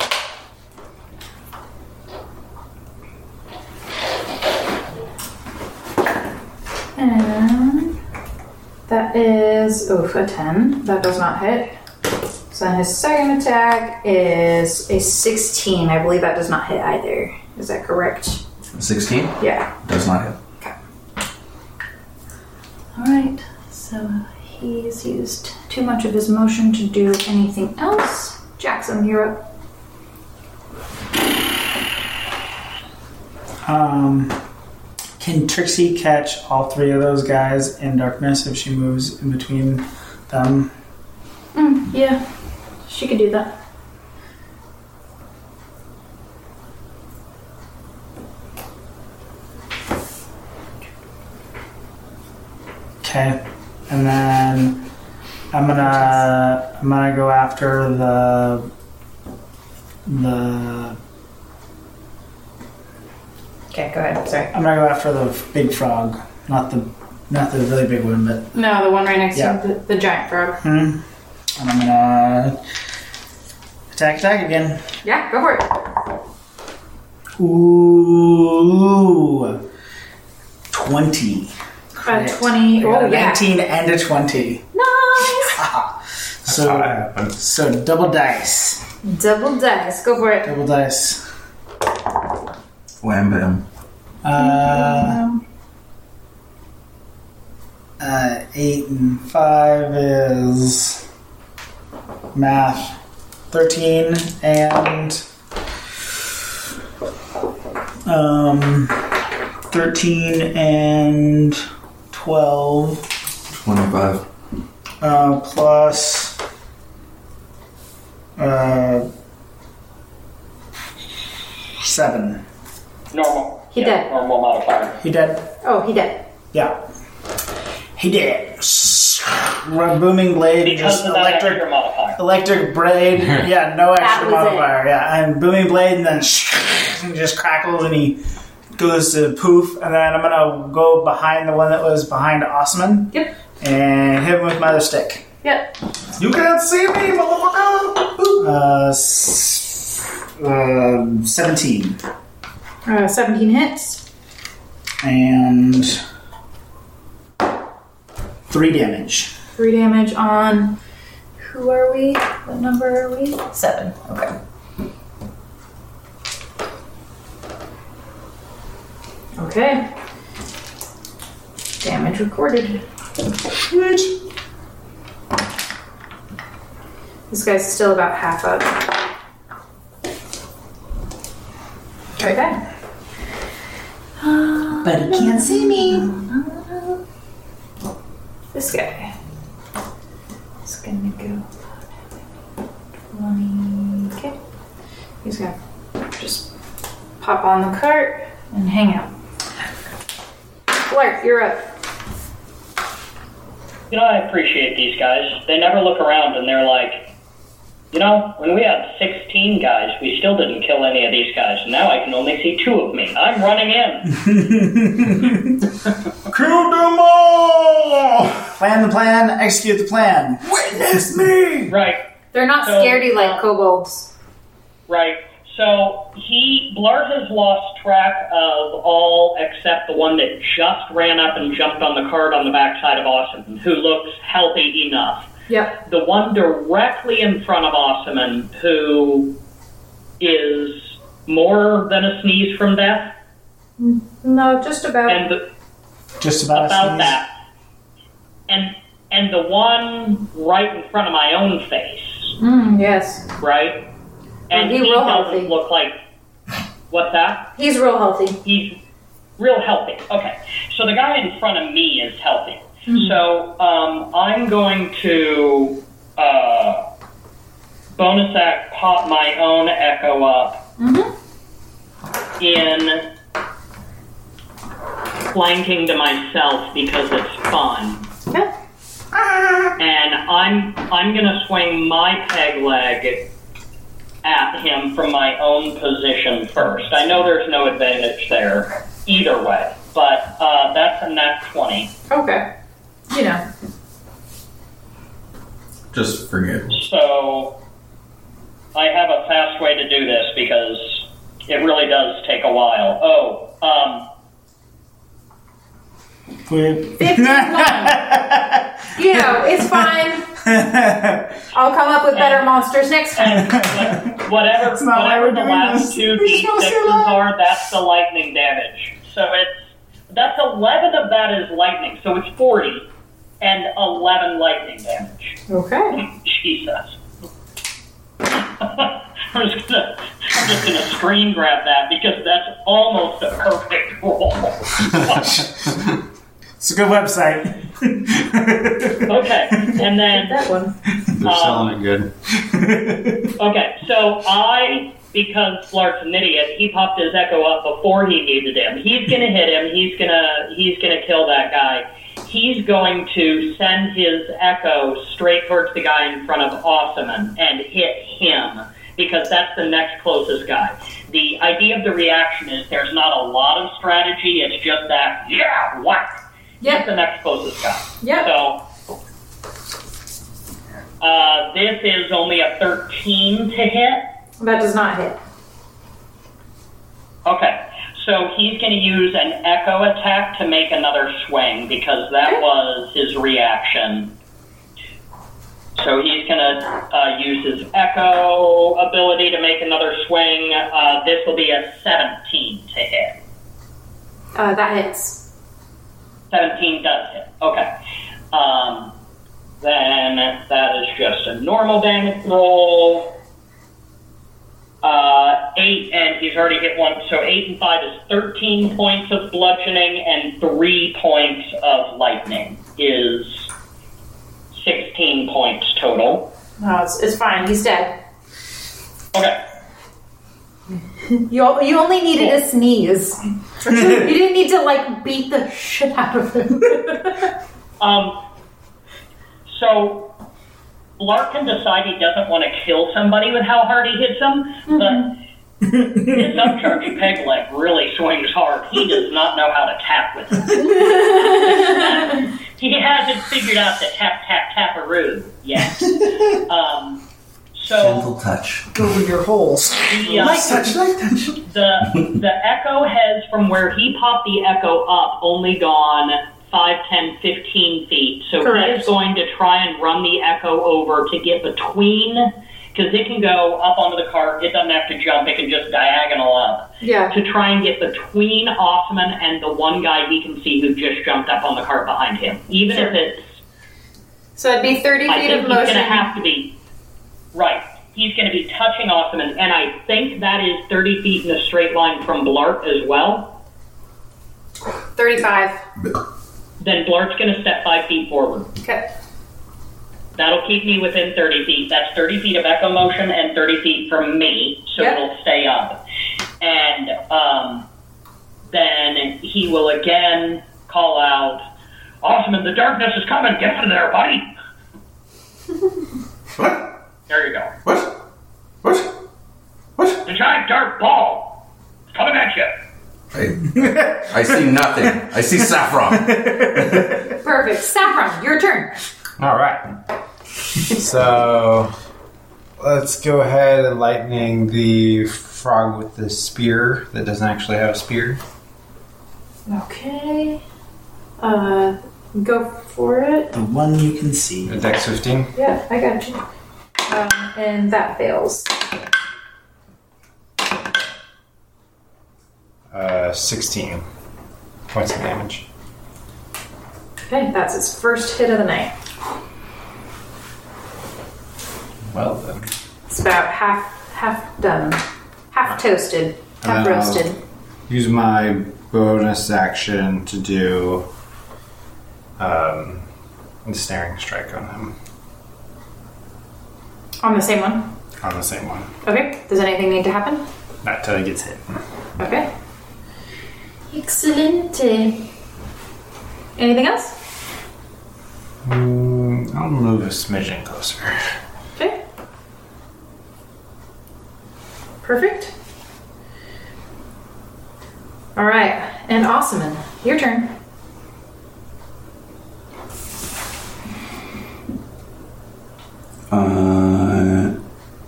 And that is, oof, a 10. That does not hit. So then his second attack is a 16. I believe that does not hit either. Is that correct?
16
Yeah.
does not hit.
All right. So he's used too much of his motion to do anything else. Jackson, you're up.
Um, can Trixie catch all three of those guys in darkness if she moves in between them?
Mm, yeah, she could do that.
Okay, and then I'm gonna I'm gonna go after the the
Okay, go ahead. Sorry.
I'm gonna go after the big frog, not the not the really big one, but
No, the one right next
Yeah.
to the, the giant frog.
hmm. And I'm gonna attack attack again.
Yeah, go for it.
Ooh, twenty.
Uh,
Crit. I
Twenty.
got
Oh
a
yeah.
nineteen and a twenty.
Nice.
So so double dice,
Double dice. Go for it.
double dice.
Wham bam.
Uh, uh, eight and five is math. Thirteen and um 13 and 12
25.
uh, plus uh, 7.
Normal.
He
yeah,
did.
Normal modifier.
He dead?
Oh, he did.
Yeah. He dead. Run booming blade,
Because
just
of that
electric
extra modifier.
Electric braid, yeah, no extra
was it.
modifier, yeah, and booming blade, and then and just crackles, and he goes to poof, and then I'm gonna go behind the one that was behind Osman.
Yep.
And hit him with my other stick.
Yep.
You can't see me, motherfucker! Boop.
Uh, s- um, seventeen,
Uh, 17 hits.
and three damage.
Three damage on. Who are we? What number are we?
Seven. Okay.
Okay.
Damage recorded. This guy's still about half up.
Okay.
But he can't see me.
This guy is gonna go 20. Okay. He's gonna just pop on the cart and hang out. Clark, you're up.
You know, I appreciate these guys. They never look around and they're like, you know, when we had 16 guys, we still didn't kill any of these guys. Now I can only see two of me. I'm running in.
Kill them all. Plan the plan. Execute the plan. Witness me.
right,
They're not
So- uh,
scaredy like kobolds.
right. So he, Blart has lost track of all except the one that just ran up and jumped on the cart on the backside of Austin, who looks healthy enough.
Yep.
the one directly in front of Osman, who is more than a sneeze from death,
No, just about.
and the,
Just about, a
about
sneeze.
that, and and the one right in front of my own face,
Mm, yes.
right? And
He
he,
real
doesn't
healthy.
look like what's that?
He's real healthy.
He's real healthy. Okay, so the guy in front of me is healthy. So um, I'm going to uh, bonus act pop my own echo up in flanking to myself because it's fun.
Okay.
And I'm I'm gonna swing my peg leg at him from my own position first. I know there's no advantage there either way, but uh, that's a nat twenty.
Okay. You know.
Just forget.
So I have a fast way to do this because it really does take a while. Oh, um,
Wait.
15 You know, it's fine. I'll come up with better monsters next time.
and what- whatever
That's not why
whatever
we're
the
doing
last
this.
two
We're supposed to
d6s
laugh.
are, that's the lightning damage. So it's that's eleven of that is lightning, so it's forty and eleven lightning damage.
Okay.
Jesus. I'm just gonna, I'm just gonna screen grab that because that's almost a perfect roll.
It's a good website.
okay, and then
That one.
They're selling it good.
okay, so I because Flart's an idiot, he popped his echo up before he needed him. He's gonna hit him. He's gonna he's gonna kill that guy. He's going to send his echo straight towards the guy in front of Osman and hit him because that's the next closest guy. The idea of the reaction is there's not a lot of strategy. It's just that yeah, what?
Yep.
Hit the next closest guy.
Yep.
So, uh, this is only a 13 to hit.
That does not hit.
Okay. So he's going to use an echo attack to make another swing because that was his reaction. So he's going to uh, use his echo ability to make another swing. Uh, this will be a 17 to hit.
Uh, that hits.
17 does hit. Okay. Um, then that is just a normal damage roll. Uh, eight, and he's already hit one, so eight and five is 13 points of bludgeoning, and three points of lightning is 16 points total.
No, Uh, it's, it's fine. He's dead.
Okay.
You, you only needed a sneeze. you didn't need to like beat the shit out of him.
Um, so Larkin decides he doesn't want to kill somebody with how hard he hits them, but his upcharge peg leg really swings hard. He does not know how to tap with it. he hasn't figured out the tap tap taparoo yet. Um, so
Gentle touch.
Go with your holes.
the, uh,
light touch.
the the echo has from where he popped the echo up only gone 5 10 15 feet so he
Correct.
is going to try and run the echo over to get between because it can go up onto the cart it doesn't have to jump it can just diagonal up
Yeah.
to try and get between Offman and the one guy he can see who just jumped up on the cart behind him even if it's
So it'd be 30
I
feet
think
of
he's going to
motion.
have to be right. He's going to be touching Osman, and I think that is 30 feet in a straight line from Blart as well.
35.
Then Blart's going to step five feet forward.
Okay.
That'll keep me within 30 feet. That's 30 feet of echo motion and 30 feet from me, so
Yep.
it'll stay up. And um, then he will again call out, Osman, the darkness is coming. Get in there, buddy.
What?
There you go.
What? What? What?
The giant dark ball is coming at you.
I, I see nothing. I see saffron.
Perfect. Saffron, your turn.
All right. so let's go ahead and lightning the frog with the spear that doesn't actually have a spear.
Okay. Uh, go for it.
The one you can see.
A dex 15.
Yeah, I got you.
Um, and that fails.
Uh, 16 points of damage.
Okay, that's his first hit of the night.
Well then.
It's about half half done, half toasted, half
Uh,
roasted.
Use my bonus action to do um, the snaring strike on him.
On the same one.
On the same one.
Okay. Does anything need to happen?
Not till he gets hit.
Okay. Excellent. Anything else?
Mm, I'll move a smidgen closer.
Okay.
Perfect. All right, and Osman, your turn.
Uh,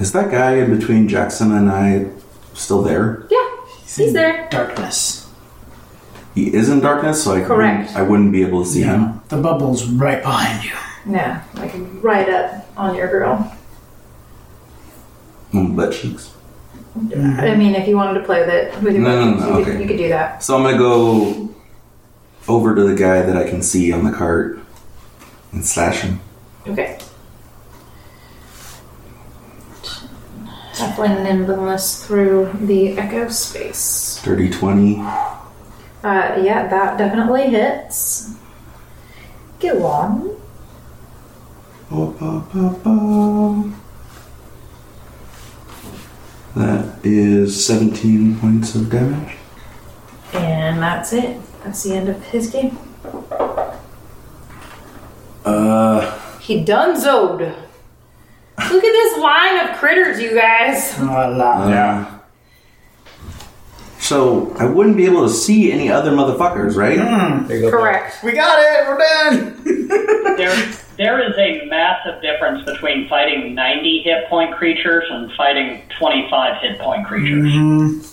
is that guy in between Jackson and I still there?
Yeah, he's
in
there.
Darkness.
He is in darkness, so I
Correct.
Wouldn't, I wouldn't be able to see him.
The bubble's right behind you.
Mm-hmm.
Yeah, like right up on your girl.
Mm, butt cheeks.
I mean, if you wanted to play with it, with your
Mm-hmm. No, no, no,
you, could,
okay.
you could do that.
So I'm gonna go over to the guy that I can see on the cart and slash him.
Okay. Halfling nimbleness through the echo space.
Dirty 20.
Uh, yeah, that definitely hits. Go on.
Ba, ba, ba, ba. That is 17 points of damage.
And that's it. That's the end of his game.
Uh,
He donezoed. Look at this line of critters, you guys.
La, la.
yeah. So I wouldn't be able to see any other motherfuckers, right?
Correct.
Hmm. We got it. We're done.
there, there is a massive difference between fighting 90 hit point creatures and fighting 25 hit point creatures.
Mm-hmm.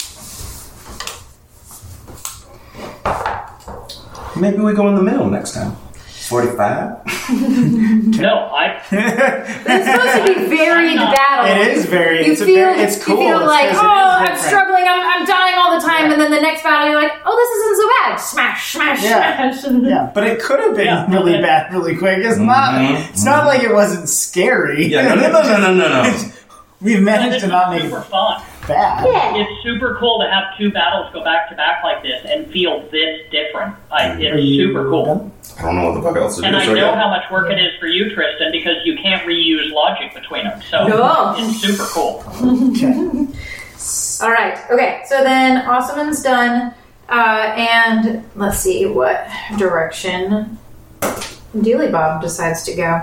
Maybe we go in the middle next time. 45?
No, I
It's supposed to be varied battle.
it is very.
Um, You
it's
feel,
a very, it's cool.
you feel
It's-
like,
it's-
oh,
it is
I'm
different.
struggling, I'm, I'm dying all the time, and then the next battle you're like, oh, this isn't so bad. Smash, smash,
Yeah.
smash. And
Yeah, but it could have been
Yeah.
really bad, really quick. It's not.
Mhm.
It's not like it wasn't scary.
Yeah, no, no, no, no, no, no.
We've
this
managed
is
to not make
super
it.
fun.
bad.
It's super cool to have two battles go back to back like this and feel this different. I,
Are
it's
you
super cool.
done?
I don't know what the fuck else to do
And I
right
know
now.
how much work it is for you, Tristan, because you can't reuse logic between them. So
No.
it's super cool.
All right. Okay. So then Osman's done. Uh, and let's see what direction Dealey Bob decides to go.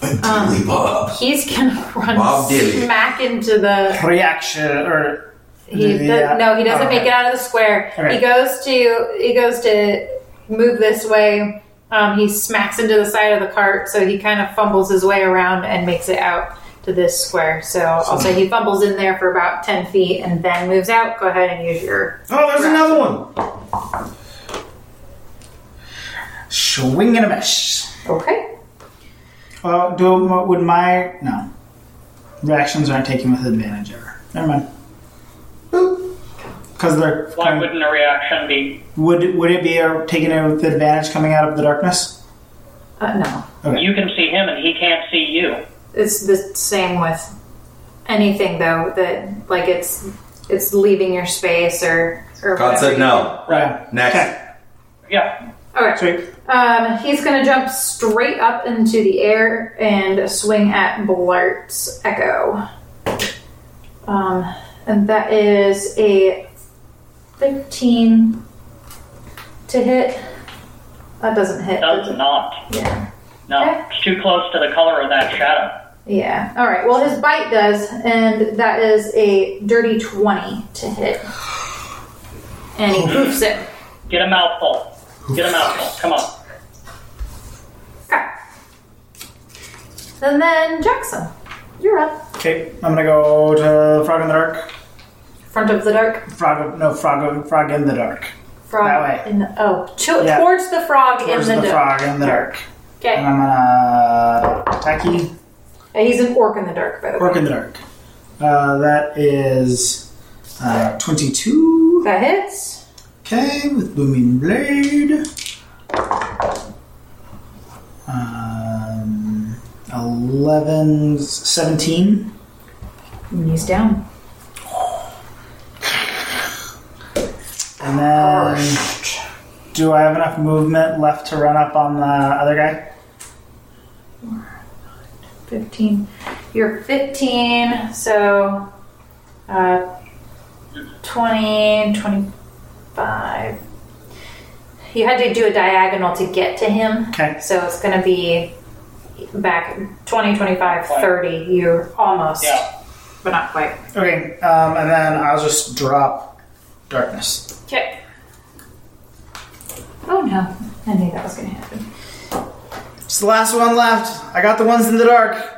Dilly Bob.
He's going to run
Bob Dilly.
smack into the.
Reaction or
He,
the,
does-
uh,
no, he doesn't
okay.
make it out of the square.
Okay.
He goes to he goes to move this way. Um, he smacks into the side of the cart, so he kind of fumbles his way around and makes it out to this square. So I'll say he fumbles in there for about ten feet and then moves out. Go ahead and use your
Oh, there's another one.
swing and a miss.
Okay.
Well, do would my no reactions aren't taken with advantage ever. Never mind. Because they're
Why wouldn't a reaction be?
would would it be a, taken with advantage coming out of the darkness?
Uh, no,
You can see him and he can't see you.
it's the same with anything though that like it's it's leaving your space or or
God
whatever.
said no.
Right.
Next.
Okay.
Yeah.
Okay.
Sweet.
Um, he's gonna jump straight up into the air and swing at Blart's Echo. Um, and that is a fifteen to hit. That doesn't hit. does
Does
it?
not.
Yeah.
No,
Okay.
it's too close to the color of that shadow.
Yeah. All right. Well, his bite does, and that is a dirty twenty to hit, and he poofs it.
Get a mouthful. Get a mouthful. Come on.
Okay. And then Jackson, you're up.
Okay. I'm gonna go to frog in the dark.
Front of the dark
Frog. No frog. Frog in the dark.
frog
That way.
in the oh to,
Yeah.
towards the frog
Where's
in
the,
the, dark.
frog Uh-huh. in the dark? And
Okay.
I'm gonna attack you.
And He's an orc in the dark, by the way.
Orc in the dark. Uh, that is uh, 22.
That hits.
Okay, with booming blade. Um, 11, 17.
And he's down.
And then, do I have enough movement left to run up on the other guy?
Fifteen. You're fifteen. So. Uh, 20, 25. You had to do a diagonal to get to him.
Okay.
So it's going to be back 20, 25, 30. You're almost,
Yeah.
but not quite.
Okay, um, and then I'll just drop darkness.
Okay. Oh no. I knew that was going to happen.
It's the last one left. I got the ones in the dark.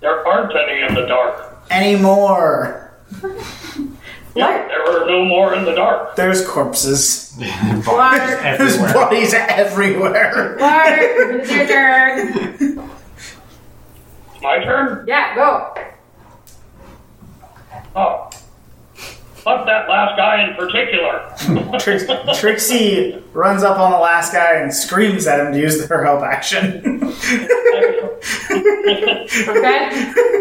There aren't any in the dark.
Any more?
Blart,
There are no more in the dark.
There's corpses.
Blart,
There's bodies everywhere.
Blart, it's your turn.
My turn?
Yeah, go.
Oh. Fuck that last guy in particular.
Trix- Trixie runs up on the last guy and screams at him to use her help action.
Okay.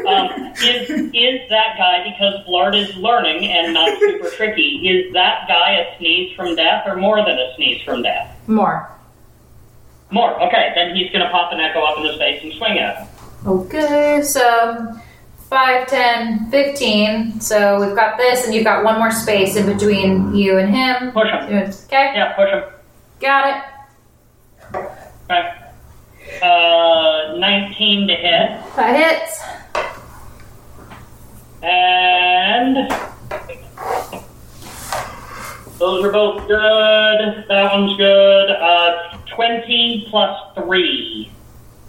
um, is, is that guy, because Blart is learning and not super tricky, is that guy a sneeze from death or more than a sneeze from death?
More.
More. Okay, then he's going to pop an echo up in his face and swing at him.
Okay, so 5, 10, 15. So we've got this, and you've got one more space in between you and him.
Push him.
Okay,
Yeah, push him.
got it.
Okay. Uh, 19 to hit.
That hits.
And those are both good. That one's good. Uh, 20 plus 3.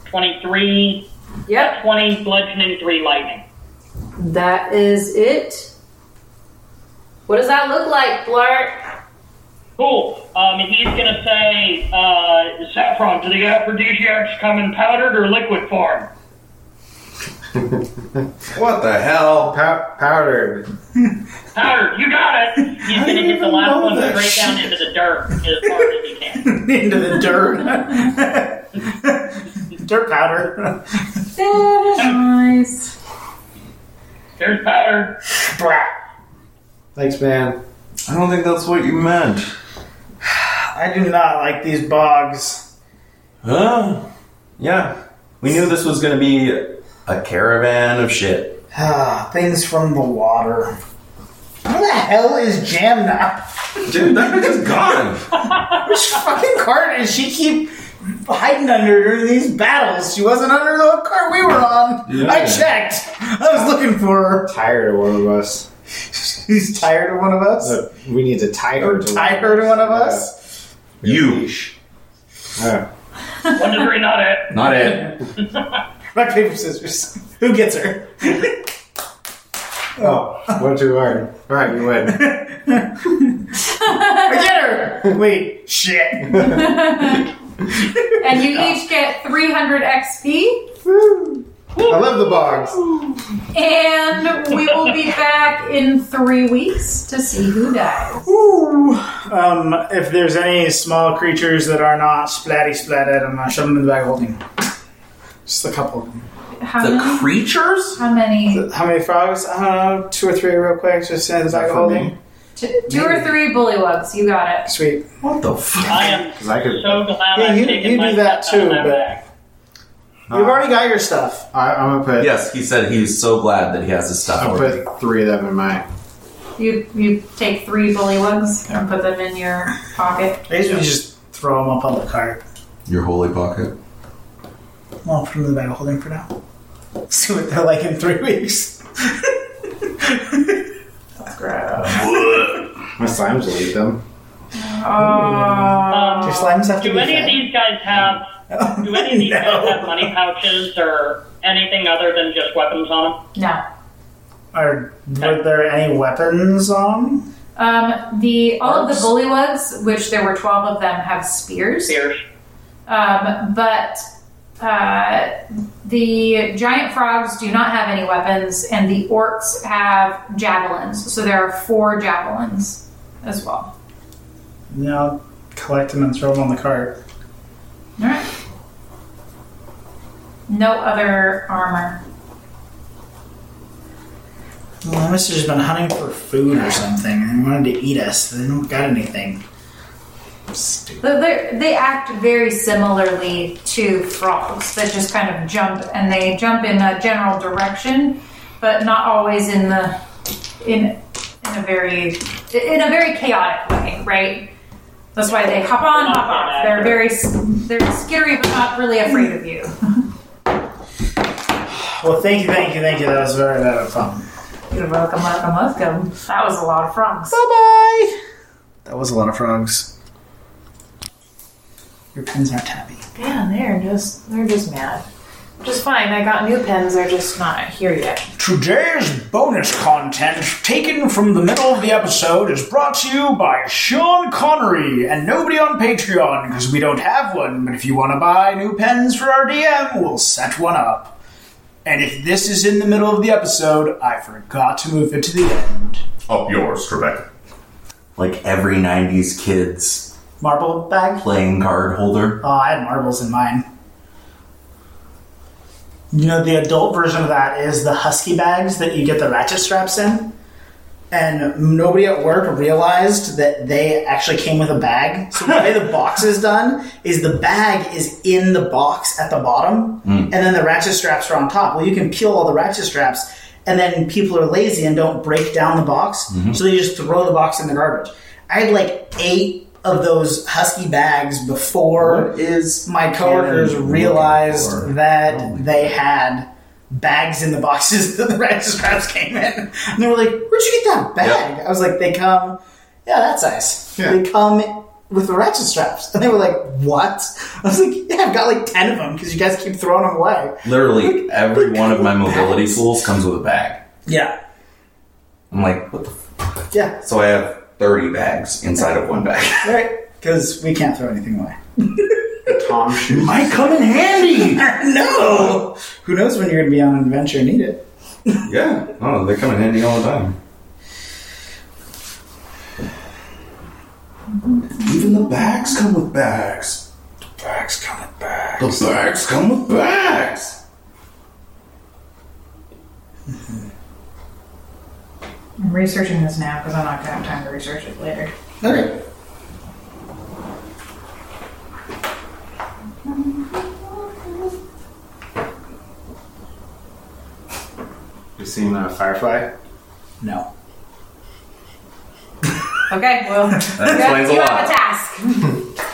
23.
Yep,
20 bludgeoning, 3 lightning.
that is it. What does that look like, Blart?
Cool. Um, he's going to say, uh, Saffron, do the aphrodisiacs come in powdered or liquid form?
What the hell?
Pow- powdered.
Powdered, you got it! He's going to get the
even
last
know
one
that
straight down into the dirt as hard as he can.
Into the dirt. dirt powder.
That is nice.
There's powder.
Thanks, man.
I don't think that's what you meant.
I do not like these bogs.
Huh? Yeah. We knew this was gonna be a caravan of shit.
Ah, things from the water. What the hell is jammed up?
Dude, that bitch is gone!
Which fucking cart did she keep hiding under during these battles? She wasn't under the cart we were on.
Yeah.
I checked. I was looking for her.
Tired of one of us.
She's tired of one of us.
Uh, we need to tie her.
or
To
tie her to one of us.
You.
Yeah.
One to three, not it.
Not
Uh-huh.
it.
Rock paper scissors. Who gets her?
Oh, one too hard. All right, we win.
I get her. Wait, shit.
And you each get 300 XP,
I love the bogs.
and we will be back in three weeks to see who dies.
Ooh. Um, if there's any small creatures that are not splatty splatted, I'm gonna shove them in the bag of holding. Just a couple of them.
How
The
many?
creatures?
How many?
How many frogs? I don't know, two or three real quick, just in the bag of
for me?
holding.
Two, two or three bullywugs. You got it.
Sweet.
What the fuck?
I am so
'Cause I could.
glad
Yeah,
I'm
you,
taking
you
my
do that
stuff out
too,
of that bag.
but you've already got your stuff.
I, I'm gonna put.
Yes, he said he's so glad that he has his stuff
I'll
already.
put three of them in mine.
You you take three bullywugs and put them in your pocket.
Basically, just throw them up on the cart.
Your holy pocket.
Well, put them in the bag of holding for now. See what they're like in three weeks.
My slimes will eat them.
Um,
Um,
Your slimes have to
do
be
any of
fed.
these guys have? Do any of these guys have
no.
money pouches or anything other than just weapons on them?
No.
Are were there any weapons on?
Um, the all of
Arcs?
the bullywugs, which there were twelve of them, have spears.
Fierce.
Um, but uh, the giant frogs do not have any weapons, and the orcs have javelins. So there are four javelins as well.
Yeah, I'll collect them and throw them on the cart.
All right. No other armor.
Well, they must have just been hunting for food or something. They wanted to eat us. They don't got anything. Stupid.
But they're- They act very similarly to frogs that just kind of jump and they jump in a general direction, but not always in the in in a very in a very chaotic way, right? That's why they hop on, hop off. They're very they're skittery, but not really afraid of you.
Well, thank you, thank you, thank you. That was very, very fun.
You're welcome, welcome, welcome. That was a lot of frogs.
Bye bye. That was a lot of frogs. Your pins aren't happy.
Yeah, they're just they're just mad. Which is fine. I got new pens. They're just not here yet.
Today's bonus content, taken from the middle of the episode, is brought to you by Sean Connery and nobody on Patreon because we don't have one. But if you want to buy new pens for our DM, we'll set one up. And if this is in the middle of the episode, I forgot to move it to the end.
Up yours, Trebek. Like every 90s kid's
Marble bag?
playing card holder.
Oh, I had marbles in mine. You know, the adult version of that is the husky bags that you get the ratchet straps in. And nobody at work realized that they actually came with a bag. So the way the box is done is the bag is in the box at the bottom,
Hmm.
and then the ratchet straps are on top. Well, you can peel all the ratchet straps, and then people are lazy and don't break down the box,
Mm-hmm.
so they just throw the box in the garbage. I had like eight of those husky bags before
is
my coworkers
Canon looking for?
realized that
Oh my
they had bags in the boxes that the ratchet straps came in. And they were like, Where'd you get that bag? I was like, They come, yeah, that size.
Yeah.
They come with the ratchet straps. And they were like, What? I was like, Yeah, I've got like 10 of them because you guys keep throwing them away.
Literally every one of my mobility
bags.
tools comes with a bag.
Yeah.
I'm like, what the
Yeah.
So I have 30 bags inside of one bag.
Right. Because we can't throw anything away.
Tom shoes.
Might come in handy!
no! Who knows when you're going to be on an adventure and need it?
yeah, oh, they come in handy all the time. Even the bags come with bags. The bags come with bags. The bags come with bags!
I'm researching this now because I'm not going to have time to research it later.
Okay.
You seen uh, Firefly?
No.
Okay, well,
explains a
you
lot.
have a task.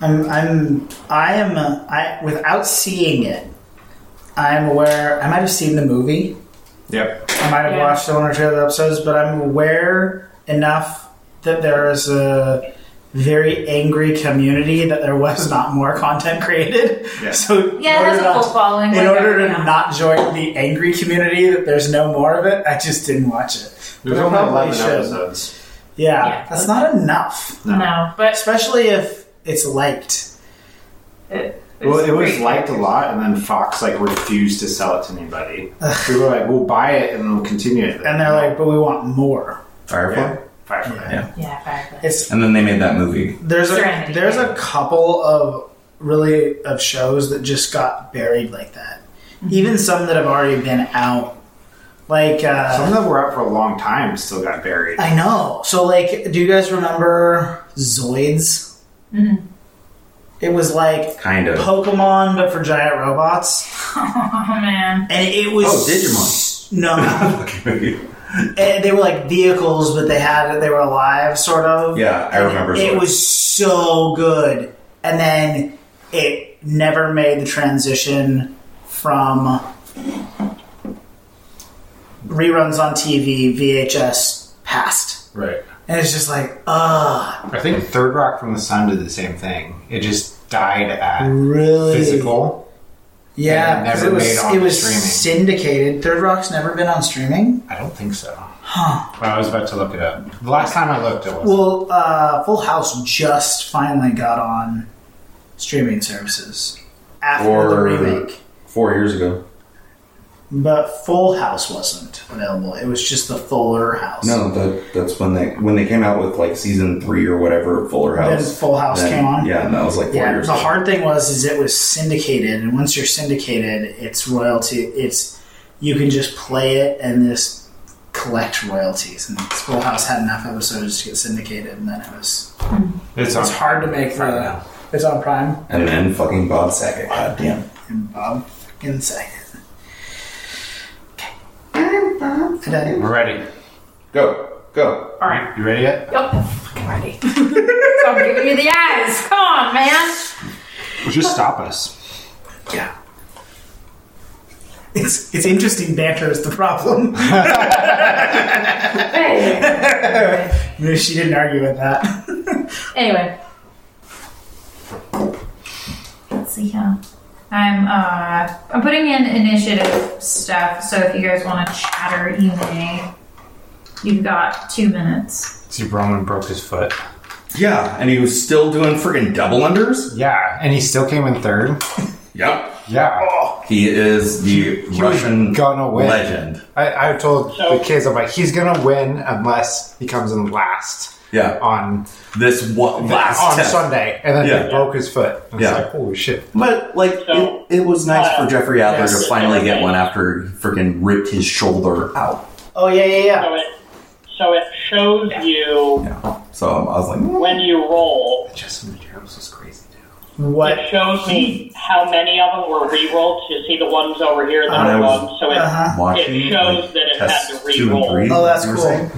I'm I'm I am uh, I without seeing it. I'm aware I might have seen the movie.
Yep.
I might have
Yeah.
watched one or two other episodes, but I'm aware enough that there is a very angry community that there was not more content created.
Yeah.
So in
Yeah, it has
order
a
not-
full following.
in
like
order to
everything else.
not join the angry community that there's no more of it, I just didn't watch it.
There's
But I
only
probably
11
should.
episodes.
Yeah,
Yeah.
that's not enough,
No.
No, but
especially if it's liked.
Well,
it's
it was
great.
liked a lot, and then Fox like refused to sell it to anybody. People were like, "We'll buy it and we'll continue it."
And they're like, but we want more.
Firefly?
Yeah. Firefly.
Yeah.
yeah, Firefly.
It's
And then they made that movie.
there's a
Serenity.
there's a couple of really of shows that just got buried like that. Even some that have already been out. Like uh,
Some of them were up for a long time, still got buried.
I know. So, like, do you guys remember Zoids? It was like
Kind of.
Pokemon, but for giant robots,
Oh man,
and it was
Oh, Digimon.
No, and they were like vehicles, but they had they were alive, sort of.
yeah, I remember.
It
Zoid.
was so good, and then it never made the transition from reruns on TV, VHS, past,
Right.
and it's just like, ah. ugh.
I think Third Rock from the Sun did the same thing. It just died at
really
physical.
Yeah,
and never
'cause it was,
made on
it was
streaming.
syndicated. Third Rock's never been on streaming.
I don't think so. Huh. Well, I was about to look it up. The last time I looked, it was.
Well, uh, Full House just finally got on streaming services after the
Or-
remake,
Four years ago.
but Full House wasn't available. It was just the Fuller House.
No, that, that's when they when they came out with like season three or whatever of Fuller
then
House.
Full House
Then-
came on.
Yeah, and that was like four
Yeah,
years
the
ago.
hard thing was is it was syndicated, and once you're syndicated, it's royalty. It's you can just play it and just collect royalties. And Schoolhouse had enough episodes to get syndicated, and then it was
It's on.
it's hard to make
Prime
the
now.
it's on Prime
and then fucking Bob Saget. God damn.
and Bob fucking say
We're ready.
Go. Go.
All right. You ready yet?
so I'm giving you the eyes. Come on, man.
Well, just stop us.
Yeah. It's, it's interesting banter is the problem.
Hey.
Maybe she didn't argue with that.
Anyway, let's see here. I'm uh, I'm putting in initiative stuff. So if you guys want to chatter, you may. You've got two minutes.
See, Roman broke his foot.
Yeah, and he was still doing freaking double unders.
Yeah, and he still came in third.
Yep.
Yeah.
He is the
was
Russian
gonna win.
legend.
I, I told
So-
the kids, I'm like, he's gonna win unless he comes in last
Yeah.
on
This one last
on
test.
Sunday, and then
Yeah.
he broke his foot. I was
Yeah.
like, holy shit!
But like,
So-
it, it was nice for Jeffrey Adler
Yes.
to finally get one after he freaking ripped his shoulder out.
Oh yeah, yeah, yeah.
So it, so it shows you
Yeah. So I was like, "Mm."
when you roll.
Just in the Jones was crazy too.
What?
It shows me how many of them were re-rolled to see the ones over here that
And I
are
was-
wrong. So it
Uh-huh.
watching
It shows
like,
that it
test
had to
two and
re-roll.
three.
Oh, that's
you were
cool.
saying?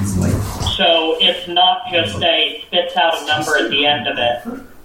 It's like,
So it's not just a spits out a number at the end of it,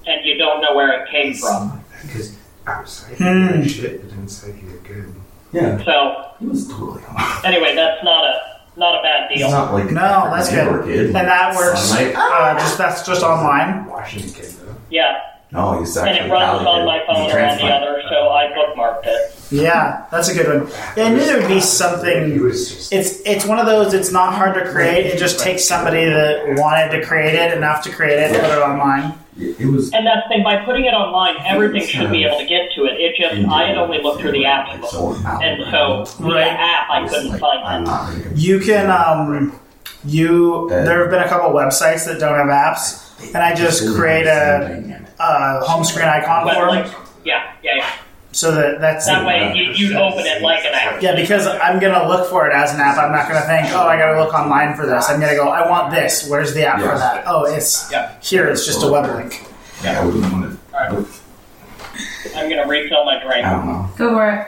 and you don't know where it came from.
Because outside,
Hmm.
shit, but inside, he was good.
yeah,
So
he was totally.
anyway, that's not a not a bad
It's
deal.
not like
No, that's
neighbor
good.
Kid.
And that works.
Sunlight.
Uh, just that's just online.
Washington kid though.
Yeah,
No, he's
and
actually
it runs
validated.
on my
He's a
phone or on the
transplant.
other, so I bookmarked it.
Yeah, that's a good one. Yeah, I knew there would be something.
was just.
It's it's one of those. It's not hard to create. It just takes somebody that wanted to create it enough to create it, and put it online.
It it was.
And that's the thing, by putting it online, everything should be able to get to it. It just, I had only looked through the app book. And so, the
Right.
app, I couldn't
I'm
find it.
not really
You can um, you. There have been a couple websites that don't have apps, and I just create a, a uh, home screen icon
But
for
like,
them.
yeah, yeah, yeah.
So that that's
That way you, you'd open it like an app.
Yeah, because I'm gonna look for it as an app. I'm not gonna think, oh, I gotta look online for this. I'm gonna go, I want this. Where's the app for
Yes.
that? Oh, it's
Yeah.
here. It's just a
Oh,
web link.
Yeah, I wouldn't want it.
I'm gonna refill my drink.
I don't know.
Go for it.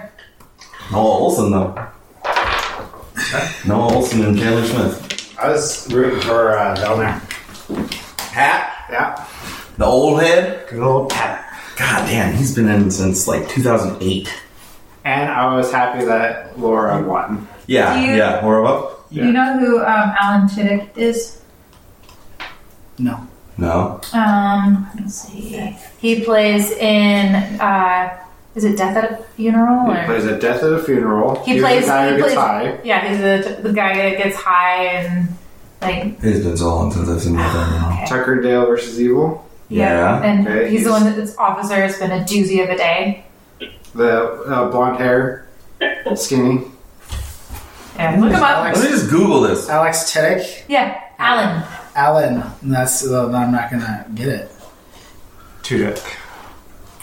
Noel Olsen, though. Noel Olsen and Taylor Smith.
I was rooting for uh, Velner.
Pat,
Yeah.
the old head.
Good old Pat.
God damn, he's been in since like 2008.
And I was happy that Laura won.
Yeah,
Do you-
yeah. Horror up?
Do You know who um, Alan Tiddick is?
No.
Um, let's see. He plays in. Uh, is it Death at a Funeral?
He
or-
plays a death at a funeral.
He
was
plays-
The guy
he
who gets
plays-
high.
yeah, he's the, the guy that gets high and like
It's been so long since I've seen that now.
Tucker Dale versus Evil.
yeah, and
Okay,
he's, the
he's-
one that's officer. It's been a doozy of a day.
The uh, blonde hair, skinny.
Yeah, look him up.
Let me just Google this.
Alex Tiddick,
Yeah, Alan.
Alan. That's uh, I'm not gonna get it.
Tudyk.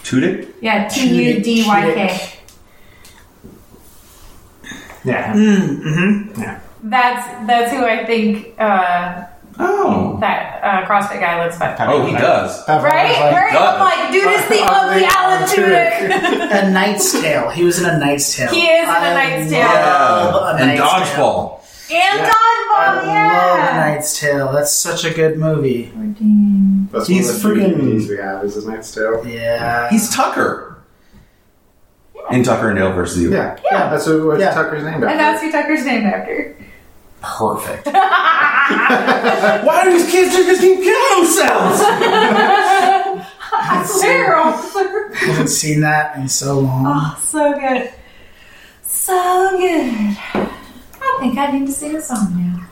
Tudyk?
Yeah, T U D Y K.
Yeah.
Mm, hmm
That's that's who I think uh,
Oh.
that uh, CrossFit guy looks like.
Oh, he does.
Right? Right? I'm like, dude, it's the ugly Alan Tudyk.
A Knight's Tale. He was in A Knight's Tale.
He is in A
I
Knight's Tale.
love A
Yeah. And
Knight's Tale.
Dodgeball.
and
Yeah.
Dodgeball,
Love A
Oh, yeah.
Knight's Tale. That's such a good movie.
That's
He's
one of the three
freaking-
DVDs we have is his night's tale.
Yeah.
He's Tucker. In Tucker and Dale versus you.
Yeah. Yeah. That's what, what
Yeah.
Tucker's name.
And that's who Tucker's named after.
Perfect. Why do these kids just keep killing themselves?
I swear, officer.
I haven't seen that in so long.
Oh, so good. So good. I think I need to sing a song now.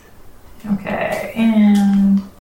okay, and